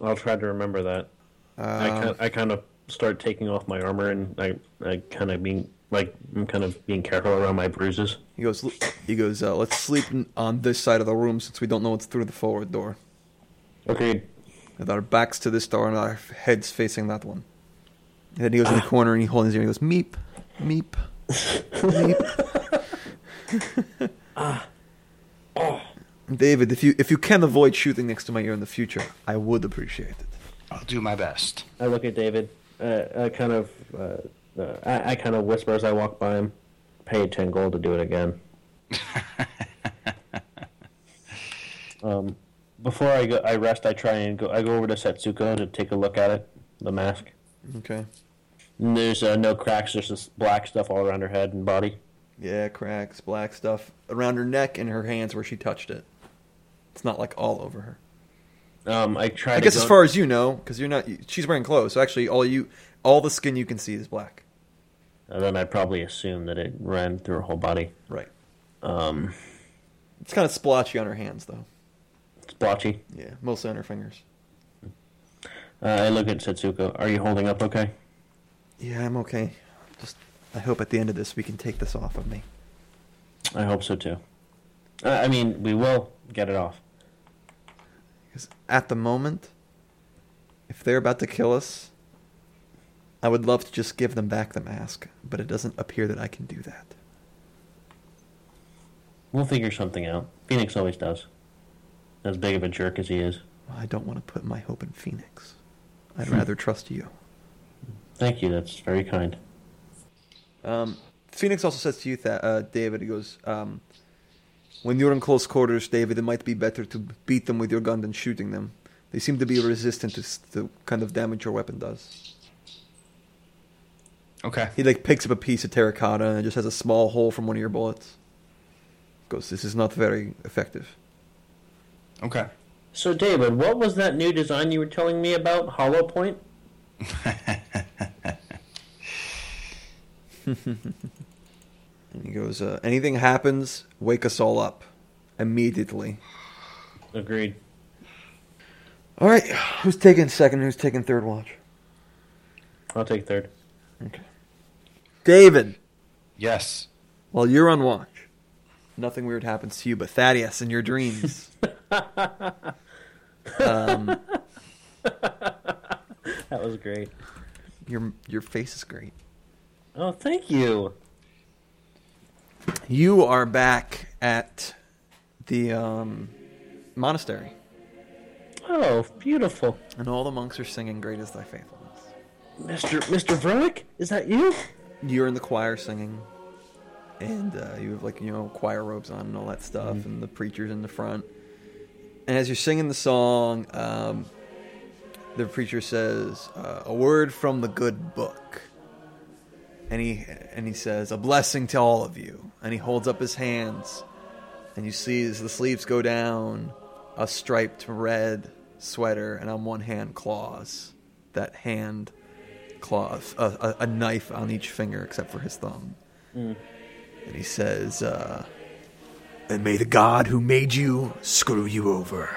Speaker 2: I'll try to remember that. I kind I kind of start taking off my armor and I I kind of being like I'm kind of being careful around my bruises.
Speaker 1: He goes. "L- He goes. Uh, Let's sleep n- on this side of the room since we don't know what's through the forward door.
Speaker 2: Agreed.
Speaker 1: With our backs to this door and our f- heads facing that one. And then he goes in the corner and he holds his ear and he goes meep, meep, meep. David, if you if you can avoid shooting next to my ear in the future, I would appreciate it.
Speaker 3: I'll do my best.
Speaker 2: I look at David. Uh, I kind of uh, uh, I, I kind of whisper as I walk by him. Pay ten gold to do it again. um, before I go, I rest. I try and go. I go over to Setsuko to take a look at it, the mask.
Speaker 1: Okay.
Speaker 2: And There's uh, no cracks, just this black stuff all around her head and body.
Speaker 1: Yeah, cracks, black stuff around her neck and her hands where she touched it. It's not like all over her.
Speaker 2: Um, I tried.
Speaker 1: I
Speaker 2: to
Speaker 1: guess
Speaker 2: go-
Speaker 1: as far as you know, because you're not. you- She's wearing clothes, so actually, all you, all the skin you can see is black.
Speaker 2: And then I'd probably assume that it ran through her whole body.
Speaker 1: Right.
Speaker 2: Um,
Speaker 1: It's kind of splotchy on her hands, though.
Speaker 2: it's blotchy.
Speaker 1: Yeah, mostly on her fingers.
Speaker 2: Uh, I look at Setsuko. Are you holding up okay?
Speaker 1: Yeah, I'm okay. Just, I hope at the end of this we can take this off of me.
Speaker 2: I hope so too. Uh, I mean, we will get it off.
Speaker 1: Because at the moment, if they're about to kill us, I would love to just give them back the mask, but it doesn't appear that I can do that.
Speaker 2: We'll figure something out. Phoenix always does. As big of a jerk as he is.
Speaker 1: I don't want to put my hope in Phoenix. I'd rather trust you.
Speaker 2: Thank you. That's very kind.
Speaker 1: Um, Phoenix also says to you that uh, David, he goes, um, "When you're in close quarters, David, it might be better to beat them with your gun than shooting them. They seem to be resistant to s- the kind of damage your weapon does."
Speaker 3: Okay.
Speaker 1: He like picks up a piece of terracotta and it just has a small hole from one of your bullets. Goes, "This is not very effective."
Speaker 3: Okay.
Speaker 2: So, David, what was that new design you were telling me about? Hollow Point?
Speaker 1: And he goes, uh, "Anything happens, wake us all up immediately."
Speaker 2: Agreed.
Speaker 1: All right, who's taking second? Who's taking third watch?
Speaker 2: I'll take third.
Speaker 1: David.
Speaker 3: Yes. (laughs)
Speaker 1: While you're on watch, nothing weird happens to you, but Thaddeus in your dreams. um,
Speaker 2: That was great.
Speaker 1: your your face is great.
Speaker 2: Oh, thank you.
Speaker 1: You are back at the um, monastery,
Speaker 2: Oh, beautiful.
Speaker 1: and all the monks are singing "Great Is Thy Faithfulness."
Speaker 2: Mr. Mr. Vernick? Is that you?
Speaker 1: You're in the choir singing, and uh, you have like you know choir robes on and all that stuff, and the preacher's in the front. And as you're singing the song, um, the preacher says uh, a word from the good book, and he and he says a blessing to all of you, and he holds up his hands, and you see as the sleeves go down, a striped red sweater, and on one hand claws, that hand claw, a, a, a knife on each finger except for his thumb. And he says, uh, And may the God who made you screw you over.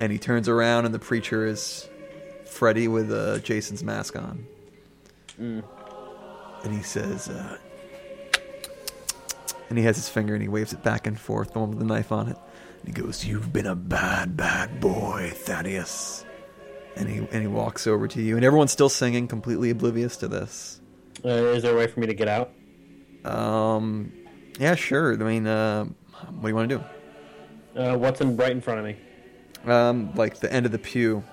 Speaker 1: And he turns around, and the preacher is Freddy with uh, Jason's mask on. And he says, uh, And he has his finger and he waves it back and forth, the one with the knife on it. And he goes, You've been a bad, bad boy, Thaddeus and he and he walks over to you, and everyone's still singing, completely oblivious to this.
Speaker 2: Uh, is there a way for me to get out?
Speaker 1: Um, yeah, sure. I mean, uh, what do you want to do?
Speaker 2: Uh, what's in right in front of me?
Speaker 1: Um, like the end of the pew,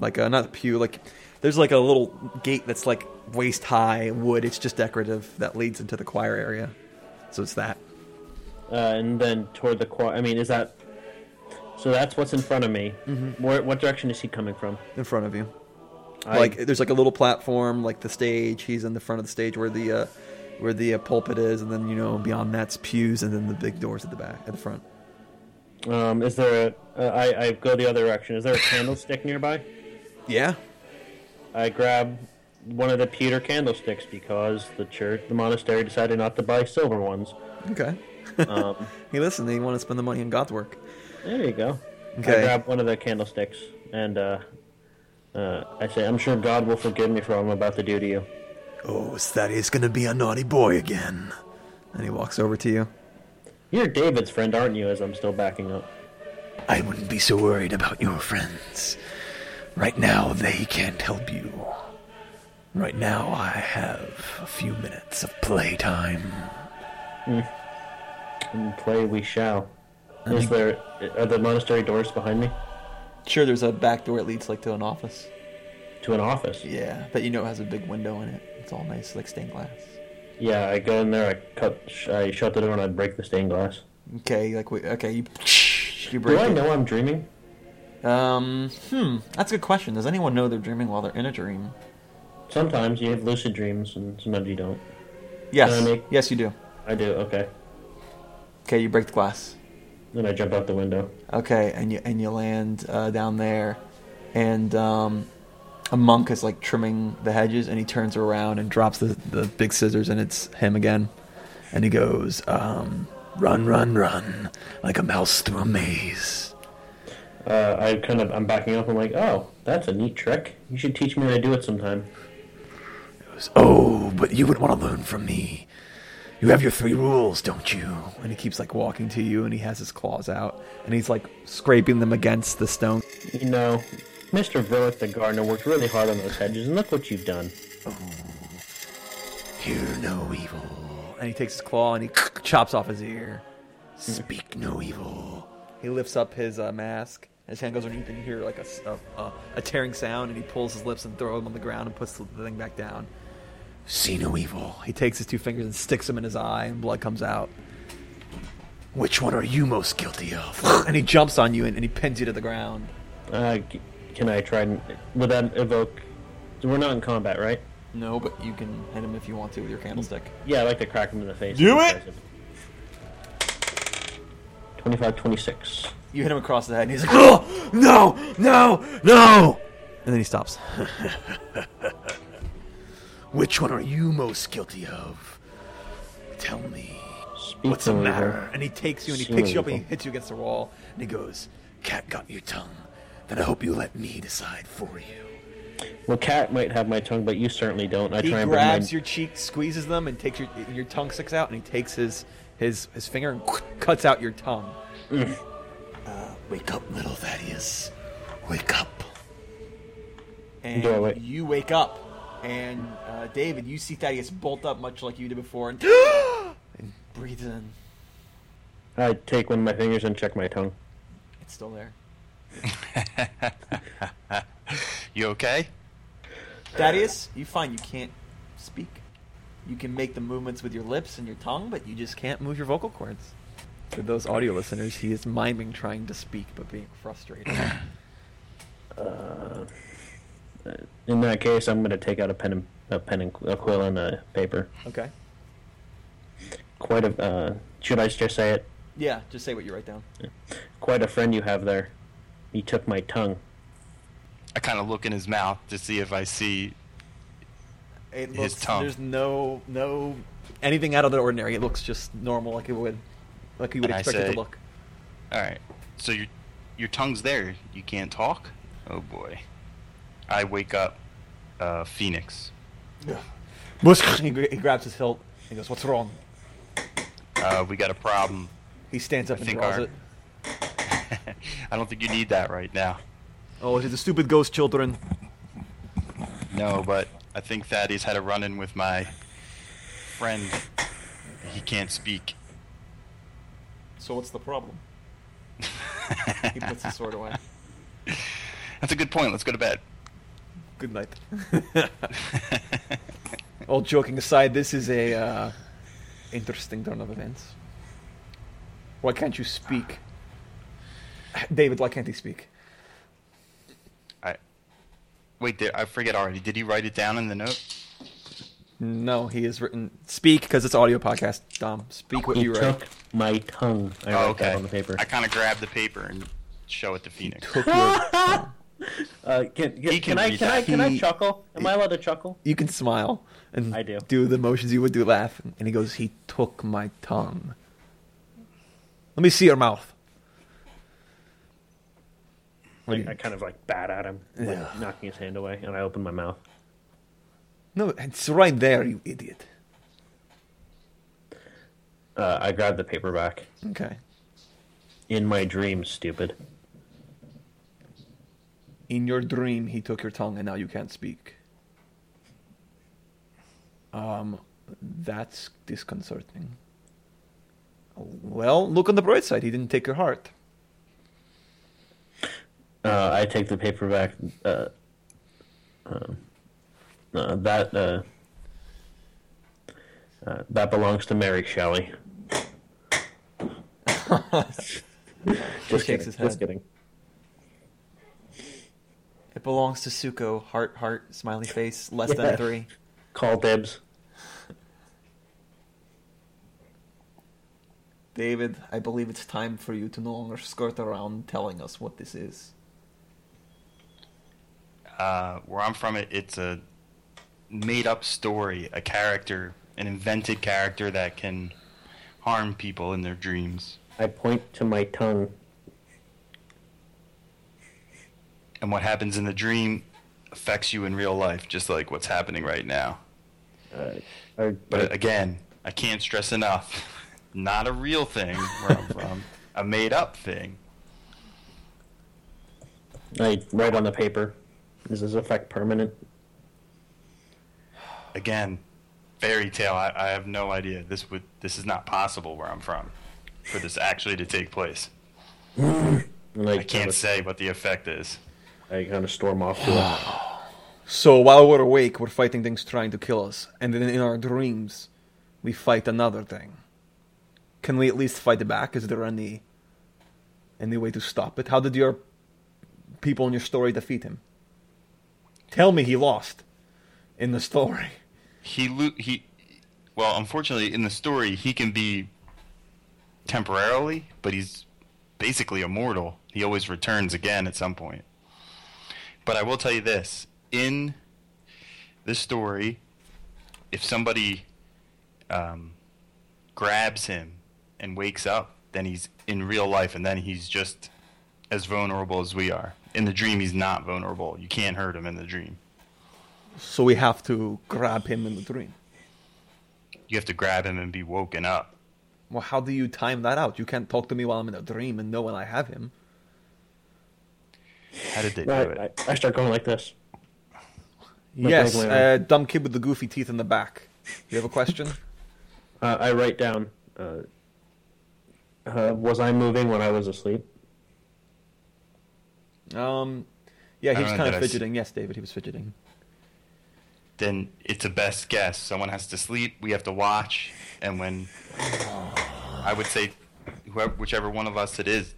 Speaker 1: like uh, not the pew, like there's like a little gate that's like waist high wood. It's just decorative that leads into the choir area, so it's that.
Speaker 2: Uh, and then toward the choir. I mean, is that. So that's what's in front of me. Where, what direction is he coming from?
Speaker 1: in front of you.
Speaker 2: I-
Speaker 1: Like there's like a little platform, like the stage. He's in the front of the stage where the uh, where the uh, pulpit is, and then you know beyond that's pews, and then the big doors at the back at the front.
Speaker 2: Um, is there a? Uh, I, I go the other direction. Is there a candlestick nearby?
Speaker 1: Yeah,
Speaker 2: I grab one of the pewter candlesticks because the church, the monastery, decided not to buy silver ones.
Speaker 1: Okay.
Speaker 2: Um,
Speaker 1: (laughs) Hey, listen, they want to spend the money on God's work.
Speaker 2: there you go.
Speaker 1: Okay.
Speaker 2: I grab one of the candlesticks and uh, uh, I say, "I'm sure God will forgive me for what I'm about to do to you."
Speaker 1: Oh, Thaddeus going to be a naughty boy again. And he walks over to you.
Speaker 2: You're David's friend, aren't you? As I'm still backing up.
Speaker 1: I wouldn't be so worried about your friends. Right now, they can't help you. Right now, I have a few minutes of playtime.
Speaker 2: And play we shall. Is there? Are the monastery doors behind me
Speaker 1: Sure, there's a back door that leads like to an office.
Speaker 2: to an office?
Speaker 1: Yeah, that you know has a big window in it. It's all nice, like stained glass.
Speaker 2: Yeah, I go in there. I cut. Sh- I shut the door and I break the stained glass.
Speaker 1: Okay, like we, okay, you, you
Speaker 2: Do
Speaker 1: break
Speaker 2: I
Speaker 1: it.
Speaker 2: know I'm dreaming?
Speaker 1: Um, hmm, that's a good question. Does anyone know they're dreaming while they're in a dream?
Speaker 2: Sometimes you have lucid dreams and sometimes you don't.
Speaker 1: Yes,
Speaker 2: Can I make-
Speaker 1: yes, you do.
Speaker 2: I do, okay.
Speaker 1: Okay, you break the glass.
Speaker 2: Then I jump out the window.
Speaker 1: Okay, and you and you land uh, down there, and um, a monk is like trimming the hedges, and he turns around and drops the, the big scissors, and it's him again, and he goes, um, "Run, run, run, like a mouse through a maze."
Speaker 2: Uh, I kind of I'm backing up. I'm like, oh, that's a neat trick. You should teach me how to do it sometime.
Speaker 1: goes, Oh, but you would want to learn from me. You have your three rules, don't you? And he keeps like walking to you and he has his claws out and he's like scraping them against the stone.
Speaker 2: You know, Mr. Verlick the gardener worked really hard on those hedges, and look what you've done.
Speaker 1: Hear no evil. And he takes his claw and he (laughs) chops off his ear. Speak no evil. He lifts up his uh, mask. His hand goes underneath, and you hear like a, s- a- a- a tearing sound. And he pulls his lips and throws them on the ground and puts the thing back down. See no evil. He takes his two fingers and sticks them in his eye, and blood comes out. Which one are you most guilty of? and he jumps on you and, and he pins you to the ground.
Speaker 2: Uh, c- can I try? And, would that evoke? We're not in combat, right?
Speaker 1: No, but you can hit him if you want to with your candlestick.
Speaker 2: Yeah, I like to crack him in the face.
Speaker 1: Do it!
Speaker 2: 25, 26.
Speaker 1: You hit him across the head, and he's like, "Oh no, no, no!" And then he stops. (laughs) Which one are you most guilty of? Tell me.
Speaker 2: Speak
Speaker 1: What's the
Speaker 2: no evil.
Speaker 1: matter? And he takes you and he
Speaker 2: Sure,
Speaker 1: picks you up and he
Speaker 2: evil.
Speaker 1: hits you against the wall. And he goes, "Cat got your tongue. Then I hope you let me decide for you."
Speaker 2: Well, Cat might have my tongue, but you certainly don't. I
Speaker 1: He
Speaker 2: try and bring my...
Speaker 1: grabs your cheek, squeezes them, and takes your your tongue sticks out. And he takes his his his finger and cuts out your tongue. Mm. Uh, Wake up, little Thaddeus. Wake up. And
Speaker 2: Do I wake-
Speaker 1: you wake up. And uh, David, you see Thaddeus bolt up much like you did before (gasps) and, and breathes in.
Speaker 2: I take one of my fingers and check my tongue.
Speaker 1: It's still there.
Speaker 3: You okay?
Speaker 1: Thaddeus, you find you can't speak. You can make the movements with your lips and your tongue, but you just can't move your vocal cords. For those audio listeners, he is miming trying to speak but being
Speaker 3: (coughs)
Speaker 1: frustrated.
Speaker 2: Uh, In that case, I'm going to take out a pen and a pen and a quill and a paper.
Speaker 1: Okay.
Speaker 2: Quite a uh, should I just say it?
Speaker 1: Yeah, just say what you write down.
Speaker 2: Quite a friend you have there. You took my tongue.
Speaker 3: I kind of look in his mouth to see if I see.
Speaker 1: It
Speaker 3: His
Speaker 1: looks
Speaker 3: tongue.
Speaker 1: there's no no anything out of the ordinary. It looks just normal, like it would, like you would
Speaker 3: And I
Speaker 1: expect it
Speaker 3: say-
Speaker 1: to look.
Speaker 3: All right. So your your tongue's there. You can't talk. Oh boy. I wake up, uh, Phoenix.
Speaker 1: He, gr- he grabs his hilt. He goes, "What's wrong?"
Speaker 3: Uh, we got a problem. (laughs)
Speaker 1: He stands up and
Speaker 3: think
Speaker 1: draws
Speaker 3: our-
Speaker 1: it.
Speaker 3: I don't think you need that right now.
Speaker 1: Oh, it is the stupid ghost children.
Speaker 3: No, but I think Thaddeus had a run-in with my friend. He can't speak.
Speaker 1: So what's the
Speaker 3: (laughs)
Speaker 1: problem? he puts his sword away.
Speaker 3: That's a good point. Let's go to bed. (laughs)
Speaker 1: Good night. (laughs) All joking aside, this is a uh, interesting turn of events. Why can't you speak, David? Why can't he speak?
Speaker 3: I wait. There, I forget already. Did he write it down in the note?
Speaker 1: No, he has written speak because it's audio podcast. Dom, speak what
Speaker 2: You
Speaker 1: you write.
Speaker 2: took my tongue. I wrote that on the paper.
Speaker 3: Oh, I kind of grab the paper and show it to Phoenix.
Speaker 2: Uh, can can,
Speaker 3: He can
Speaker 2: can I
Speaker 3: read
Speaker 2: can I
Speaker 3: that.
Speaker 2: can I
Speaker 1: He-
Speaker 2: chuckle? Am I allowed to chuckle?
Speaker 1: you can smile and
Speaker 2: I do.
Speaker 1: the motions you would do laugh. And he goes, he took my tongue. Let me see your mouth.
Speaker 2: Like I kind of like bat at him, like
Speaker 1: Yeah.
Speaker 2: knocking his hand away, and I open my mouth.
Speaker 1: No, it's right there, you idiot.
Speaker 2: Uh, I grab the paper back.
Speaker 1: Okay.
Speaker 2: In my dreams, stupid.
Speaker 1: In your dream, he took your tongue, and now you can't speak. Um, that's disconcerting. Well, look on the bright side. He didn't take your heart.
Speaker 2: Uh, I take the paper back. Uh, um, uh, that uh, uh, that belongs to Mary
Speaker 1: (laughs)
Speaker 2: Shelley. just
Speaker 1: shakes
Speaker 2: kidding.
Speaker 1: his head.
Speaker 2: Just kidding.
Speaker 1: It belongs to Suko. Heart, heart, smiley face, less
Speaker 2: Yeah.
Speaker 1: than three.
Speaker 2: Call dibs.
Speaker 10: David, I believe it's time for you to no longer skirt around telling us what this is.
Speaker 3: uh, where I'm from, it, it's a made-up story, a character, an invented character that can harm people in their dreams.
Speaker 2: I point to my tongue.
Speaker 3: And what happens in the dream affects you in real life, just like what's happening right now. but again, I can't stress enough: (laughs) not a real thing where I'm from, a made-up thing.
Speaker 2: I write on the paper. Is this effect permanent?
Speaker 3: Again, fairy tale. I, I have no idea. This would this is not possible where I'm from for this actually to take place.
Speaker 2: And I,
Speaker 3: I can't say what the effect is.
Speaker 2: I kind of storm off to
Speaker 3: Ah,
Speaker 2: it.
Speaker 1: So while we're awake, we're fighting things trying to kill us, and then in our dreams, we fight another thing. Can we at least fight it back? Is there any any way to stop it? How did your people in your story defeat him? Tell me he lost in the story. (laughs)
Speaker 3: He lo- he. Well, unfortunately, in the story, he can be temporarily, but he's basically immortal. He always returns again at some point. But I will tell you this: in this story, if somebody um, grabs him and wakes up, then he's in real life, and then he's just as vulnerable as we are. In the dream, he's not vulnerable. You can't hurt him in the dream.
Speaker 1: So we have to grab him in the dream.
Speaker 3: You have to grab him and be woken up.
Speaker 1: Well, how do you time that out? You can't talk to me while I'm in a dream and know when I have him.
Speaker 3: How did they do it?
Speaker 2: I, I, I start going like this. Like
Speaker 1: yes,
Speaker 2: Eggman.
Speaker 1: uh, dumb kid with the goofy teeth in the back. You have a question?
Speaker 2: Uh, I write down. Uh, uh, was I moving when I was asleep?
Speaker 1: um, yeah, he
Speaker 3: I
Speaker 1: was
Speaker 3: don't know,
Speaker 1: kind
Speaker 3: did
Speaker 1: of
Speaker 3: I s-
Speaker 1: fidgeting. Yes, David, he was fidgeting.
Speaker 3: then it's a best guess. Someone has to sleep. We have to watch. And when I would say, whoever, whichever one of us it is,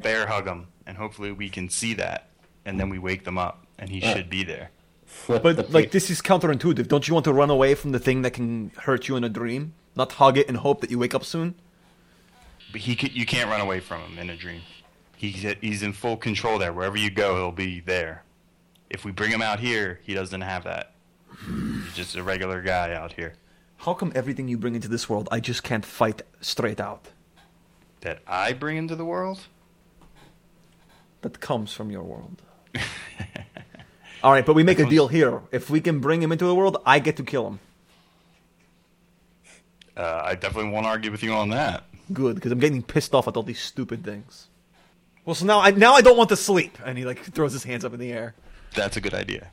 Speaker 3: bear hug them, and hopefully we can see that, and then we wake them up, and he should be there.
Speaker 2: Flip the
Speaker 1: But like
Speaker 2: page.
Speaker 1: this is counterintuitive. Don't you want to run away from the thing that can hurt you in a dream? Not hug it and hope that you wake up soon.
Speaker 3: But he, ca- you can't run away from him in a dream. He's at- he's in full control there. Wherever you go, he'll be there. If we bring him out here, he doesn't have that. He's just a regular guy out here
Speaker 1: How come everything you bring into this world, I just can't fight straight out?
Speaker 3: that I bring into the world.
Speaker 1: That comes from your
Speaker 3: (laughs)
Speaker 1: world. All right, but we make a deal here. If we can bring him into the world, I get to kill him.
Speaker 3: Uh, I definitely won't argue with you on that.
Speaker 1: Good, because I'm getting pissed off at all these stupid things. Well, so now I now I don't want to sleep. And he like throws his hands up in the air.
Speaker 3: That's a good idea.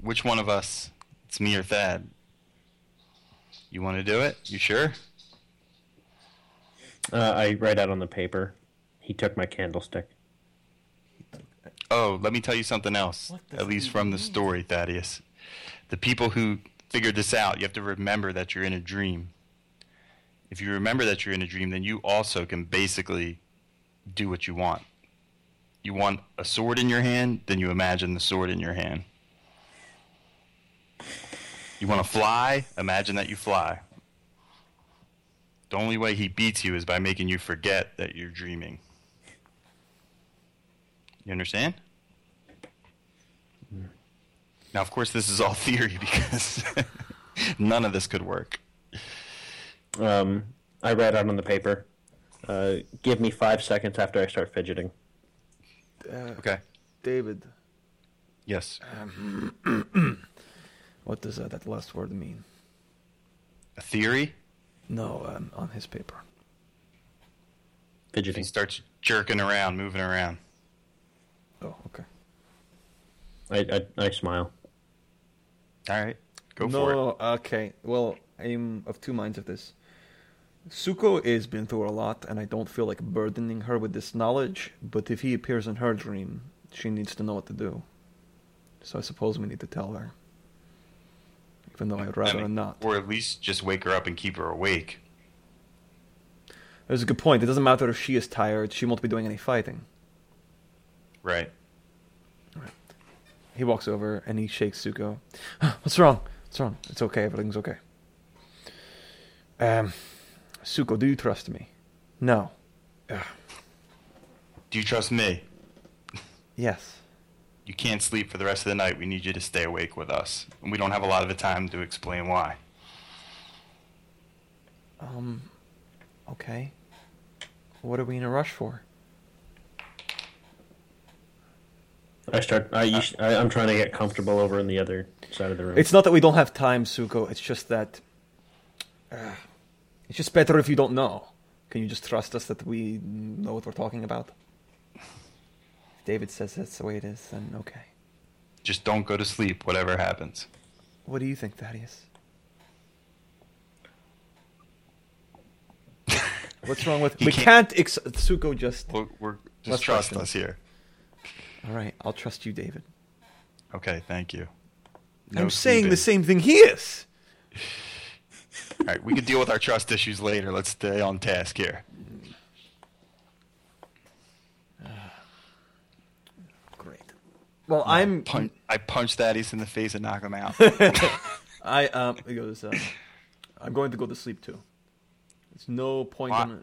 Speaker 3: Which one of us? It's me or Thad. You want to do it? You sure?
Speaker 2: Uh, I write out on the paper. He took my candlestick.
Speaker 3: Oh, let me tell you something else. At least from the story, Thaddeus. The people who figured this out, you have to remember that you're in a dream. If you remember that you're in a dream, then you also can basically do what you want. You want a sword in your hand, then you imagine the sword in your hand. You want to fly, imagine that you fly. The only way he beats you is by making you forget that you're dreaming. You understand? Now, of course, this is all theory (laughs) because none of this could work.
Speaker 2: Um, I write out on the paper. Uh, give me five seconds after I start fidgeting.
Speaker 3: Okay.
Speaker 1: Uh, David,
Speaker 3: Yes.
Speaker 1: what does uh, that last word mean?
Speaker 3: A theory.
Speaker 1: No, um, on his paper.
Speaker 3: He
Speaker 2: Fidgeting.
Speaker 3: starts jerking around, moving around.
Speaker 1: Oh, okay.
Speaker 2: I, I, I smile.
Speaker 3: All right. Go
Speaker 1: no,
Speaker 3: for it.
Speaker 1: no, okay. Well, I'm of two minds of this. Suko has been through a lot, and I don't feel like burdening her with this knowledge. But if he appears in her dream, she needs to know what to do. So I suppose we need to tell her, even though I'd
Speaker 3: I
Speaker 1: rather
Speaker 3: mean,
Speaker 1: not.
Speaker 3: Or at least just wake her up and keep her awake.
Speaker 1: There's a good point. It doesn't matter if she is tired; she won't be doing any fighting.
Speaker 3: Right.
Speaker 1: He walks over and he shakes Suko. (gasps) What's wrong? What's wrong? It's okay. Everything's okay. Um, Suko, do you trust me? No.
Speaker 3: Do you trust me?
Speaker 1: Yes.
Speaker 3: You can't sleep for the rest of the night. We need you to stay awake with us. And we don't have a lot of the time to explain why.
Speaker 1: Um, okay. What are we in a rush for?
Speaker 2: I start. I, you sh- I I'm trying to get comfortable over on the other side of the room.
Speaker 1: It's not that we don't have time, Suko. It's just that. uh, it's just better if you don't know. Can you just trust us that we know what we're talking about? If David says that's the way it is, then okay.
Speaker 3: Just don't go to sleep, whatever happens.
Speaker 1: What do you think, Thaddeus? What's wrong with.
Speaker 3: He
Speaker 1: we
Speaker 3: can't-
Speaker 1: can't. ex- Suko just.
Speaker 3: We're, we're, just
Speaker 1: Less
Speaker 3: trust
Speaker 1: questions.
Speaker 3: us here.
Speaker 1: All right, I'll trust you, David.
Speaker 3: Okay, thank you.
Speaker 1: I'm saying the
Speaker 3: sleeping.
Speaker 1: same thing he is.
Speaker 3: All right, we can deal with our trust issues later. Let's stay on task here.
Speaker 1: Great. Well, I'm.
Speaker 3: Punch, I punch Thaddeus in the face and knock him out.
Speaker 1: I um. He goes. Uh, I'm going to go to sleep too. There's no point in. uh,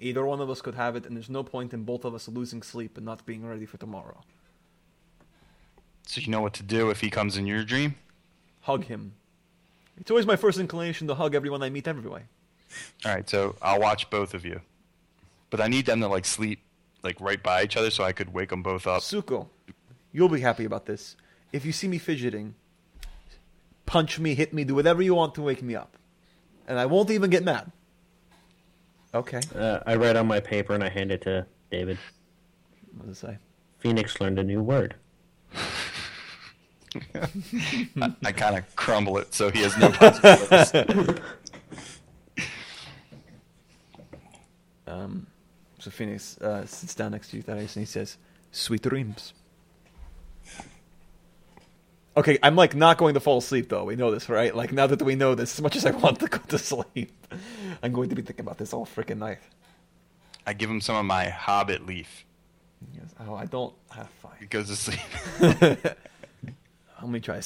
Speaker 1: Either one of us could have it, and there's no point in both of us losing sleep and not being ready for tomorrow.
Speaker 3: so you know what to do if he comes in your dream?
Speaker 1: Hug him. It's always my first inclination to hug everyone I meet anyway.
Speaker 3: All right, so I'll watch both of you. But I need them to like sleep like right by each other so I could wake them both up.
Speaker 1: Suko, you'll be happy about this. If you see me fidgeting, punch me, hit me, do whatever you want to wake me up, and I won't even get mad. Okay.
Speaker 2: Uh, I write on my paper and I hand it to David.
Speaker 1: What does it say?
Speaker 2: Phoenix learned a new word.
Speaker 3: I, I kind of crumble it so he has no possibilities.
Speaker 1: Um, so Phoenix uh, sits down next to you, Thaddeus, and he says, "Sweet dreams." Okay, I'm like not going to fall asleep though. We know this, right? Like now that we know this, as much as I want to go to (laughs) sleep, I'm going to be thinking about this all freaking night.
Speaker 3: I give him some of my hobbit leaf.
Speaker 1: He goes, oh, I don't. Ah, fine.
Speaker 3: He goes to sleep.
Speaker 1: (laughs) Let me try.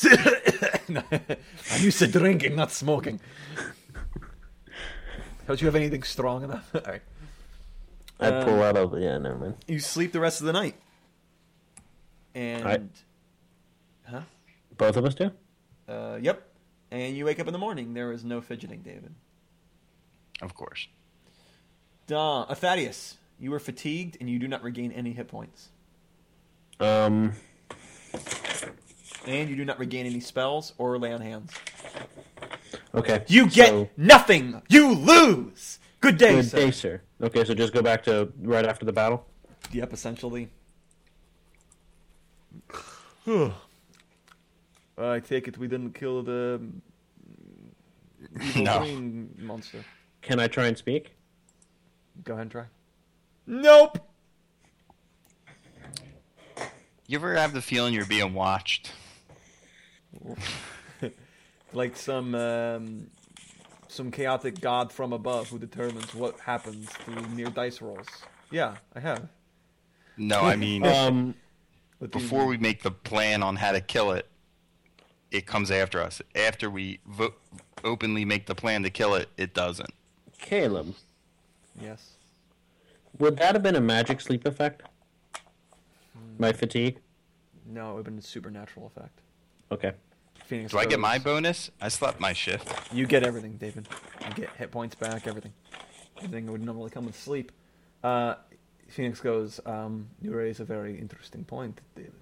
Speaker 1: (coughs) I'm used to drinking, not smoking. Don't you have anything strong enough? (laughs) all right.
Speaker 2: I
Speaker 1: Um,
Speaker 2: pull out of yeah, never mind.
Speaker 1: You sleep the rest of the night. And. Huh?
Speaker 2: Both of us do.
Speaker 1: Uh, yep. And you wake up in the morning. There is no fidgeting, David.
Speaker 3: of course.
Speaker 1: Duh. Uh, Thaddeus, you are fatigued and you do not regain any hit points.
Speaker 2: Um,
Speaker 1: And you do not regain any spells or lay on hands.
Speaker 2: okay.
Speaker 1: You get
Speaker 2: so-
Speaker 1: nothing. You lose. Good day,
Speaker 2: good
Speaker 1: sir.
Speaker 2: day, sir. Okay, so just go back to right after the battle.
Speaker 1: Yep, essentially. (sighs) I take it we didn't kill
Speaker 3: (laughs)
Speaker 1: the evil
Speaker 3: No.
Speaker 1: green monster.
Speaker 2: Can I try and speak?
Speaker 1: Go ahead and try. Nope.
Speaker 3: You ever have the feeling you're being watched?
Speaker 1: like some um, some chaotic god from above who determines what happens through mere dice rolls. Yeah, I have.
Speaker 3: No, I mean
Speaker 2: Um,
Speaker 1: But the-
Speaker 3: before we make the plan on how to kill it, it comes after us. After we vo- openly make the plan to kill it, it doesn't.
Speaker 2: Caleb,
Speaker 1: yes,
Speaker 2: would that have been a magic sleep effect? My fatigue.
Speaker 1: no, it would have been a supernatural effect.
Speaker 2: Okay.
Speaker 1: Phoenix.
Speaker 3: Do I get
Speaker 1: goes-
Speaker 3: my bonus? I slept my shift.
Speaker 1: You get everything, David. You get hit points back, everything. Everything would normally come with sleep. Uh, Phoenix goes, um, You raise a very interesting point, David.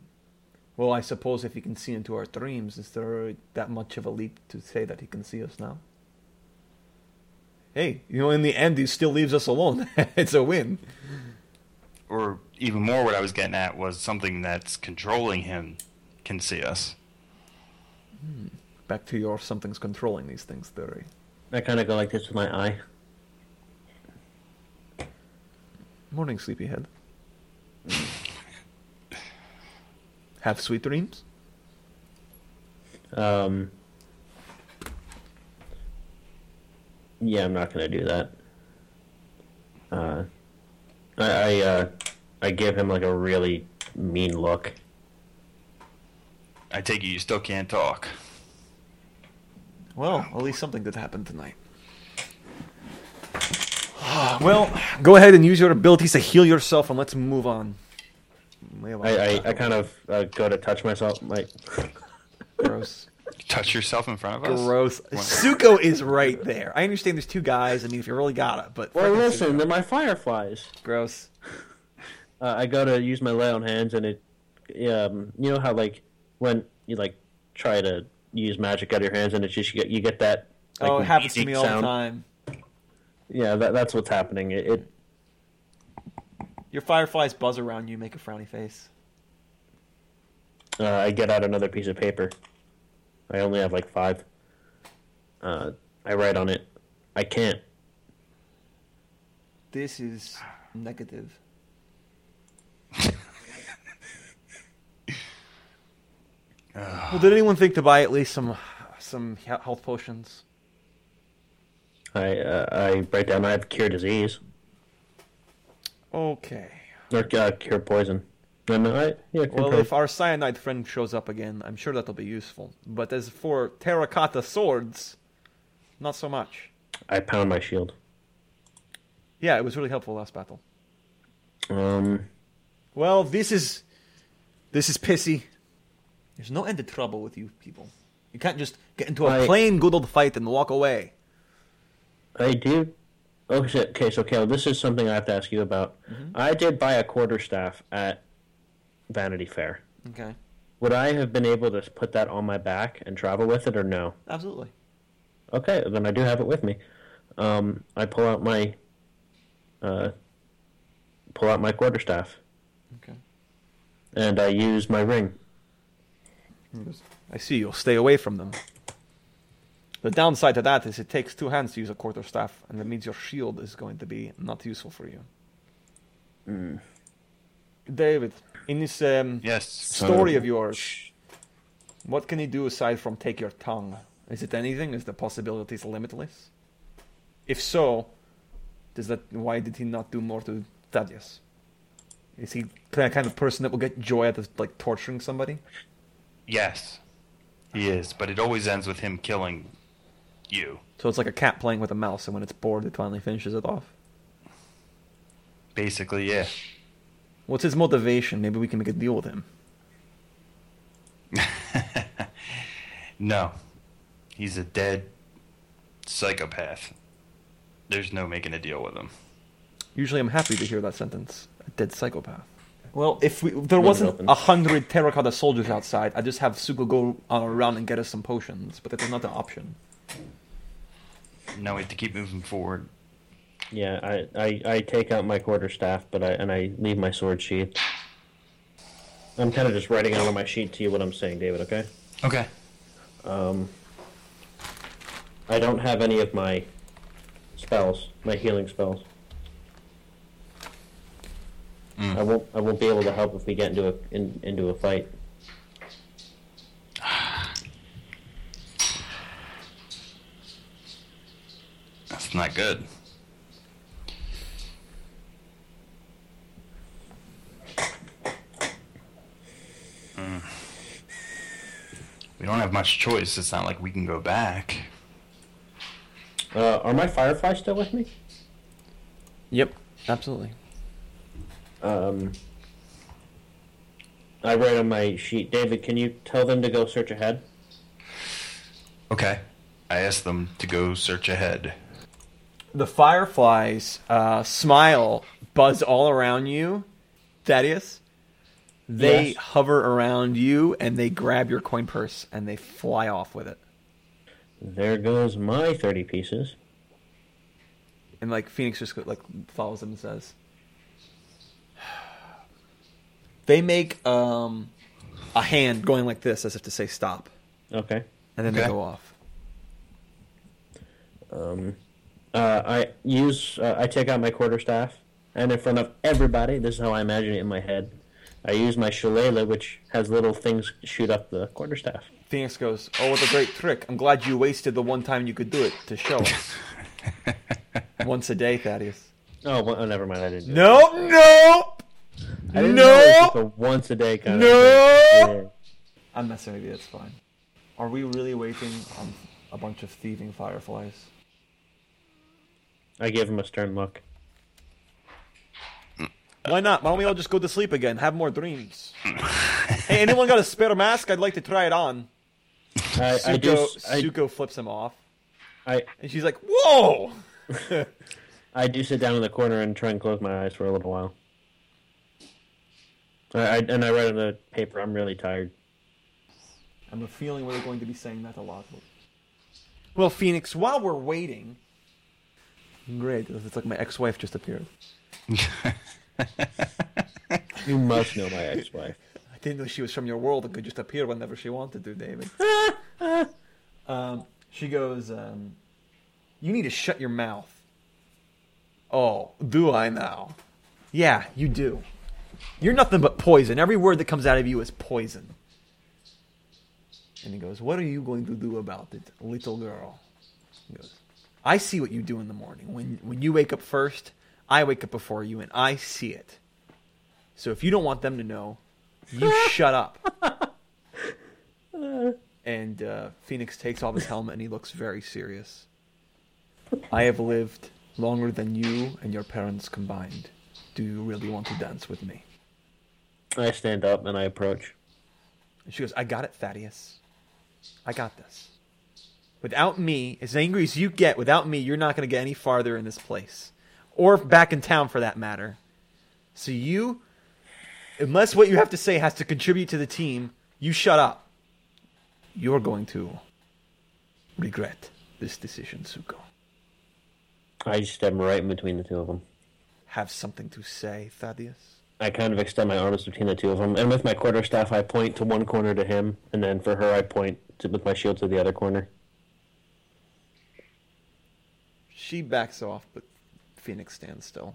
Speaker 1: Well, I suppose if he can see into our dreams, is there that much of a leap to say that he can see us now? Hey, you know, in the end, he still leaves us alone. (laughs) it's a win.
Speaker 3: Or even more, what I was getting at was something that's controlling him can see us.
Speaker 1: Back to your something's controlling these things theory.
Speaker 2: I kind of go like this with my eye.
Speaker 1: Morning, sleepyhead. (laughs) Have sweet dreams?
Speaker 2: Um, yeah, I'm not gonna do that. Uh, I I, uh, I give him like a really mean look.
Speaker 3: I take it you still can't talk.
Speaker 1: Well, at least something good happened tonight. (sighs) well, go ahead and use your abilities to heal yourself, and let's move on.
Speaker 2: I, I, I kind of uh, go to touch myself. Like, (laughs)
Speaker 1: gross.
Speaker 3: Touch yourself in front of us.
Speaker 1: Gross.
Speaker 3: What?
Speaker 1: Suko is right there. I understand there's two guys. I mean, if you really gotta, but
Speaker 2: Well, (laughs)
Speaker 1: fucking
Speaker 2: listen,
Speaker 1: Suko.
Speaker 2: they're my fireflies.
Speaker 1: gross.
Speaker 2: Uh, I go to use my lay on hands, and it, um, you know how like when you like try to use magic out of your hands, and it's just you get you get that. Like,
Speaker 1: oh, it happens to
Speaker 2: beeping
Speaker 1: me all the
Speaker 2: sound?
Speaker 1: time.
Speaker 2: Yeah, that, that's what's happening. It, it
Speaker 1: Your fireflies buzz around you, make a frowny face.
Speaker 2: uh, I get out another piece of paper. I only have like five. Uh, I write on it. I can't.
Speaker 10: This is negative.
Speaker 1: Well, did anyone think to buy at least some some he- health potions?
Speaker 2: I uh, I write down. I have cure disease
Speaker 1: Okay.
Speaker 2: or uh, cure poison. No, no, I, yeah, cure
Speaker 1: Well,
Speaker 2: poison.
Speaker 1: if our cyanide friend shows up again, I'm sure that'll be useful. But as for terracotta swords, not so much.
Speaker 2: I pound my shield.
Speaker 1: Yeah, it was really helpful last battle.
Speaker 2: Um,
Speaker 1: Well, this is this is pissy. There's no end to trouble with you people. You can't just get into a
Speaker 2: I-
Speaker 1: plain good old fight and walk away.
Speaker 2: I do. Oh shit. Okay, so Kale, this is something I have to ask you about. I did buy a quarter staff at Vanity Fair.
Speaker 1: Okay.
Speaker 2: Would I have been able to put that on my back and travel with it, or no?
Speaker 1: Absolutely.
Speaker 2: Okay, then I do have it with me. Um, I pull out my, uh, pull out my quarter staff,
Speaker 1: Okay.
Speaker 2: and I use my ring.
Speaker 1: I see you'll stay away from them. The downside to that is it takes two hands to use a quarterstaff, and that means your shield is going to be not useful for you. David, in this um,
Speaker 3: Yes.
Speaker 1: story of yours, what can you do aside from take your tongue? Is it anything? Is the possibilities limitless? If so, does that why did he not do more to Thaddeus? Is he the kind of person that will get joy out of like torturing somebody?
Speaker 3: Yes, he is. But it always ends with him killing you,
Speaker 1: So it's like a cat playing with a mouse, and when it's bored, it finally finishes it off.
Speaker 3: basically. Yeah.
Speaker 1: What's his motivation? Maybe we can make a deal with him.
Speaker 3: No, he's a dead psychopath. There's no making a deal with him.
Speaker 1: Usually, I'm happy to hear that sentence. A dead psychopath. Well, if we, there wasn't
Speaker 2: open.
Speaker 1: a hundred terracotta soldiers outside, I'd just have Suko go uh, around and get us some potions. But that's not an option.
Speaker 3: Now we have to keep moving forward.
Speaker 2: Yeah, I, I, I take out my quarter staff, but I and I leave my sword sheath. I'm kind of just writing out on my sheet to you what I'm saying, David. Okay.
Speaker 3: Okay.
Speaker 2: I don't have any of my spells, my healing spells. I won't. I won't be able to help if we get into a in, into a fight.
Speaker 3: That's not good. Mm. We don't have much choice. It's not like we can go back.
Speaker 2: Uh, are my fireflies still with me?
Speaker 1: Yep, absolutely.
Speaker 2: Um, I write on my sheet, David. Can you tell them to go search ahead?
Speaker 3: Okay. I asked them to go search ahead.
Speaker 1: The fireflies uh, smile, buzz all around you. Thaddeus, they
Speaker 2: Yes.
Speaker 1: hover around you and they grab your coin purse and they fly off with it.
Speaker 2: There goes my thirty pieces.
Speaker 1: And like Phoenix just like follows them and says, "They make um, a hand going like this, as if to say stop,
Speaker 2: Okay.
Speaker 1: and then they
Speaker 3: Okay.
Speaker 1: go off."
Speaker 2: Um, uh, I use. Uh, I take out my quarterstaff, and in front of everybody, this is how I imagine it in my head. I use my shillelagh, which has little things shoot up the quarterstaff.
Speaker 1: Phoenix goes, "Oh, what a great trick! I'm glad you wasted the one time you could do it to show (laughs) us." Once a day, Thaddeus.
Speaker 2: Oh, well, oh never mind. I didn't. Do it.
Speaker 1: Nope, nope.
Speaker 2: I didn't know it was
Speaker 1: nope.
Speaker 2: just a once a day kind of
Speaker 1: Nope.
Speaker 2: thing. Yeah.
Speaker 1: I'm messing with you. It's fine. Are we really waiting on a bunch of thieving fireflies?
Speaker 2: I gave him a stern look.
Speaker 1: Why not? Why don't we all just go to sleep again? Have more dreams. hey, anyone got a spare mask? I'd like to try it on.
Speaker 2: I,
Speaker 1: Suko,
Speaker 2: I do. s- I-
Speaker 1: Suko flips him off,
Speaker 2: I,
Speaker 1: and she's like, "Whoa!"
Speaker 2: I do sit down in the corner and try and close my eyes for a little while. I, I and I read in the paper. I'm really tired.
Speaker 10: I have a feeling we're going to be saying that a lot.
Speaker 1: Well, Phoenix, while we're waiting, great. It's like my ex-wife just appeared.
Speaker 2: You must know my ex-wife.
Speaker 1: I didn't know she was from your world and could just appear whenever she wanted to, David. um, she goes, um, You need to shut your mouth. Oh, do I now? Yeah, you do. You're nothing but poison. Every word that comes out of you is poison. And he goes, What are you going to do about it, little girl? He goes, I see what you do in the morning. When, when you wake up first, I wake up before you, and I see it. So if you don't want them to know, you shut up. And uh, Phoenix takes off his helmet and he looks very serious. I have lived longer than you and your parents combined. Do you really want to dance with me?
Speaker 2: I stand up and I approach.
Speaker 1: And she goes, I got it, Thaddeus. I got this. Without me, as angry as you get, without me, you're not going to get any farther in this place. Or back in town, for that matter. So you, unless what you have to say has to contribute to the team, you shut up. You're going to regret this decision, Suko.
Speaker 2: I just stab right in between the two of them.
Speaker 1: Have something to say, Thaddeus.
Speaker 2: I kind of extend my arms between the two of them, and with my quarterstaff, I point to one corner to him, and then for her, I point to, with my shield to the other corner.
Speaker 1: She backs off, but Phoenix stands still.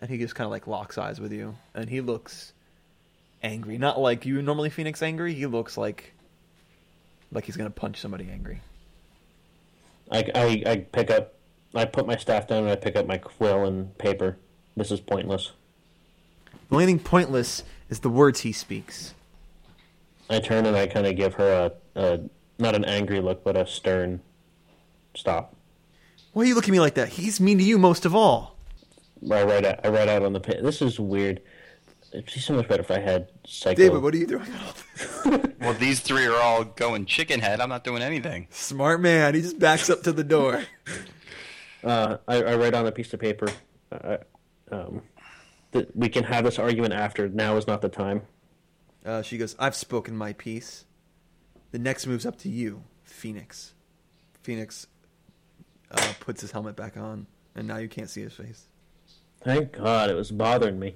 Speaker 1: And he just kind of like locks eyes with you. And he looks angry. Not like you normally Phoenix angry. He looks like like he's going to punch somebody angry.
Speaker 2: I, I, I pick up, I put my staff down, and I pick up my quill and paper. This is pointless.
Speaker 1: The only thing pointless is the words he speaks.
Speaker 2: I turn and I kind of give her a, a not an angry look, but a stern stop.
Speaker 1: Why are you looking at me like that? He's mean to you most of all.
Speaker 2: I write out, I write out on the pit. This is weird. It'd be so much better if I had psycho.
Speaker 1: David, what are you doing?
Speaker 3: Well, these three are all going chicken head. I'm not doing anything.
Speaker 1: (laughs) Smart man. He just backs up to the door.
Speaker 2: uh, I, I write on a piece of paper. Uh, um, th- we can have this argument after. Now is not the time.
Speaker 1: Uh, she goes, I've spoken my piece. The next move's up to you, Phoenix. Phoenix uh, puts his helmet back on, and now you can't see his face.
Speaker 2: Thank God, it was bothering me.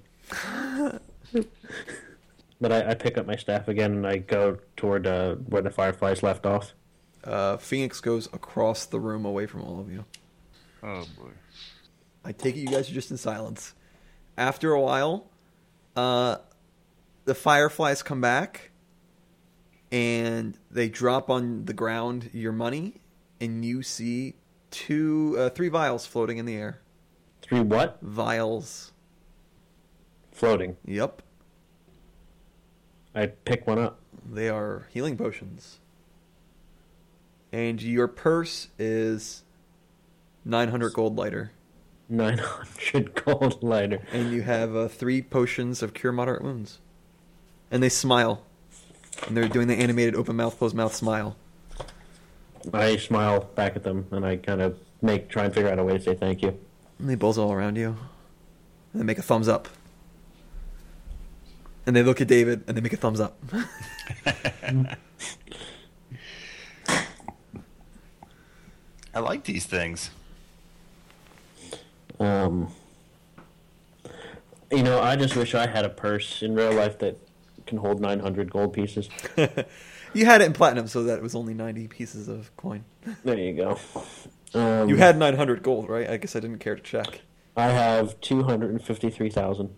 Speaker 2: but I, I pick up my staff again and I go toward uh, where the fireflies left off.
Speaker 1: Uh, Phoenix goes across the room away from all of you.
Speaker 3: Oh boy.
Speaker 1: I take it you guys are just in silence. After a while, uh, the fireflies come back and they drop on the ground your money, and you see two, uh, three vials floating in the air.
Speaker 2: Three what?
Speaker 1: Vials.
Speaker 2: Floating.
Speaker 1: Yep.
Speaker 2: I pick one up. (laughs)
Speaker 1: They are healing potions. And your purse is 900 gold lighter.
Speaker 2: 900 gold lighter.
Speaker 1: And you have uh, three potions of cure moderate wounds. And they smile. And they're doing the animated open mouth, closed mouth smile.
Speaker 2: I smile back at them and I kind of make try and figure out a way to say thank you.
Speaker 1: And they buzz all around you. And they make a thumbs up. And they look at David and they make a thumbs up. (laughs)
Speaker 3: I like these things.
Speaker 2: Um, you know, I just wish I had a purse in real life that can hold 900 gold pieces.
Speaker 1: you had it in platinum, so that it was only 90 pieces of coin.
Speaker 2: There you go. Um,
Speaker 1: You had 900 gold, right? I guess I didn't care to check.
Speaker 2: I have 253,000.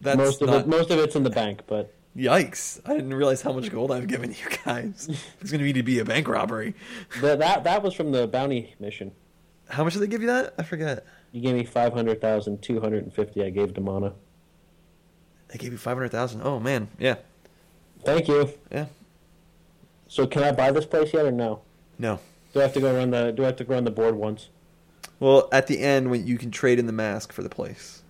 Speaker 1: That's
Speaker 2: most of
Speaker 1: not...
Speaker 2: it, most of it's in the bank, but
Speaker 1: Yikes! I didn't realize how much gold I've given (laughs) you guys. It's going to need to be a bank robbery.
Speaker 2: the, that that was from the bounty mission.
Speaker 1: How much did they give you that? I forget.
Speaker 2: You gave me 500,000, 250 I gave to Mana.
Speaker 1: They gave you five hundred thousand. Oh man, yeah,
Speaker 2: Thank you.
Speaker 1: yeah.
Speaker 2: So can I buy this place yet or no?
Speaker 1: No,
Speaker 2: Do I have to go run the do I have to go run the board once?
Speaker 1: Well, at the end, when you can trade in the mask for the place,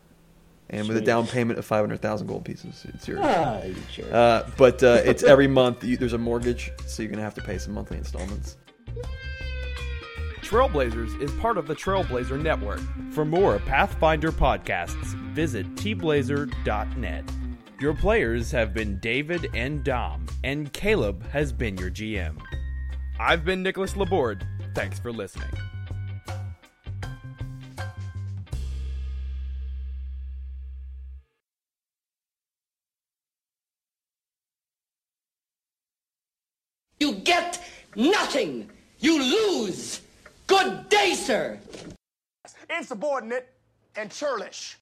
Speaker 1: and with a down payment of five hundred thousand gold pieces, it's yours.
Speaker 2: Ah, you jerk.
Speaker 1: Uh, but uh, it's every month. You, there's a mortgage, so you're gonna have to pay some monthly installments.
Speaker 11: Trailblazers is part of the Trailblazer Network. For more Pathfinder podcasts, visit tblazer.net. Your players have been David and Dom, and Caleb has been your GM. I've been Nicholas Laborde. Thanks for listening.
Speaker 12: You get nothing. You lose. Good day, sir.
Speaker 13: Insubordinate and churlish.